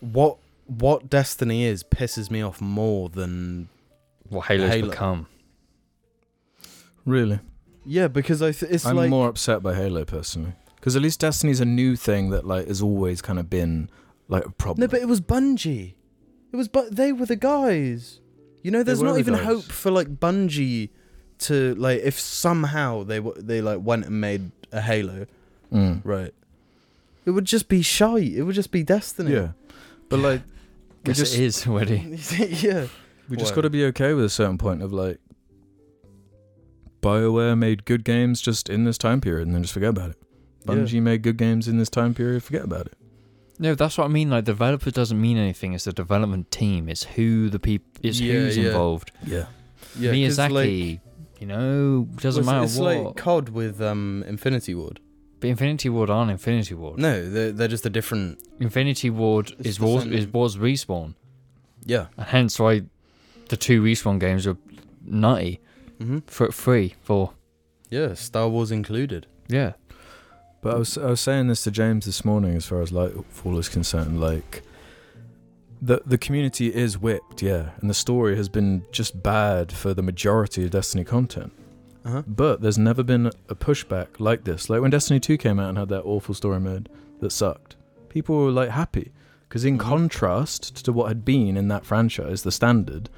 Speaker 2: what what Destiny is pisses me off more than
Speaker 3: What Halo's
Speaker 2: Halo.
Speaker 3: become.
Speaker 1: Really?
Speaker 2: yeah because I th- it's
Speaker 1: I'm
Speaker 2: like
Speaker 1: more upset by Halo personally. Because at least Destiny's a new thing that like has always kind of been like a problem.
Speaker 2: no, but it was Bungie. It was but they were the guys. You know, there's
Speaker 1: were
Speaker 2: not
Speaker 1: the
Speaker 2: even
Speaker 1: guys.
Speaker 2: hope for like Bungie to like if somehow they w- they like went and made a Halo
Speaker 1: Mm.
Speaker 2: right. It would just be shy. It would just be Destiny.
Speaker 1: Yeah. But like we
Speaker 3: Guess
Speaker 1: just
Speaker 3: it is already.
Speaker 2: yeah.
Speaker 1: we just
Speaker 2: Why?
Speaker 1: got to be okay with a certain point of like BioWare made good games just in this time period and then just forget about it. Bungie made good games in this time period, forget about it.
Speaker 3: No, that's what I mean. Like, the developer doesn't mean anything. It's the development team. It's who the people. It's
Speaker 2: Yeah,
Speaker 3: who's
Speaker 2: yeah.
Speaker 3: involved.
Speaker 1: Yeah.
Speaker 2: Yeah, 'cause, like,
Speaker 3: Miyazaki. you know, doesn't
Speaker 2: it's-
Speaker 3: matter
Speaker 2: It's
Speaker 3: what.
Speaker 2: like COD with um Infinity Ward.
Speaker 3: but Infinity Ward aren't Infinity Ward.
Speaker 2: No, they're they're just a different.
Speaker 3: Infinity Ward
Speaker 2: It's
Speaker 3: is
Speaker 2: the
Speaker 3: Wars,
Speaker 2: same-
Speaker 3: is Wars respawn,
Speaker 2: Yeah.
Speaker 3: and hence why the two respawn games are nutty
Speaker 2: hmm
Speaker 3: for free for
Speaker 2: Yeah, Star Wars included.
Speaker 3: yeah.
Speaker 1: But I was I was saying this to James this morning as far as Lightfall is concerned, like the the community is whipped, yeah, and the story has been just bad for the majority of Destiny content.
Speaker 2: Uh-huh.
Speaker 1: But there's never been a pushback like this. Like when Destiny 2 came out and had that awful story mode that sucked, people were like happy. Because in contrast to what had been in that franchise, the standard,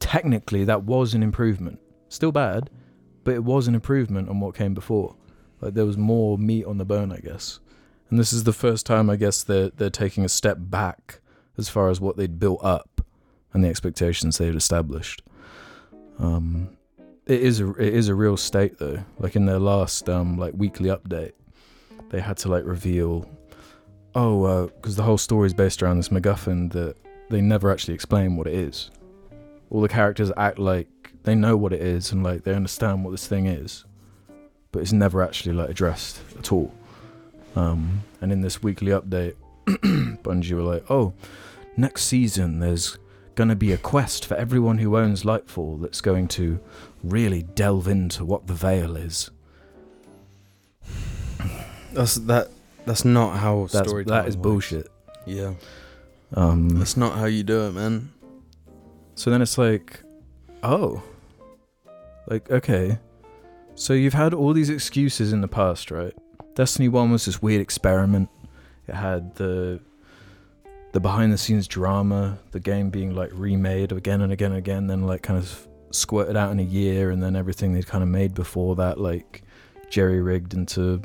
Speaker 1: technically that was an improvement. Still bad, but it was an improvement on what came before. Like there was more meat on the bone, I guess. And this is the first time, I guess, they're, they're taking a step back as far as what they'd built up and the expectations they'd established. Um, it is a, it is a real state though. Like in their last um like weekly update, they had to like reveal, oh, because the whole story is based around this MacGuffin that they never actually explain what it is. All the characters act like they know what it is and like they understand what this thing is, but it's never actually like addressed at all. Um, and in this weekly update, Bungie were like, oh, next season there's gonna be a quest for everyone who owns Lightfall that's going to really delve into what the veil is.
Speaker 2: That's that. That's not how
Speaker 1: That's,
Speaker 2: storytelling.
Speaker 1: that is
Speaker 2: works.
Speaker 1: bullshit.
Speaker 2: Yeah,
Speaker 1: Um,
Speaker 2: that's not how you do it, man.
Speaker 1: so then it's like, oh, like okay, so you've had all these excuses in the past, right? Destiny One was this weird experiment. It had the the behind the scenes drama, the game being like remade again and again and again, then like kind of squirted out in a year, and then everything they'd kind of made before that, like jerry rigged into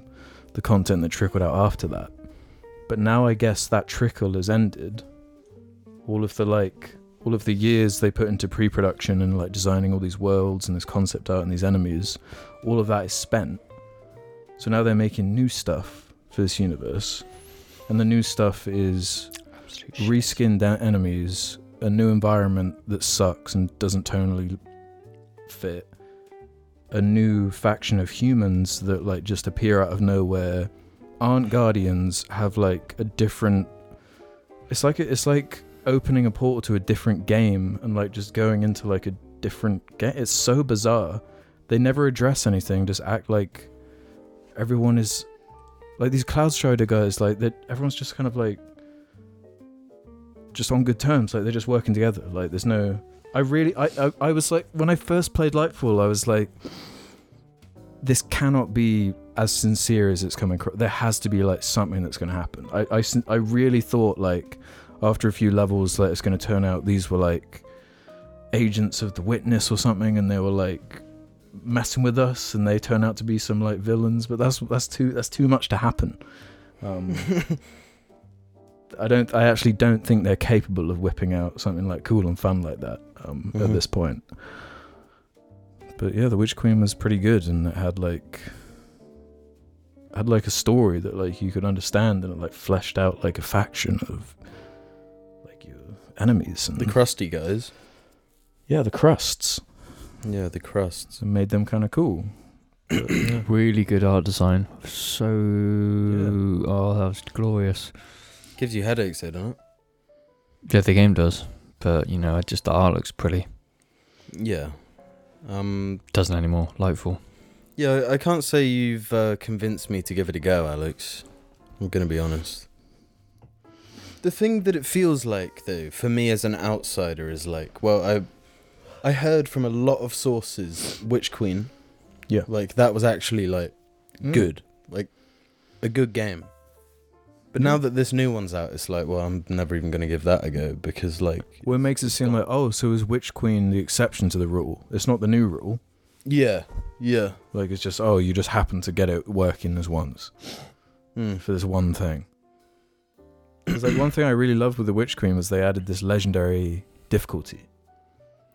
Speaker 1: the content that trickled out after that. But now I guess that trickle has ended. All of the like, all of the years they put into pre production and like designing all these worlds and this concept art and these enemies, all of that is spent. So now they're making new stuff for this universe. And the new stuff is
Speaker 3: Absolute
Speaker 1: reskinned en- enemies, a new environment that sucks and doesn't tonally fit, a new faction of humans that like just appear out of nowhere, aren't guardians, have like a different It's like it's like opening a portal to a different game and like just going into like a different game. It's so bizarre. They never address anything. Just act like everyone is like these Cloud Strider guys. Like that, everyone's just kind of like just on good terms. Like they're just working together. Like there's no. I really, I, I, I was like when I first played Lightfall, I was like, this cannot be as sincere as it's coming across. There has to be like something that's going to happen. I, I, sin- I really thought like after a few levels, like it's going to turn out these were like agents of the witness or something, and they were like messing with us, and they turn out to be some like villains. But that's that's too that's too much to happen. Um, I don't. I actually don't think they're capable of whipping out something like cool and fun like that um, at
Speaker 2: Mhm.
Speaker 1: this point. But yeah, the Witch Queen was pretty good, and it had like had like a story that like you could understand, and it like fleshed out like a faction of like your enemies and
Speaker 2: The crusty guys.
Speaker 1: yeah, the crusts,
Speaker 2: Yeah, the crusts.
Speaker 1: and made them kind of cool. But, yeah.
Speaker 3: Really good art design. So, oh, that was glorious.
Speaker 2: Gives you headaches, though, doesn't it?
Speaker 3: Yeah, the game does, but you know, it just the art looks pretty.
Speaker 2: Yeah. Um.
Speaker 3: Doesn't anymore. Lightful.
Speaker 2: Yeah, I I can't say you've uh, convinced me to give it a go, Alex. I'm gonna be honest. The thing that it feels like, though, for me as an outsider, is like, well, I, I heard from a lot of sources, Witch Queen.
Speaker 1: Yeah.
Speaker 2: Like that was actually like
Speaker 1: Hmm.
Speaker 2: good, like a good game. But now that this new one's out, it's like, well, I'm never even gonna give that a go because, like,
Speaker 1: Well, it makes it seem like oh, so is Witch Queen the exception to the rule? It's not the new rule.
Speaker 2: yeah, yeah.
Speaker 1: Like it's just oh, you just happen to get it working as once
Speaker 2: Hmm.
Speaker 1: for this one thing. It's like one thing I really loved with the Witch Queen was they added this legendary difficulty.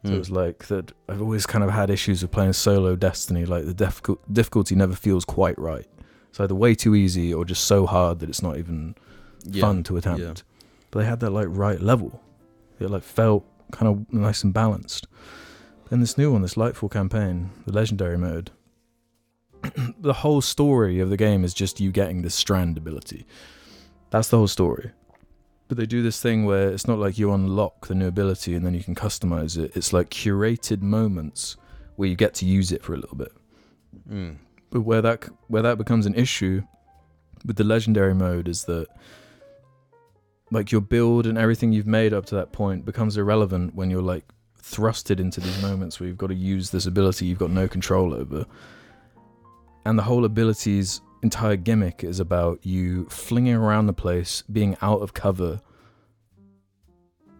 Speaker 1: So
Speaker 2: Hmm.
Speaker 1: it was like that. I've always kind of had issues with playing solo Destiny. Like the difficult difficulty never feels quite right. It's either way too easy or just so hard that it's not even
Speaker 2: yeah.
Speaker 1: fun to attempt.
Speaker 2: yeah.
Speaker 1: But they had that like right level. It like felt kind of nice and balanced. And this new one, this Lightfall campaign, the legendary mode. the whole story of the game is just you getting this strand ability. That's the whole story. But they do this thing where it's not like you unlock the new ability and then you can customize it. It's like curated moments where you get to use it for a little bit
Speaker 2: Mm.
Speaker 1: but where that where that becomes an issue with the legendary mode is that like your build and everything you've made up to that point becomes irrelevant when you're like thrusted into these moments where you've got to use this ability you've got no control over and the whole ability's entire gimmick is about you flinging around the place being out of cover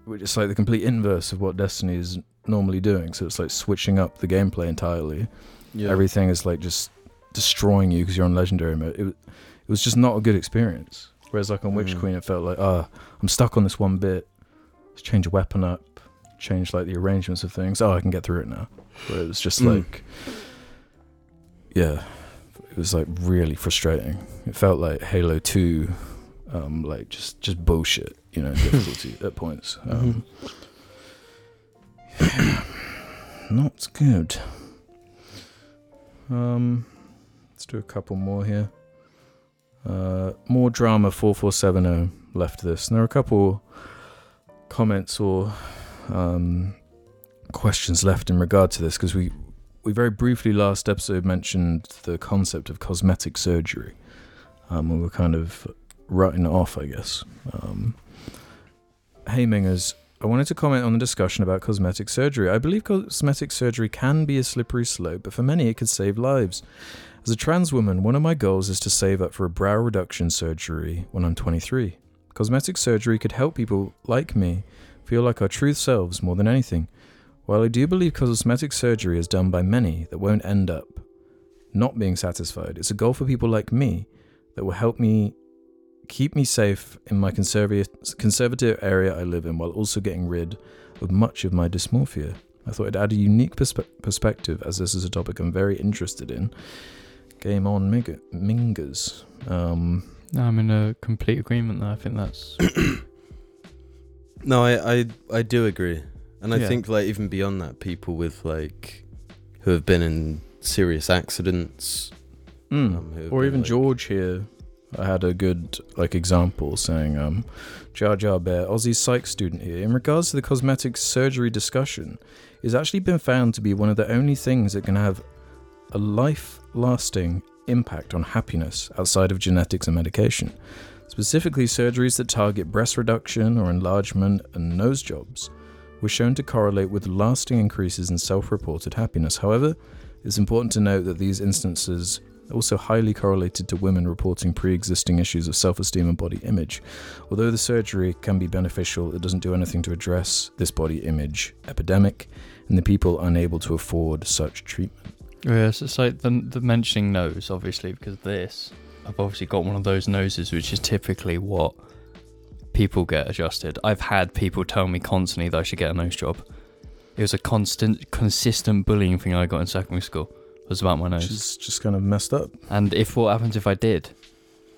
Speaker 1: which is like the complete inverse of what destiny is normally doing so it's like switching up the gameplay entirely
Speaker 2: Yeah.
Speaker 1: everything is like just destroying you because you're on legendary mode. It, wa- it was just not a good experience. Whereas like on Witch
Speaker 2: Mm.
Speaker 1: Queen, it felt like ah, I'm stuck on this one bit. Let's change a weapon up, change like the arrangements of things. Oh, I can get through it now. Where it was just
Speaker 2: Mm.
Speaker 1: like, yeah, it was like really frustrating. It felt like Halo Two, um, like just just bullshit, you know, difficulty at points.
Speaker 2: Mm-hmm.
Speaker 1: Um, not good. Um, let's do a couple more here. Uh, more drama 4470 left this. And there are a couple comments or um, questions left in regard to this because we, we very briefly last episode mentioned the concept of cosmetic surgery. Um, and we were kind of writing it off, I guess. Um, Haymingers, I wanted to comment on the discussion about cosmetic surgery. I believe cosmetic surgery can be a slippery slope, but for many it could save lives. As a trans woman, one of my goals is to save up for a brow reduction surgery when I'm 23. Cosmetic surgery could help people like me feel like our true selves more than anything. While I do believe cosmetic surgery is done by many that won't end up not being satisfied, it's a goal for people like me that will help me keep me safe in my conservative conservative area I live in while also getting rid of much of my dysmorphia. I thought it'd add a unique perspe- perspective as this is a topic I'm very interested in. Game on, Mig- Mingers. Um,
Speaker 3: No, I'm in a complete agreement there. I think that's
Speaker 2: No, I, I I do agree, and I
Speaker 1: Yeah.
Speaker 2: think like even beyond that, people with like who have been in serious accidents,
Speaker 1: mm.
Speaker 2: um, who have
Speaker 1: or
Speaker 2: been,
Speaker 1: even
Speaker 2: like-
Speaker 1: George here I had a good like example saying, um, Jar Jar Bear, Aussie psych student here. In regards to the cosmetic surgery discussion, it's actually been found to be one of the only things that can have a life-lasting impact on happiness outside of genetics and medication. Specifically, surgeries that target breast reduction or enlargement and nose jobs were shown to correlate with lasting increases in self reported happiness. However, it's important to note that these instances are also highly correlated to women reporting pre existing issues of self esteem and body image. Although the surgery can be beneficial, it doesn't do anything to address this body image epidemic and the people unable to afford such treatment.
Speaker 3: Yes, it's like the, the mentioning nose, obviously, because this. I've obviously got one of those noses, which is typically what people get adjusted. I've had people tell me constantly that I should get a nose job. It was a constant, consistent bullying thing I got in secondary school. Was about my
Speaker 1: Which
Speaker 3: nose.
Speaker 1: is just kind of messed up.
Speaker 3: And if what happens if I did,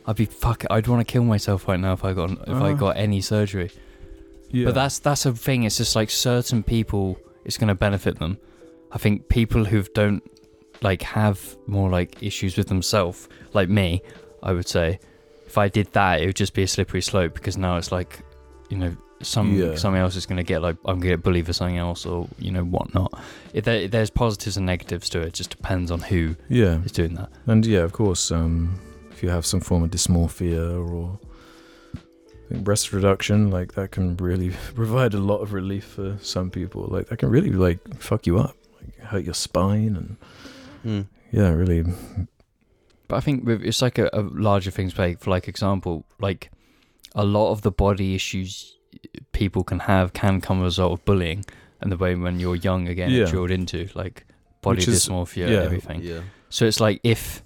Speaker 3: I'd be fuck. I'd want to kill myself right now if I got if I
Speaker 1: Uh,
Speaker 3: got any surgery.
Speaker 1: Yeah.
Speaker 3: But that's that's a thing. It's just like certain people, it's going to benefit them. I think people who don't like have more like issues with themselves, like me, I would say, if I did that, it would just be a slippery slope because now it's like, you know, some
Speaker 1: Yeah.
Speaker 3: something else is going to get like I'm going to get bullied for something else or you know whatnot. If there, there's positives and negatives to it. It just depends on who
Speaker 1: Yeah.
Speaker 3: is doing that.
Speaker 1: And yeah, of course, um, if you have some form of dysmorphia or I think breast reduction, like that can really provide a lot of relief for some people. Like that can really like fuck you up, like hurt your spine, and
Speaker 2: Mm.
Speaker 1: yeah, really.
Speaker 3: But I think with, it's like a, a larger things. Like for like example, like a lot of the body issues people can have can come as a result of bullying and the way when you're young again
Speaker 1: Yeah.
Speaker 3: it's drilled into like body
Speaker 1: Which is-
Speaker 3: dysmorphia
Speaker 1: yeah.
Speaker 3: and everything.
Speaker 2: Yeah.
Speaker 3: So it's like if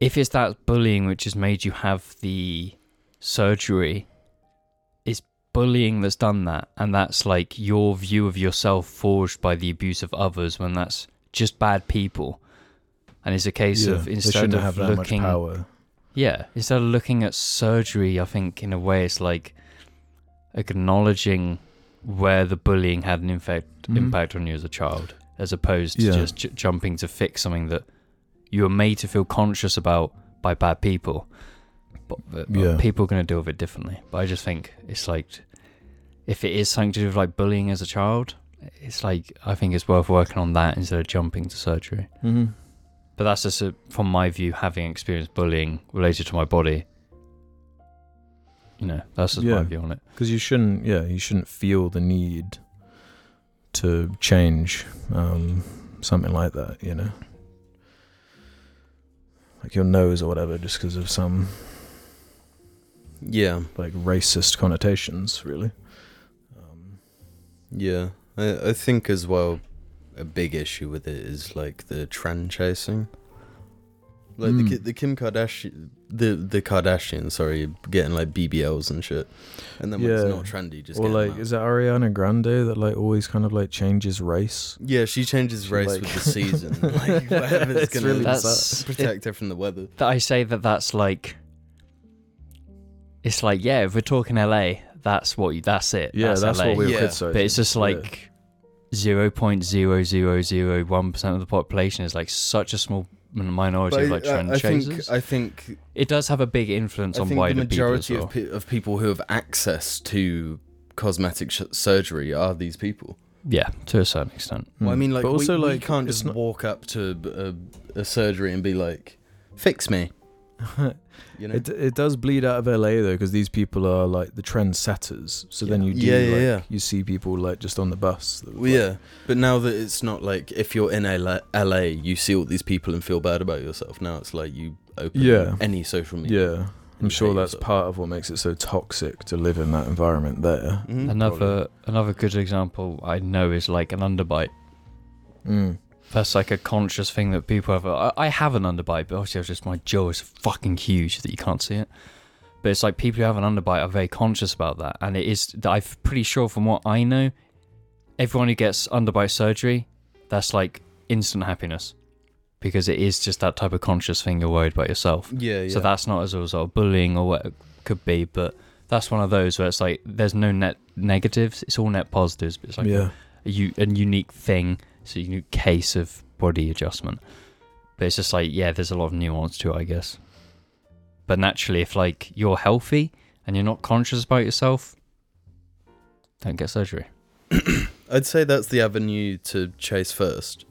Speaker 3: if it's that bullying which has made you have the surgery, it's bullying that's done that, and that's like your view of yourself forged by the abuse of others when that's just bad people. And it's a case
Speaker 1: yeah,
Speaker 3: of
Speaker 1: they
Speaker 3: instead
Speaker 1: shouldn't
Speaker 3: of
Speaker 1: have that
Speaker 3: looking
Speaker 1: much power.
Speaker 3: yeah, instead of looking at surgery, I think in a way it's like acknowledging where the bullying had an impact
Speaker 1: Mhm.
Speaker 3: impact on you as a child, as opposed to
Speaker 1: Yeah.
Speaker 3: just j- jumping to fix something that you were made to feel conscious about by bad people. But, but- but
Speaker 1: Yeah.
Speaker 3: people are going to deal with it differently. But I just think it's like if it is something to do with like bullying as a child, it's like I think it's worth working on that instead of jumping to surgery.
Speaker 1: Mm-hmm.
Speaker 3: But that's just a, from my view, having experienced bullying related to my body. You know, that's just my
Speaker 1: Yeah.
Speaker 3: view on it.
Speaker 1: Because you shouldn't, yeah, you shouldn't feel the need to change um, something like that, you know, like your nose or whatever, just because of some
Speaker 2: Yeah.
Speaker 1: like racist connotations, really. Um,
Speaker 2: Yeah. I, I think as well a big issue with it is like the trend chasing. Like
Speaker 1: Mm.
Speaker 2: the the, the Kim Kardashian the the Kardashians, sorry, getting like BBLs and shit. And then when it's
Speaker 1: Yeah.
Speaker 2: not trendy, just
Speaker 1: or
Speaker 2: get them
Speaker 1: like,
Speaker 2: out.
Speaker 1: is it Ariana Grande that like always kind of like changes race?
Speaker 2: Yeah, she changes
Speaker 1: She,
Speaker 2: race
Speaker 1: like-
Speaker 2: with the season. Like whatever's
Speaker 1: It's
Speaker 2: gonna
Speaker 1: really
Speaker 3: That's
Speaker 2: protect her from the weather.
Speaker 3: that I say that that's like. It's like yeah, if we're talking LA, that's what you. That's it.
Speaker 1: Yeah, that's,
Speaker 3: LA.
Speaker 1: what we were
Speaker 2: Yeah.
Speaker 1: criticizing.
Speaker 3: But it's just
Speaker 1: Yeah.
Speaker 3: like zero point zero zero zero one percent of the population is like such a small min- minority of like
Speaker 2: I,
Speaker 3: trend
Speaker 2: uh, I
Speaker 3: chasers.
Speaker 2: think I think
Speaker 3: it does have a big influence
Speaker 2: I
Speaker 3: on
Speaker 2: think the
Speaker 3: wider people. as
Speaker 2: majority
Speaker 3: well.
Speaker 2: of, pe- of people who have access to cosmetic sh- surgery are these people.
Speaker 3: yeah, to a certain extent.
Speaker 2: Well, I
Speaker 1: Hmm.
Speaker 2: mean, like,
Speaker 1: but also
Speaker 2: we,
Speaker 1: like
Speaker 2: we can't
Speaker 1: it's
Speaker 2: just
Speaker 1: not-
Speaker 2: walk up to a, a surgery and be like, "Fix me," you know.
Speaker 1: It, it does bleed out of LA though, because these people are like the trendsetters. So then
Speaker 2: Yeah.
Speaker 1: you do,
Speaker 2: Yeah, yeah,
Speaker 1: like,
Speaker 2: yeah.
Speaker 1: you see people like just on the bus. that,
Speaker 2: well,
Speaker 1: like-
Speaker 2: yeah, but now that it's not like if you're in LA, LA, you see all these people and feel bad about yourself. Now it's like you open
Speaker 1: Yeah.
Speaker 2: any social media.
Speaker 1: yeah. I'm
Speaker 2: you
Speaker 1: sure
Speaker 2: hate
Speaker 1: that's
Speaker 2: yourself.
Speaker 1: part of what makes it so toxic to live in that environment there.
Speaker 2: Mhm.
Speaker 3: Another another good example I know is like an underbite.
Speaker 1: Mm.
Speaker 3: That's like a conscious thing that people have. I, I have an underbite, but obviously, I was just my jaw is fucking huge that you can't see it. But it's like people who have an underbite are very conscious about that, and it is. I'm pretty sure from what I know, everyone who gets underbite surgery, that's like instant happiness, because it is just that type of conscious thing you're worried about yourself.
Speaker 2: Yeah, yeah.
Speaker 3: So that's not as a result of bullying or what it could be, but that's one of those where it's like there's no net negatives, it's all net positives, but it's like
Speaker 1: yeah.
Speaker 3: a, u- a unique thing, it's a unique case of body adjustment. But it's just like, yeah, there's a lot of nuance to it, I guess. But naturally, if like you're healthy and you're not conscious about yourself, don't get surgery.
Speaker 2: I'd say that's the avenue to chase first.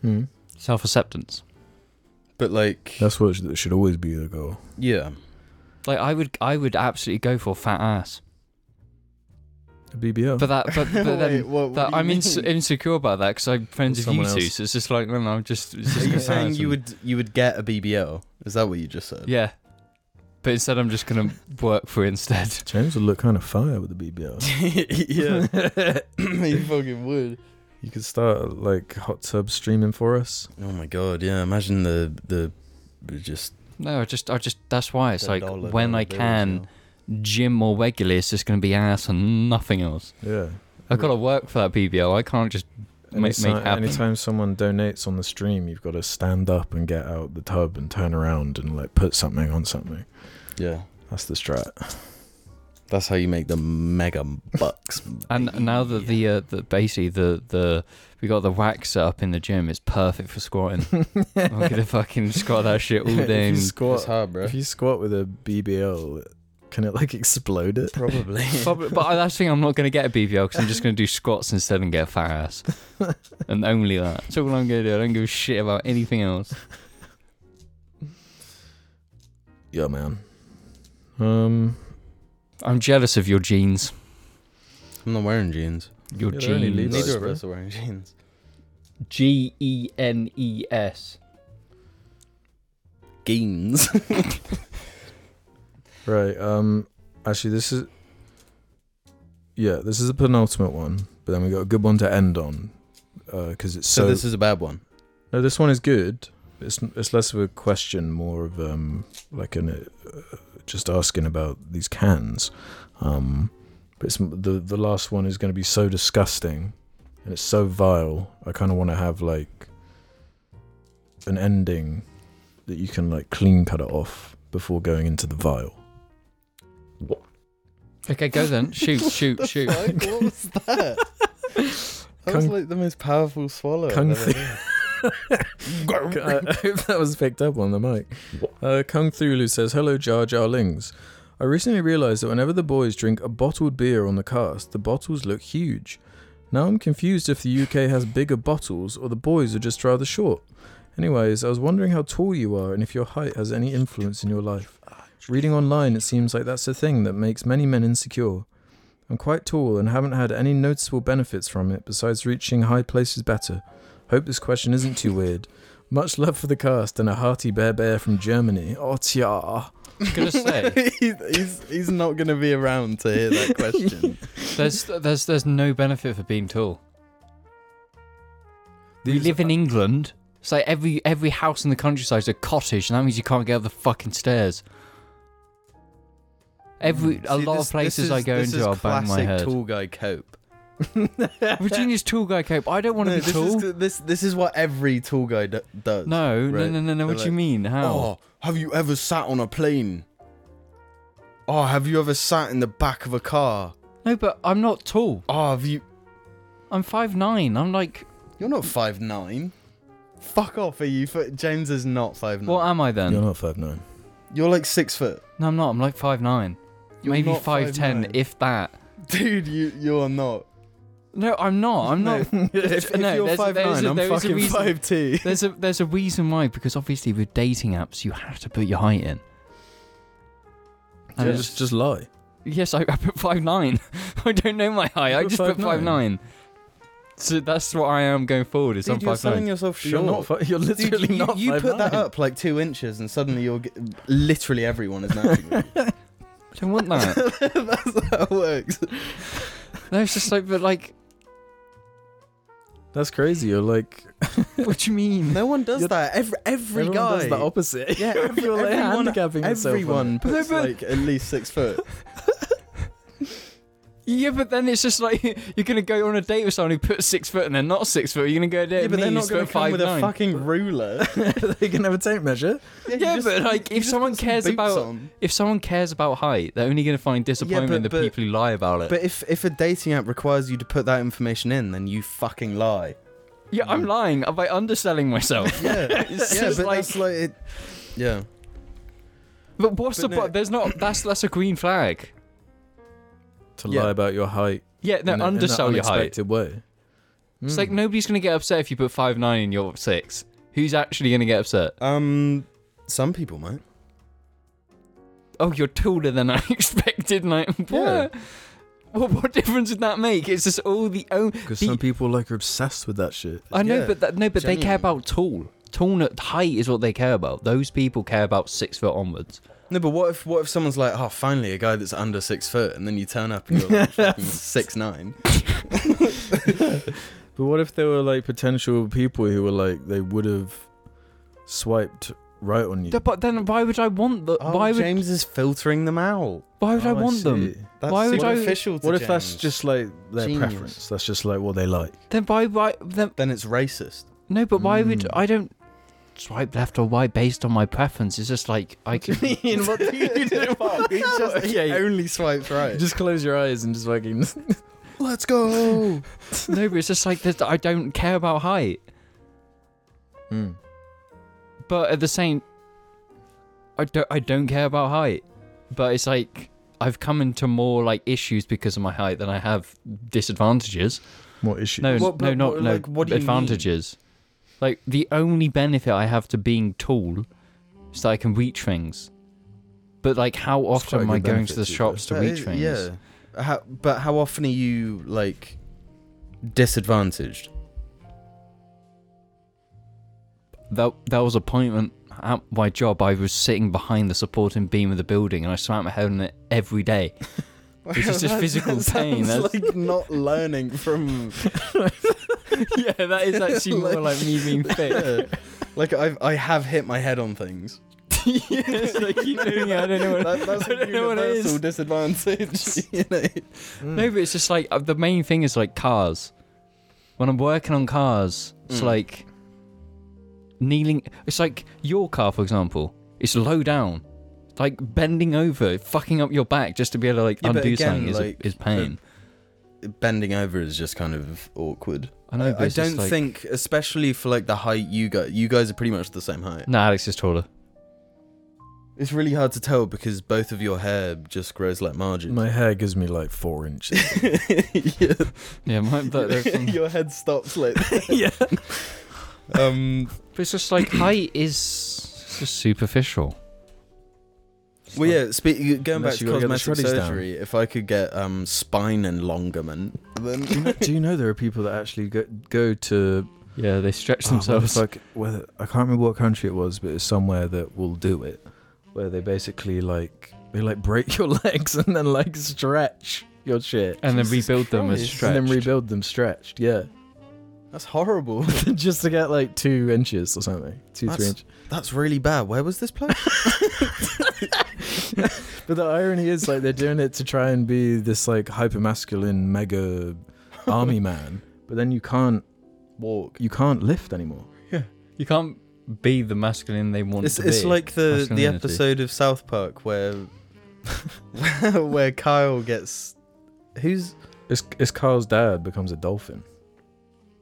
Speaker 1: Hmm.
Speaker 2: Mm.
Speaker 3: Self acceptance.
Speaker 2: But like,
Speaker 1: That's what should, should always be the goal.
Speaker 2: yeah,
Speaker 3: Like I would, I would absolutely go for fat ass.
Speaker 1: A BBL.
Speaker 3: But that, but, but
Speaker 2: Wait,
Speaker 3: then.
Speaker 2: what- what
Speaker 3: That,
Speaker 2: do you
Speaker 3: I'm ins-
Speaker 2: mean?
Speaker 3: insecure about that because I'm friends with you
Speaker 1: Someone
Speaker 3: two,
Speaker 1: else.
Speaker 3: so it's just like, no, no, I'm just. It's
Speaker 2: Are
Speaker 3: just
Speaker 2: you
Speaker 3: a
Speaker 2: saying
Speaker 3: comparison.
Speaker 2: you would you would get a BBL? Is that what you just said?
Speaker 3: Yeah, but instead I'm just gonna work for it instead.
Speaker 1: James would look kind of fire with the BBL.
Speaker 2: yeah, you fucking would.
Speaker 1: you could start like hot tub streaming for us.
Speaker 2: Oh my god, yeah. Imagine the the just
Speaker 3: No, I just, I just. That's why it's
Speaker 2: the
Speaker 3: like
Speaker 2: dollar
Speaker 3: when
Speaker 2: dollar
Speaker 3: I
Speaker 2: bills
Speaker 3: can gym more regularly, it's just going to be ass and nothing else.
Speaker 1: Yeah.
Speaker 3: I've got to work for that BBL. I can't just
Speaker 1: Any
Speaker 3: make,
Speaker 1: si-
Speaker 3: make happen.
Speaker 1: anytime someone donates on the stream, you've got to stand up and get out the tub and turn around and like put something on something.
Speaker 2: now. Yeah,
Speaker 1: That's the strat.
Speaker 2: that's how you make the mega bucks.
Speaker 3: And now that the, uh, the basically the the we got the wax set up in the gym, it's perfect for squatting. I'm gonna fucking squat that shit all day.
Speaker 1: if, you
Speaker 3: and-
Speaker 2: it's
Speaker 1: squat,
Speaker 2: hard, bro.
Speaker 1: if you squat with a BBL, can it like explode it?
Speaker 2: Probably.
Speaker 3: Probably, but that's the thing. I'm not gonna get a BBL because I'm just gonna do squats instead and get a fat ass, and only that. That's all I'm gonna do. I don't give a shit about anything else.
Speaker 1: Yeah, man. Um,
Speaker 3: I'm jealous of your jeans.
Speaker 2: I'm not wearing jeans.
Speaker 3: Your
Speaker 1: Yeah, they're only
Speaker 3: jeans.
Speaker 1: Levi's.
Speaker 2: Neither
Speaker 1: Neither
Speaker 2: of
Speaker 1: of
Speaker 2: us are wearing jeans.
Speaker 3: G E N E S.
Speaker 2: Geens.
Speaker 1: right. Um, actually, this is yeah, this is the penultimate one, but then we got a good one to end on because it's
Speaker 2: So,
Speaker 1: so.
Speaker 2: this is a bad one.
Speaker 1: no, this one is good. It's it's less of a question, more of um like an uh, just asking about these cans. Um, but it's the the last one is going to be so disgusting, and it's so vile. I kind of want to have like an ending that you can like clean cut it off before going into the vile.
Speaker 3: Okay, go then. Shoot, shoot, shoot.
Speaker 2: Fuck, what was that? That was
Speaker 1: Kung-
Speaker 2: like the most powerful swallow. I've
Speaker 1: Kung
Speaker 2: ever
Speaker 1: Fu-
Speaker 2: heard.
Speaker 1: I hope Uh, that was picked up on the mic. Uh, Kung Thulu says, Hello, Jar Jar Lings. I recently realized that whenever the boys drink a bottled beer on the cast, the bottles look huge. Now I'm confused if the UK has bigger bottles or the boys are just rather short. Anyways, I was wondering how tall you are and if your height has any influence in your life. Reading online, it seems like that's a thing that makes many men insecure. I'm quite tall and haven't had any noticeable benefits from it besides reaching high places better. Hope this question isn't too weird. Much love for the cast and a hearty bear bear from Germany. Oh, tia.
Speaker 3: gonna say
Speaker 2: he's, he's, he's not going to be around to hear that question.
Speaker 3: there's there's there's no benefit for being tall. We
Speaker 1: These-
Speaker 3: live in England. It's like every every house in the countryside is a cottage, and that means you can't get up the fucking stairs. Every a
Speaker 2: Hmm. See,
Speaker 3: lot
Speaker 2: this-
Speaker 3: of
Speaker 2: this
Speaker 3: places
Speaker 2: is-
Speaker 3: I go
Speaker 2: this
Speaker 3: into,
Speaker 2: is
Speaker 3: I'll bang my
Speaker 2: classic
Speaker 3: head.
Speaker 2: tall guy cope.
Speaker 3: Virginia's tall guy cope. I don't want to
Speaker 2: No,
Speaker 3: be
Speaker 2: this,
Speaker 3: tall.
Speaker 2: Is, this, this is what every tall guy do- does.
Speaker 3: No, no,
Speaker 2: Right.
Speaker 3: no, no, no. What do
Speaker 2: They're
Speaker 3: you
Speaker 2: like,
Speaker 3: mean? How?
Speaker 2: Oh, have you ever sat on a plane? Oh, have you ever sat in the back of a car?
Speaker 3: No, but I'm not tall.
Speaker 2: Oh, have you.
Speaker 3: I'm five nine. I'm like,
Speaker 2: You're not five nine. Fuck off, are you? F- James is not five nine.
Speaker 3: what am I then?
Speaker 1: You're not five nine.
Speaker 2: You're like six foot.
Speaker 3: No, I'm not. I'm like five nine,
Speaker 2: You're
Speaker 3: maybe
Speaker 2: not
Speaker 3: five ten,
Speaker 2: 5'9".
Speaker 3: if that.
Speaker 2: Dude, you you are not.
Speaker 3: No, I'm not. I'm not.
Speaker 2: If, if
Speaker 3: No,
Speaker 2: you're
Speaker 3: there's-
Speaker 2: five
Speaker 3: there's
Speaker 2: nine,
Speaker 3: a-
Speaker 2: I'm
Speaker 3: there is a
Speaker 2: fucking
Speaker 3: reason-
Speaker 2: five two.
Speaker 3: There's a there's a reason why because obviously with dating apps you have to put your height in. And
Speaker 1: Yeah,
Speaker 3: it's-
Speaker 1: just, just lie.
Speaker 3: yes, I, I put five nine. I don't know my height. I
Speaker 1: put
Speaker 3: just put
Speaker 1: 5'9".
Speaker 3: five nine. So that's what I am going forward. Is I'm
Speaker 2: Dude, you're
Speaker 3: five
Speaker 2: selling
Speaker 3: nine.
Speaker 2: yourself
Speaker 1: You're
Speaker 2: short.
Speaker 1: not. Fi- you're
Speaker 2: Dude,
Speaker 1: literally
Speaker 2: you,
Speaker 1: not.
Speaker 2: you put that
Speaker 1: 5'9".
Speaker 2: up like two inches, and suddenly you're g- literally everyone is napping.
Speaker 3: I don't want that.
Speaker 2: That's how it works.
Speaker 3: no, it's just like, but like,
Speaker 1: That's crazy. You're like
Speaker 3: what do you mean?
Speaker 2: No one does
Speaker 1: You're-
Speaker 2: that. Every every
Speaker 1: everyone
Speaker 2: guy
Speaker 1: does the opposite.
Speaker 2: Yeah,
Speaker 1: If
Speaker 2: every-
Speaker 1: you're like
Speaker 2: everyone-
Speaker 1: handicapping yourself on
Speaker 2: Everyone
Speaker 1: it.
Speaker 2: puts
Speaker 3: But-
Speaker 2: like at least six foot.
Speaker 3: Yeah, but then it's just like you're gonna go on a date with someone who puts six foot and they're not six foot. You're gonna go there.
Speaker 2: yeah, but they're not
Speaker 3: going
Speaker 2: going
Speaker 3: to
Speaker 2: to come with a fucking ruler.
Speaker 1: they can have a tape measure.
Speaker 2: yeah,
Speaker 3: Yeah, but like if someone cares about if someone cares about height, they're only gonna find disappointment in the
Speaker 2: but-
Speaker 3: people who lie about it.
Speaker 2: But if if a dating app requires you to put that information in, then you fucking lie.
Speaker 3: yeah, I'm lying. Am I underselling myself?
Speaker 2: Yeah, yeah,
Speaker 3: just
Speaker 2: but
Speaker 3: like-
Speaker 2: that's like it. Yeah.
Speaker 3: But what's
Speaker 2: But
Speaker 3: the
Speaker 2: no-
Speaker 3: point? There's not. That's that's a green flag.
Speaker 1: to
Speaker 2: Yeah.
Speaker 1: lie about your height.
Speaker 3: Yeah,
Speaker 1: in
Speaker 3: no,
Speaker 1: a- in an
Speaker 3: undersell your height.
Speaker 1: unexpected way. Hmm.
Speaker 3: It's like nobody's gonna get upset if you put five nine and you're six. Who's actually gonna get upset?
Speaker 2: Um, some people might.
Speaker 3: Oh, you're taller than I expected. and I- what?
Speaker 2: Yeah.
Speaker 3: Well, what difference did that make? It's just all the own.
Speaker 1: Because
Speaker 3: the-
Speaker 1: some people like are obsessed with that shit.
Speaker 3: I know,
Speaker 2: yeah,
Speaker 3: but that, no, but they care
Speaker 2: genuine.
Speaker 3: about tall. Tall height is what they care about. Those people care about six foot onwards.
Speaker 2: No, but what if what if someone's like, oh, finally a guy that's under six foot, and then you turn up and you're like fucking six nine.
Speaker 1: But what if there were like potential people who were like they would have swiped right on you?
Speaker 3: Yeah, But then, why would I want the?
Speaker 2: Oh,
Speaker 3: why would?
Speaker 2: James is filtering them out.
Speaker 3: why would I
Speaker 1: Oh,
Speaker 3: want them?
Speaker 1: see.
Speaker 2: That's
Speaker 3: Why would I-
Speaker 2: superficial to
Speaker 1: What if that's
Speaker 2: James.
Speaker 1: just like their
Speaker 2: Genius.
Speaker 1: preference? That's just like what they like.
Speaker 3: Then why? Why? Then
Speaker 2: Then it's racist.
Speaker 3: no. But why would
Speaker 2: Hmm.
Speaker 1: Mm.
Speaker 3: I don't swipe left or right based on my preference? It's just like I can.
Speaker 2: Ian, what do you do? he just he
Speaker 1: Okay.
Speaker 2: only swipes right.
Speaker 1: Oh, Just close your eyes and just fucking.
Speaker 2: let's go.
Speaker 3: no, but it's just like that. I don't care about height.
Speaker 1: Mm.
Speaker 3: But at the same, I don't I don't care about height. But it's like I've come into more like issues because of my height than I have disadvantages.
Speaker 1: What issue?
Speaker 3: No,
Speaker 2: What-
Speaker 3: no,
Speaker 2: but
Speaker 3: not
Speaker 2: what-
Speaker 3: no
Speaker 2: like, what do you mean?
Speaker 3: advantages. Like the only benefit I have to being tall is that I can reach things. But like, how often
Speaker 1: quite a
Speaker 3: am I
Speaker 1: good
Speaker 3: going
Speaker 1: benefit
Speaker 3: to the
Speaker 1: to you,
Speaker 3: shops to
Speaker 2: That
Speaker 3: reach
Speaker 2: is-
Speaker 3: things?
Speaker 2: Yeah. How, but how often are you like disadvantaged?
Speaker 3: That that was a point when at my job I was sitting behind the supporting beam of the building and I smacked my head on it every day. This is just physical pain,
Speaker 2: That's
Speaker 3: that's-
Speaker 2: like not learning from.
Speaker 3: yeah, that is actually more like me being fit.
Speaker 2: Yeah. Like I've I have hit my head on things.
Speaker 3: yeah, it's like keep doing it. I don't know what,
Speaker 2: That, that's
Speaker 3: I
Speaker 2: a
Speaker 3: don't know what it
Speaker 2: universal
Speaker 3: is.
Speaker 2: disadvantage. you know?
Speaker 3: No, but it's just like uh, the main thing is like cars. When I'm working on cars, it's
Speaker 2: Mm.
Speaker 3: like kneeling. It's like your car, for example. It's low down, like bending over, fucking up your back just to be able to like
Speaker 2: Yeah, but
Speaker 3: undo
Speaker 2: again,
Speaker 3: something is, a-
Speaker 2: like,
Speaker 3: is pain.
Speaker 2: Bending over is just kind of awkward.
Speaker 3: I know. But
Speaker 2: I
Speaker 3: it's just
Speaker 2: don't
Speaker 3: like-
Speaker 2: think, especially for like the height you got. You guys are pretty much the same height.
Speaker 3: No, Alex is taller.
Speaker 2: It's really hard to tell because both of your hair just grows like margins.
Speaker 1: My hair gives me like four inches.
Speaker 2: yeah.
Speaker 3: Yeah, my, but, they're from-
Speaker 2: your head stops like yeah um
Speaker 3: but it's just like height is it's just superficial. It's
Speaker 2: well
Speaker 3: like-
Speaker 2: yeah spe- going back
Speaker 1: Unless
Speaker 2: to
Speaker 1: you gotta get the
Speaker 2: cosmetic
Speaker 1: shreddies down.
Speaker 2: surgery if i could get um spine enlongerment
Speaker 1: do, you know, do you know there are people that actually go, go to
Speaker 3: yeah, they stretch
Speaker 1: Oh, what the
Speaker 3: themselves.
Speaker 1: fuck- whether- I can't remember what country it was, but it's somewhere that will do it, where they basically like they like break your legs and then like stretch your shit.
Speaker 3: and then
Speaker 2: Jesus
Speaker 3: rebuild them as
Speaker 2: Christ.
Speaker 3: stretched.
Speaker 1: And then rebuild them stretched, yeah,
Speaker 2: that's horrible
Speaker 1: just to get like two inches or something, two three
Speaker 2: That's-
Speaker 1: inches.
Speaker 2: that's really bad where was this place
Speaker 1: But the irony is like they're doing it to try and be this like hyper masculine mega army man, but then you can't
Speaker 2: walk
Speaker 1: you can't lift anymore.
Speaker 3: You can't be the masculine they want
Speaker 2: it's,
Speaker 3: to
Speaker 2: it's
Speaker 3: be.
Speaker 2: like the the
Speaker 3: masculinity.
Speaker 2: episode of south park where where kyle gets who's
Speaker 1: It's, it's Carl's dad becomes a dolphin.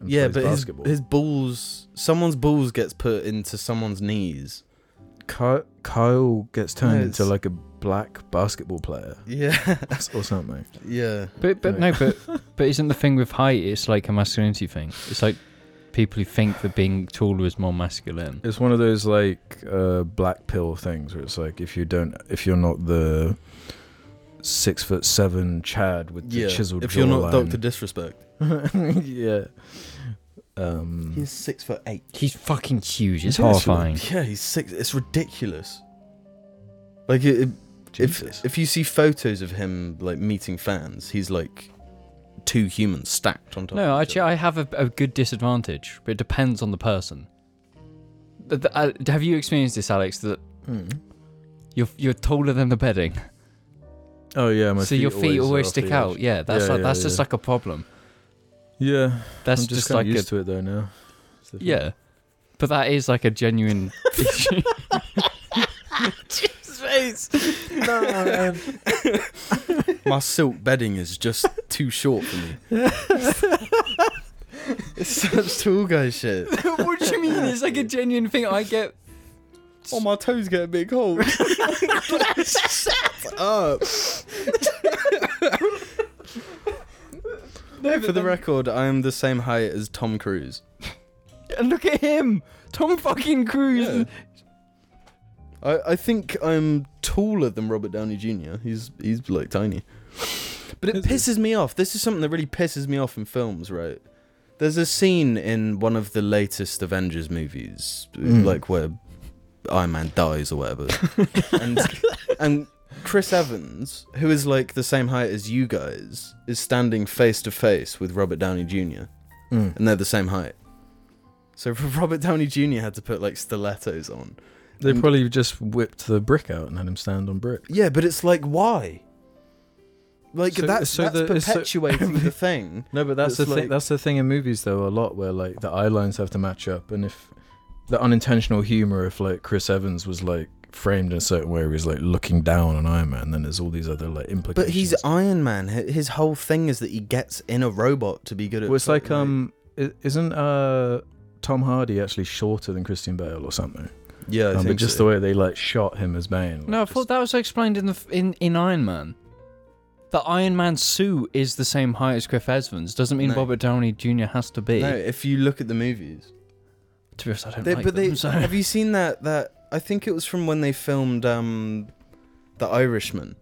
Speaker 1: and
Speaker 2: yeah
Speaker 1: plays
Speaker 2: but his, his balls someone's balls gets put into someone's knees
Speaker 1: Ky- Kyle gets turned
Speaker 2: No,
Speaker 1: into
Speaker 2: it's-
Speaker 1: like a black basketball player
Speaker 2: yeah
Speaker 1: or something.
Speaker 2: yeah
Speaker 3: but but no, but but isn't the thing with height? It's like a masculinity thing. It's like people who think that being taller is more masculine.
Speaker 1: It's one of those like uh, black pill things where it's like if you don't, if you're not the six foot seven Chad with the
Speaker 2: yeah
Speaker 1: chiseled
Speaker 2: if you're not
Speaker 1: jawline-
Speaker 2: dr disrespect
Speaker 1: yeah. Um,
Speaker 2: He's six foot eight.
Speaker 3: He's fucking huge. It's
Speaker 1: He's actually-
Speaker 3: horrifying.
Speaker 2: Yeah, he's six. It's ridiculous. Like it, it-
Speaker 1: Jesus.
Speaker 2: if if you see photos of him like meeting fans, he's like two humans stacked on top.
Speaker 3: No,
Speaker 2: of each
Speaker 3: actually, I have a, a good disadvantage, but it depends on the person. The- the- uh, have you experienced this, Alex? That
Speaker 1: hmm.
Speaker 3: you're you're taller than the bedding,
Speaker 1: Oh yeah, my
Speaker 3: so your feet always,
Speaker 1: are off the
Speaker 3: stick
Speaker 1: edge.
Speaker 3: out. Yeah, that's
Speaker 1: Yeah,
Speaker 3: like,
Speaker 1: yeah,
Speaker 3: that's just
Speaker 1: yeah.
Speaker 3: like a problem.
Speaker 1: Yeah,
Speaker 3: That's
Speaker 1: I'm just,
Speaker 3: just
Speaker 1: kinda
Speaker 3: like a
Speaker 1: used to it though now. It's the thing.
Speaker 3: Yeah. But that is like a genuine issue.
Speaker 2: other. My silk bedding is just too short for me. it's such tall guy shit.
Speaker 3: what do you mean? It's like a genuine thing. I get
Speaker 2: Oh, my toes get a big hole. up.
Speaker 3: No,
Speaker 2: For the record, I am the same height as Tom Cruise.
Speaker 3: and look at him, Tom fucking Cruise.
Speaker 2: Yeah. I, I think I'm taller than Robert Downey Jr. He's he's like tiny. But it
Speaker 1: Is
Speaker 2: pisses me off. This is something that really pisses me off in films, right? There's a scene in one of the latest Avengers movies,
Speaker 1: Mm.
Speaker 2: like where Iron Man dies or whatever, and and Chris Evans, who is like the same height as you guys, is standing face to face with Robert Downey Jr.
Speaker 1: Mm.
Speaker 2: and they're the same height. So Robert Downey Jr. had to put like stilettos on.
Speaker 1: They
Speaker 2: Mm.
Speaker 1: probably just whipped the brick out and had him stand on brick.
Speaker 2: Yeah, but it's like why? Like
Speaker 1: So-
Speaker 2: that's,
Speaker 1: so
Speaker 2: that's
Speaker 1: the- it's so-
Speaker 2: perpetuating the thing.
Speaker 1: No, but that's,
Speaker 2: That's
Speaker 1: the
Speaker 2: like-
Speaker 1: thing. That's the thing in movies though. A lot where like the eye lines have to match up, and if the unintentional humor, if like Chris Evans was like framed in a certain way, where he's like looking down on Iron Man, then there's all these other like implications.
Speaker 2: But he's Iron Man. Hi- His whole thing is that he gets in a robot to be good at.
Speaker 1: well, it's like
Speaker 2: fighting,
Speaker 1: um, i- isn't uh Tom Hardy actually shorter than Christian Bale or something?
Speaker 2: right? yeah, I
Speaker 1: Um, but
Speaker 2: think
Speaker 1: just
Speaker 2: so.
Speaker 1: the way they like shot him as Bane. like,
Speaker 3: No, I
Speaker 1: just-
Speaker 3: thought that was explained in the f- in, in Iron Man. The Iron Man suit is the same height as Chris Evans. Doesn't mean
Speaker 2: No.
Speaker 3: Robert Downey Jr. has to be.
Speaker 2: No, if you look at the movies,
Speaker 3: To be honest, I don't
Speaker 2: they,
Speaker 3: like
Speaker 2: but
Speaker 3: them,
Speaker 2: they
Speaker 3: so-
Speaker 2: have you seen that that I think it was from when they filmed um, The Irishman.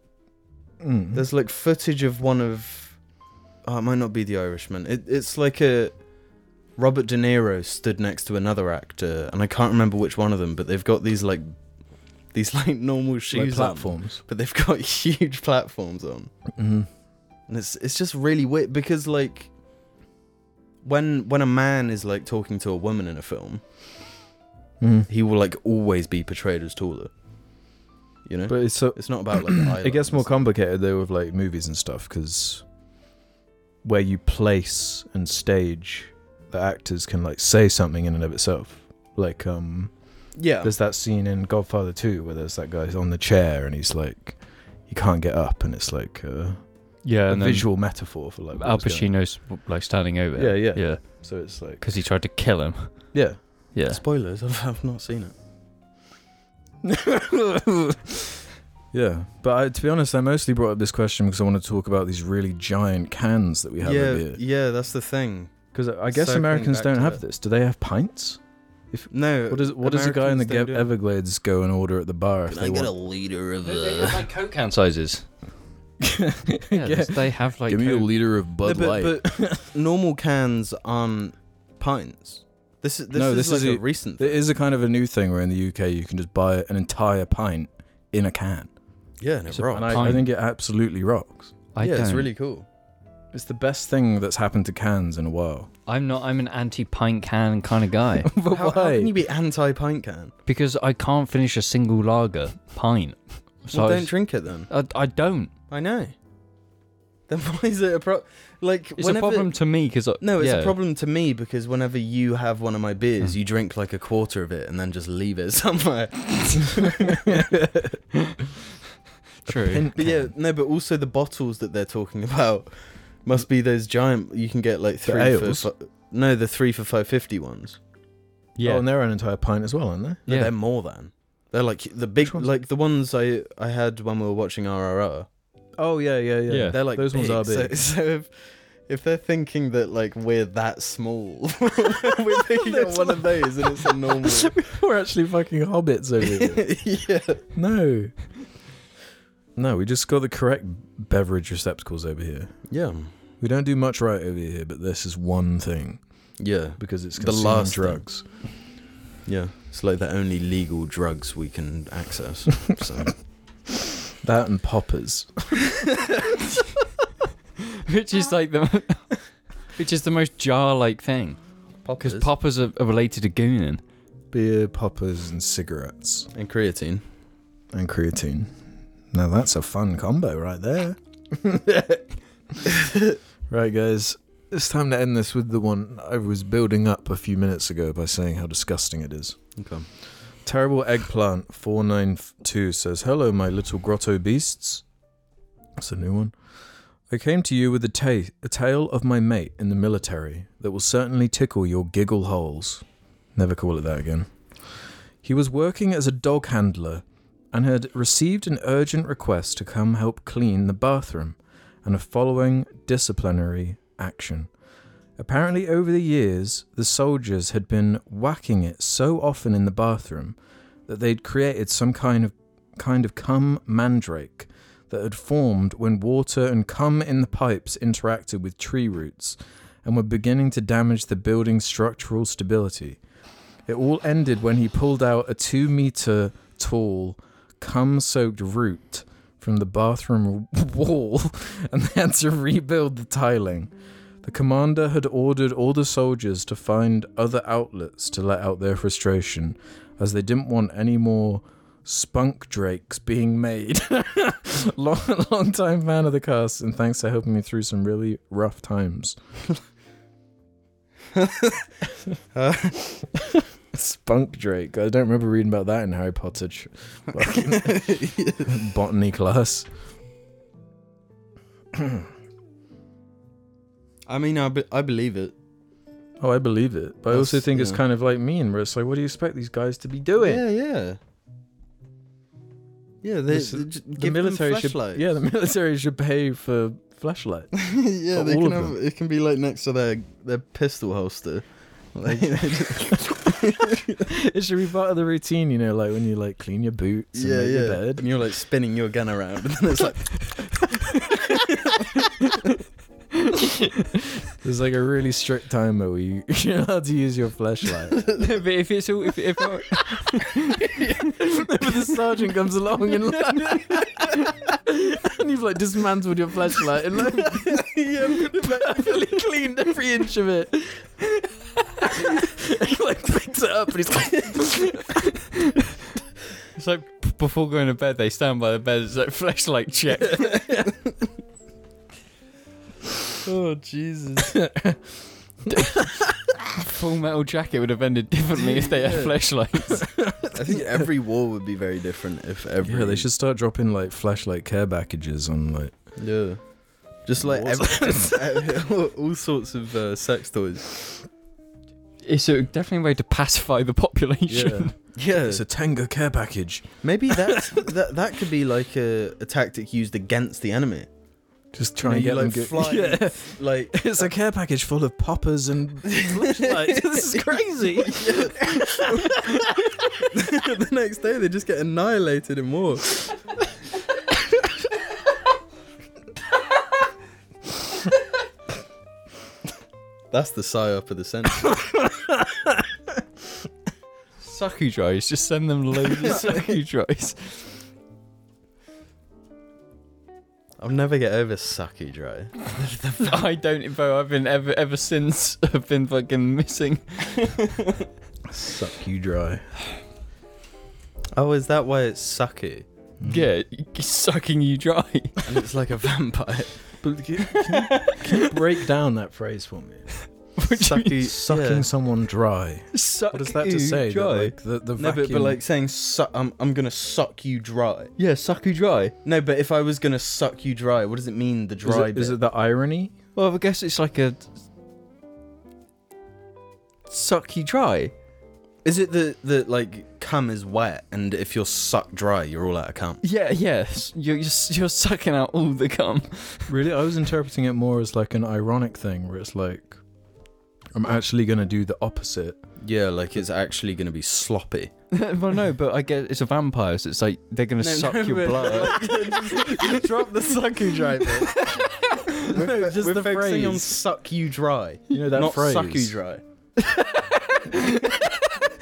Speaker 1: Mm.
Speaker 2: There's like footage of one of. Oh, it might not be the Irishman. It, it's like a. Robert De Niro stood next to another actor, and I can't remember which one of them, but they've got these like. These like normal
Speaker 1: like,
Speaker 2: shoes on,
Speaker 1: platforms.
Speaker 2: but they've got huge platforms on,
Speaker 1: hmm
Speaker 2: and it's it's just really weird because like. When when a man is like talking to a woman in a film,
Speaker 1: Mm.
Speaker 2: he will like always be portrayed as taller. You know,
Speaker 1: But it's so
Speaker 2: it's not about like. the eye
Speaker 1: it gets
Speaker 2: lines.
Speaker 1: more complicated though with like movies and stuff because where you place and stage the actors can like say something in and of itself like um
Speaker 2: yeah.
Speaker 1: there's that scene in godfather 2 where there's that guy on the chair and he's like he can't get up and it's like uh,
Speaker 3: yeah,
Speaker 1: a
Speaker 3: and then
Speaker 1: visual metaphor for like what
Speaker 3: Al
Speaker 1: was going on.
Speaker 3: Pacino's like standing over.
Speaker 1: Yeah, yeah.
Speaker 3: yeah,
Speaker 1: so it's like
Speaker 3: because he tried to kill him.
Speaker 1: yeah
Speaker 3: Yeah,
Speaker 2: Spoilers. I've, I've not seen it.
Speaker 1: yeah but I, to be honest i mostly brought up this question because i want to talk about these really giant cans that we have
Speaker 2: yeah,
Speaker 1: over here
Speaker 2: yeah, that's the thing.
Speaker 1: Because I guess
Speaker 2: Circling
Speaker 1: Americans
Speaker 2: back
Speaker 1: don't
Speaker 2: to
Speaker 1: have
Speaker 2: the-
Speaker 1: this. Do they have pints?
Speaker 2: No.
Speaker 1: What does what does a guy in the Ge-
Speaker 2: Americans don't do
Speaker 1: Everglades go and order at the bar if they want?
Speaker 2: liter of
Speaker 1: uh,
Speaker 4: They
Speaker 3: They have, like Coke can sizes. Yeah,
Speaker 1: Yeah.
Speaker 3: they have like.
Speaker 1: Give me a
Speaker 3: Coke-
Speaker 1: liter of Bud Light.
Speaker 2: but, but normal cans aren't pints. This is this
Speaker 1: No,
Speaker 2: is
Speaker 1: this
Speaker 2: like
Speaker 1: is
Speaker 2: a
Speaker 1: a-
Speaker 2: recent.
Speaker 1: it is a kind of a new thing where in the UK you can just buy an entire pint in a can.
Speaker 2: yeah, no,
Speaker 3: it's a
Speaker 2: right.
Speaker 1: And I, I
Speaker 3: Pint.
Speaker 1: think it absolutely rocks.
Speaker 3: I
Speaker 2: yeah, it's
Speaker 3: don't.
Speaker 2: really cool.
Speaker 1: It's the best thing that's happened to cans in a while.
Speaker 3: I'm not. I'm an anti-pint can kind of guy
Speaker 1: but
Speaker 2: How, how can you be anti-pint can?
Speaker 3: because I can't finish a single lager pint. So
Speaker 2: well,
Speaker 3: I
Speaker 2: don't
Speaker 3: s-
Speaker 2: drink it then.
Speaker 3: I, I don't.
Speaker 2: I know. Then why is it a pro? Like
Speaker 3: It's
Speaker 2: whenever.
Speaker 3: a problem to me because
Speaker 2: No, it's
Speaker 3: yeah.
Speaker 2: a problem to me because whenever you have one of my beers,
Speaker 1: Hmm.
Speaker 2: you drink like a quarter of it and then just leave it somewhere.
Speaker 3: True.
Speaker 2: But yeah,
Speaker 1: Hmm.
Speaker 2: no, but also the bottles that they're talking about must be those giant. You can get like
Speaker 1: The
Speaker 2: three for
Speaker 1: ales?
Speaker 2: fi- no, the three for five fifty ones.
Speaker 3: Yeah.
Speaker 1: Oh, and they're an entire pint as well, aren't they?
Speaker 2: No,
Speaker 3: Yeah.
Speaker 2: they're more than. They're like the big,
Speaker 1: Which ones?
Speaker 2: like the ones I I had when we were watching RRR.
Speaker 1: Oh yeah, yeah, yeah.
Speaker 3: Yeah.
Speaker 2: They're like
Speaker 1: Those ones are
Speaker 2: so-
Speaker 1: big.
Speaker 2: So, if, if they're thinking that like we're that small, we're thinking of
Speaker 1: That's
Speaker 2: one of those and it's a normal.
Speaker 1: We're actually fucking hobbits over here.
Speaker 2: yeah.
Speaker 1: No. No, we just got the correct beverage receptacles over here.
Speaker 2: Yeah.
Speaker 1: We don't do much right over here, but this is one thing
Speaker 2: Yeah.
Speaker 1: because it's
Speaker 2: The
Speaker 1: consuming
Speaker 2: last thing.
Speaker 1: drugs.
Speaker 2: Yeah. It's like the only legal drugs we can access. So.
Speaker 1: That and poppers.
Speaker 3: which is like the which is the most jar-like thing because poppers are, are related to gooning.
Speaker 1: Beer, poppers, and cigarettes
Speaker 2: and creatine.
Speaker 1: and creatine. Now that's a fun combo right there. right, guys. It's time to end this with the one I was building up a few minutes ago by saying how disgusting it is.
Speaker 2: Okay.
Speaker 1: Terrible Eggplant 492 says, Hello, my little grotto beasts. That's a new one. I came to you with a, ta- a tale of my mate in the military that will certainly tickle your giggle holes. Never call it that again. He was working as a dog handler and had received an urgent request to come help clean the bathroom and a following disciplinary action. Apparently, over the years, the soldiers had been whacking it so often in the bathroom that they'd created some kind of kind of cum mandrake that had formed when water and cum in the pipes interacted with tree roots and were beginning to damage the building's structural stability. It all ended when he pulled out a two meter tall, cum soaked root from the bathroom wall and they had to rebuild the tiling. The commander had ordered all the soldiers to find other outlets to let out their frustration, as they didn't want any more spunk drakes being made. long, long time fan of the cast, and thanks for helping me through some really rough times.
Speaker 2: Uh,
Speaker 1: spunk drake. I don't remember reading about that in Harry Potter tr- fucking botany class.
Speaker 2: I mean, I, be- I believe it.
Speaker 1: Oh, I believe it, but I also
Speaker 2: That's-
Speaker 1: think it's
Speaker 2: yeah.
Speaker 1: kind of like mean, where it's like, what do you expect these guys to be doing?
Speaker 2: Yeah, yeah. Yeah, they,
Speaker 1: This is-
Speaker 2: they ju-
Speaker 1: the
Speaker 2: give them
Speaker 1: military should
Speaker 2: flashlights.
Speaker 1: yeah the military should pay for flashlights
Speaker 2: yeah,
Speaker 1: For
Speaker 2: they
Speaker 1: all
Speaker 2: can
Speaker 1: of
Speaker 2: have, it can be like next to their their pistol holster. Like,
Speaker 1: it should be part of the routine you know like when you like clean your boots and
Speaker 2: yeah,
Speaker 1: make your
Speaker 2: yeah.
Speaker 1: bed
Speaker 2: And you're like spinning your gun around, and then it's like,
Speaker 1: there's like a really strict timer where you, you're allowed to use your flashlight
Speaker 3: No, but if it's all, if, if I-
Speaker 1: but the sergeant comes along and like, and you've like dismantled your flashlight and like yeah, perfectly cleaned every inch of it. he like picks it up and he's like
Speaker 3: it's like p- before going to bed, they stand by the bed. It's like flashlight check.
Speaker 2: oh Jesus!
Speaker 3: Full Metal Jacket would have ended differently if they had
Speaker 2: Yeah.
Speaker 3: flashlights.
Speaker 2: I think every war would be very different if every.
Speaker 1: Yeah, they should start dropping like flashlight care packages on like
Speaker 2: Yeah. Just like
Speaker 1: Wars.
Speaker 2: every, all, all sorts of uh, sex toys.
Speaker 3: It's a, definitely a way to pacify the population.
Speaker 2: Yeah,
Speaker 1: It's a Tenga care package.
Speaker 2: maybe that's, that that could be like a, a tactic used against the enemy.
Speaker 1: Just
Speaker 2: You
Speaker 1: trying
Speaker 2: know,
Speaker 1: to
Speaker 2: you,
Speaker 1: get
Speaker 2: like,
Speaker 1: them
Speaker 2: fly-
Speaker 1: good. Yeah.
Speaker 2: Like
Speaker 1: It's a care package full of poppers and flashlights. this is crazy.
Speaker 2: the next day they just get annihilated in war. That's the psyop of the century.
Speaker 3: Sucky dries. Just send them loads of sucky dries.
Speaker 2: I'll never get over sucky dry.
Speaker 3: I don't, bro. I've been ever ever since. I've been fucking missing.
Speaker 1: Suck you dry.
Speaker 2: Oh, is that why it's sucky?
Speaker 3: Yeah, it's sucking you dry.
Speaker 2: And it's like a vampire.
Speaker 1: But can, you break down that phrase for me?
Speaker 2: sucky,
Speaker 1: Sucking
Speaker 2: yeah.
Speaker 1: someone dry.
Speaker 3: Suck
Speaker 1: What is that to say? That,
Speaker 3: Dry.
Speaker 1: like, the, the
Speaker 2: No,
Speaker 1: vacuum.
Speaker 2: but, but like saying su- I'm, I'm gonna suck you dry.
Speaker 3: yeah, suck you dry.
Speaker 2: No, but if I was gonna suck you dry, what does it mean? The
Speaker 1: is,
Speaker 2: dry
Speaker 1: it,
Speaker 2: bit.
Speaker 1: is it the irony?
Speaker 3: Well, I guess it's like a suck you dry.
Speaker 2: Is it the the like cum is wet, and if you're sucked dry, you're all out of cum?
Speaker 3: Yeah, yes. You're, you're s- you're sucking out all the gum.
Speaker 1: Really, I was interpreting it more as like an ironic thing, where it's like, I'm actually gonna do the opposite.
Speaker 2: Yeah, like it's actually gonna be sloppy.
Speaker 3: well, no, but I guess it's a vampire, so it's like they're gonna suck your blood.
Speaker 2: Drop the sucking dry bit.
Speaker 1: No, just
Speaker 2: We're
Speaker 1: the
Speaker 2: focusing on
Speaker 1: phrase.
Speaker 2: suck you dry,
Speaker 1: You know that
Speaker 2: not
Speaker 1: phrase.
Speaker 2: suck you dry.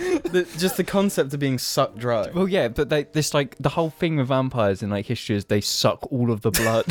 Speaker 2: The- just the concept of being sucked dry.
Speaker 3: Well, yeah, but they, this like the whole thing with vampires in like history is they suck all of the blood.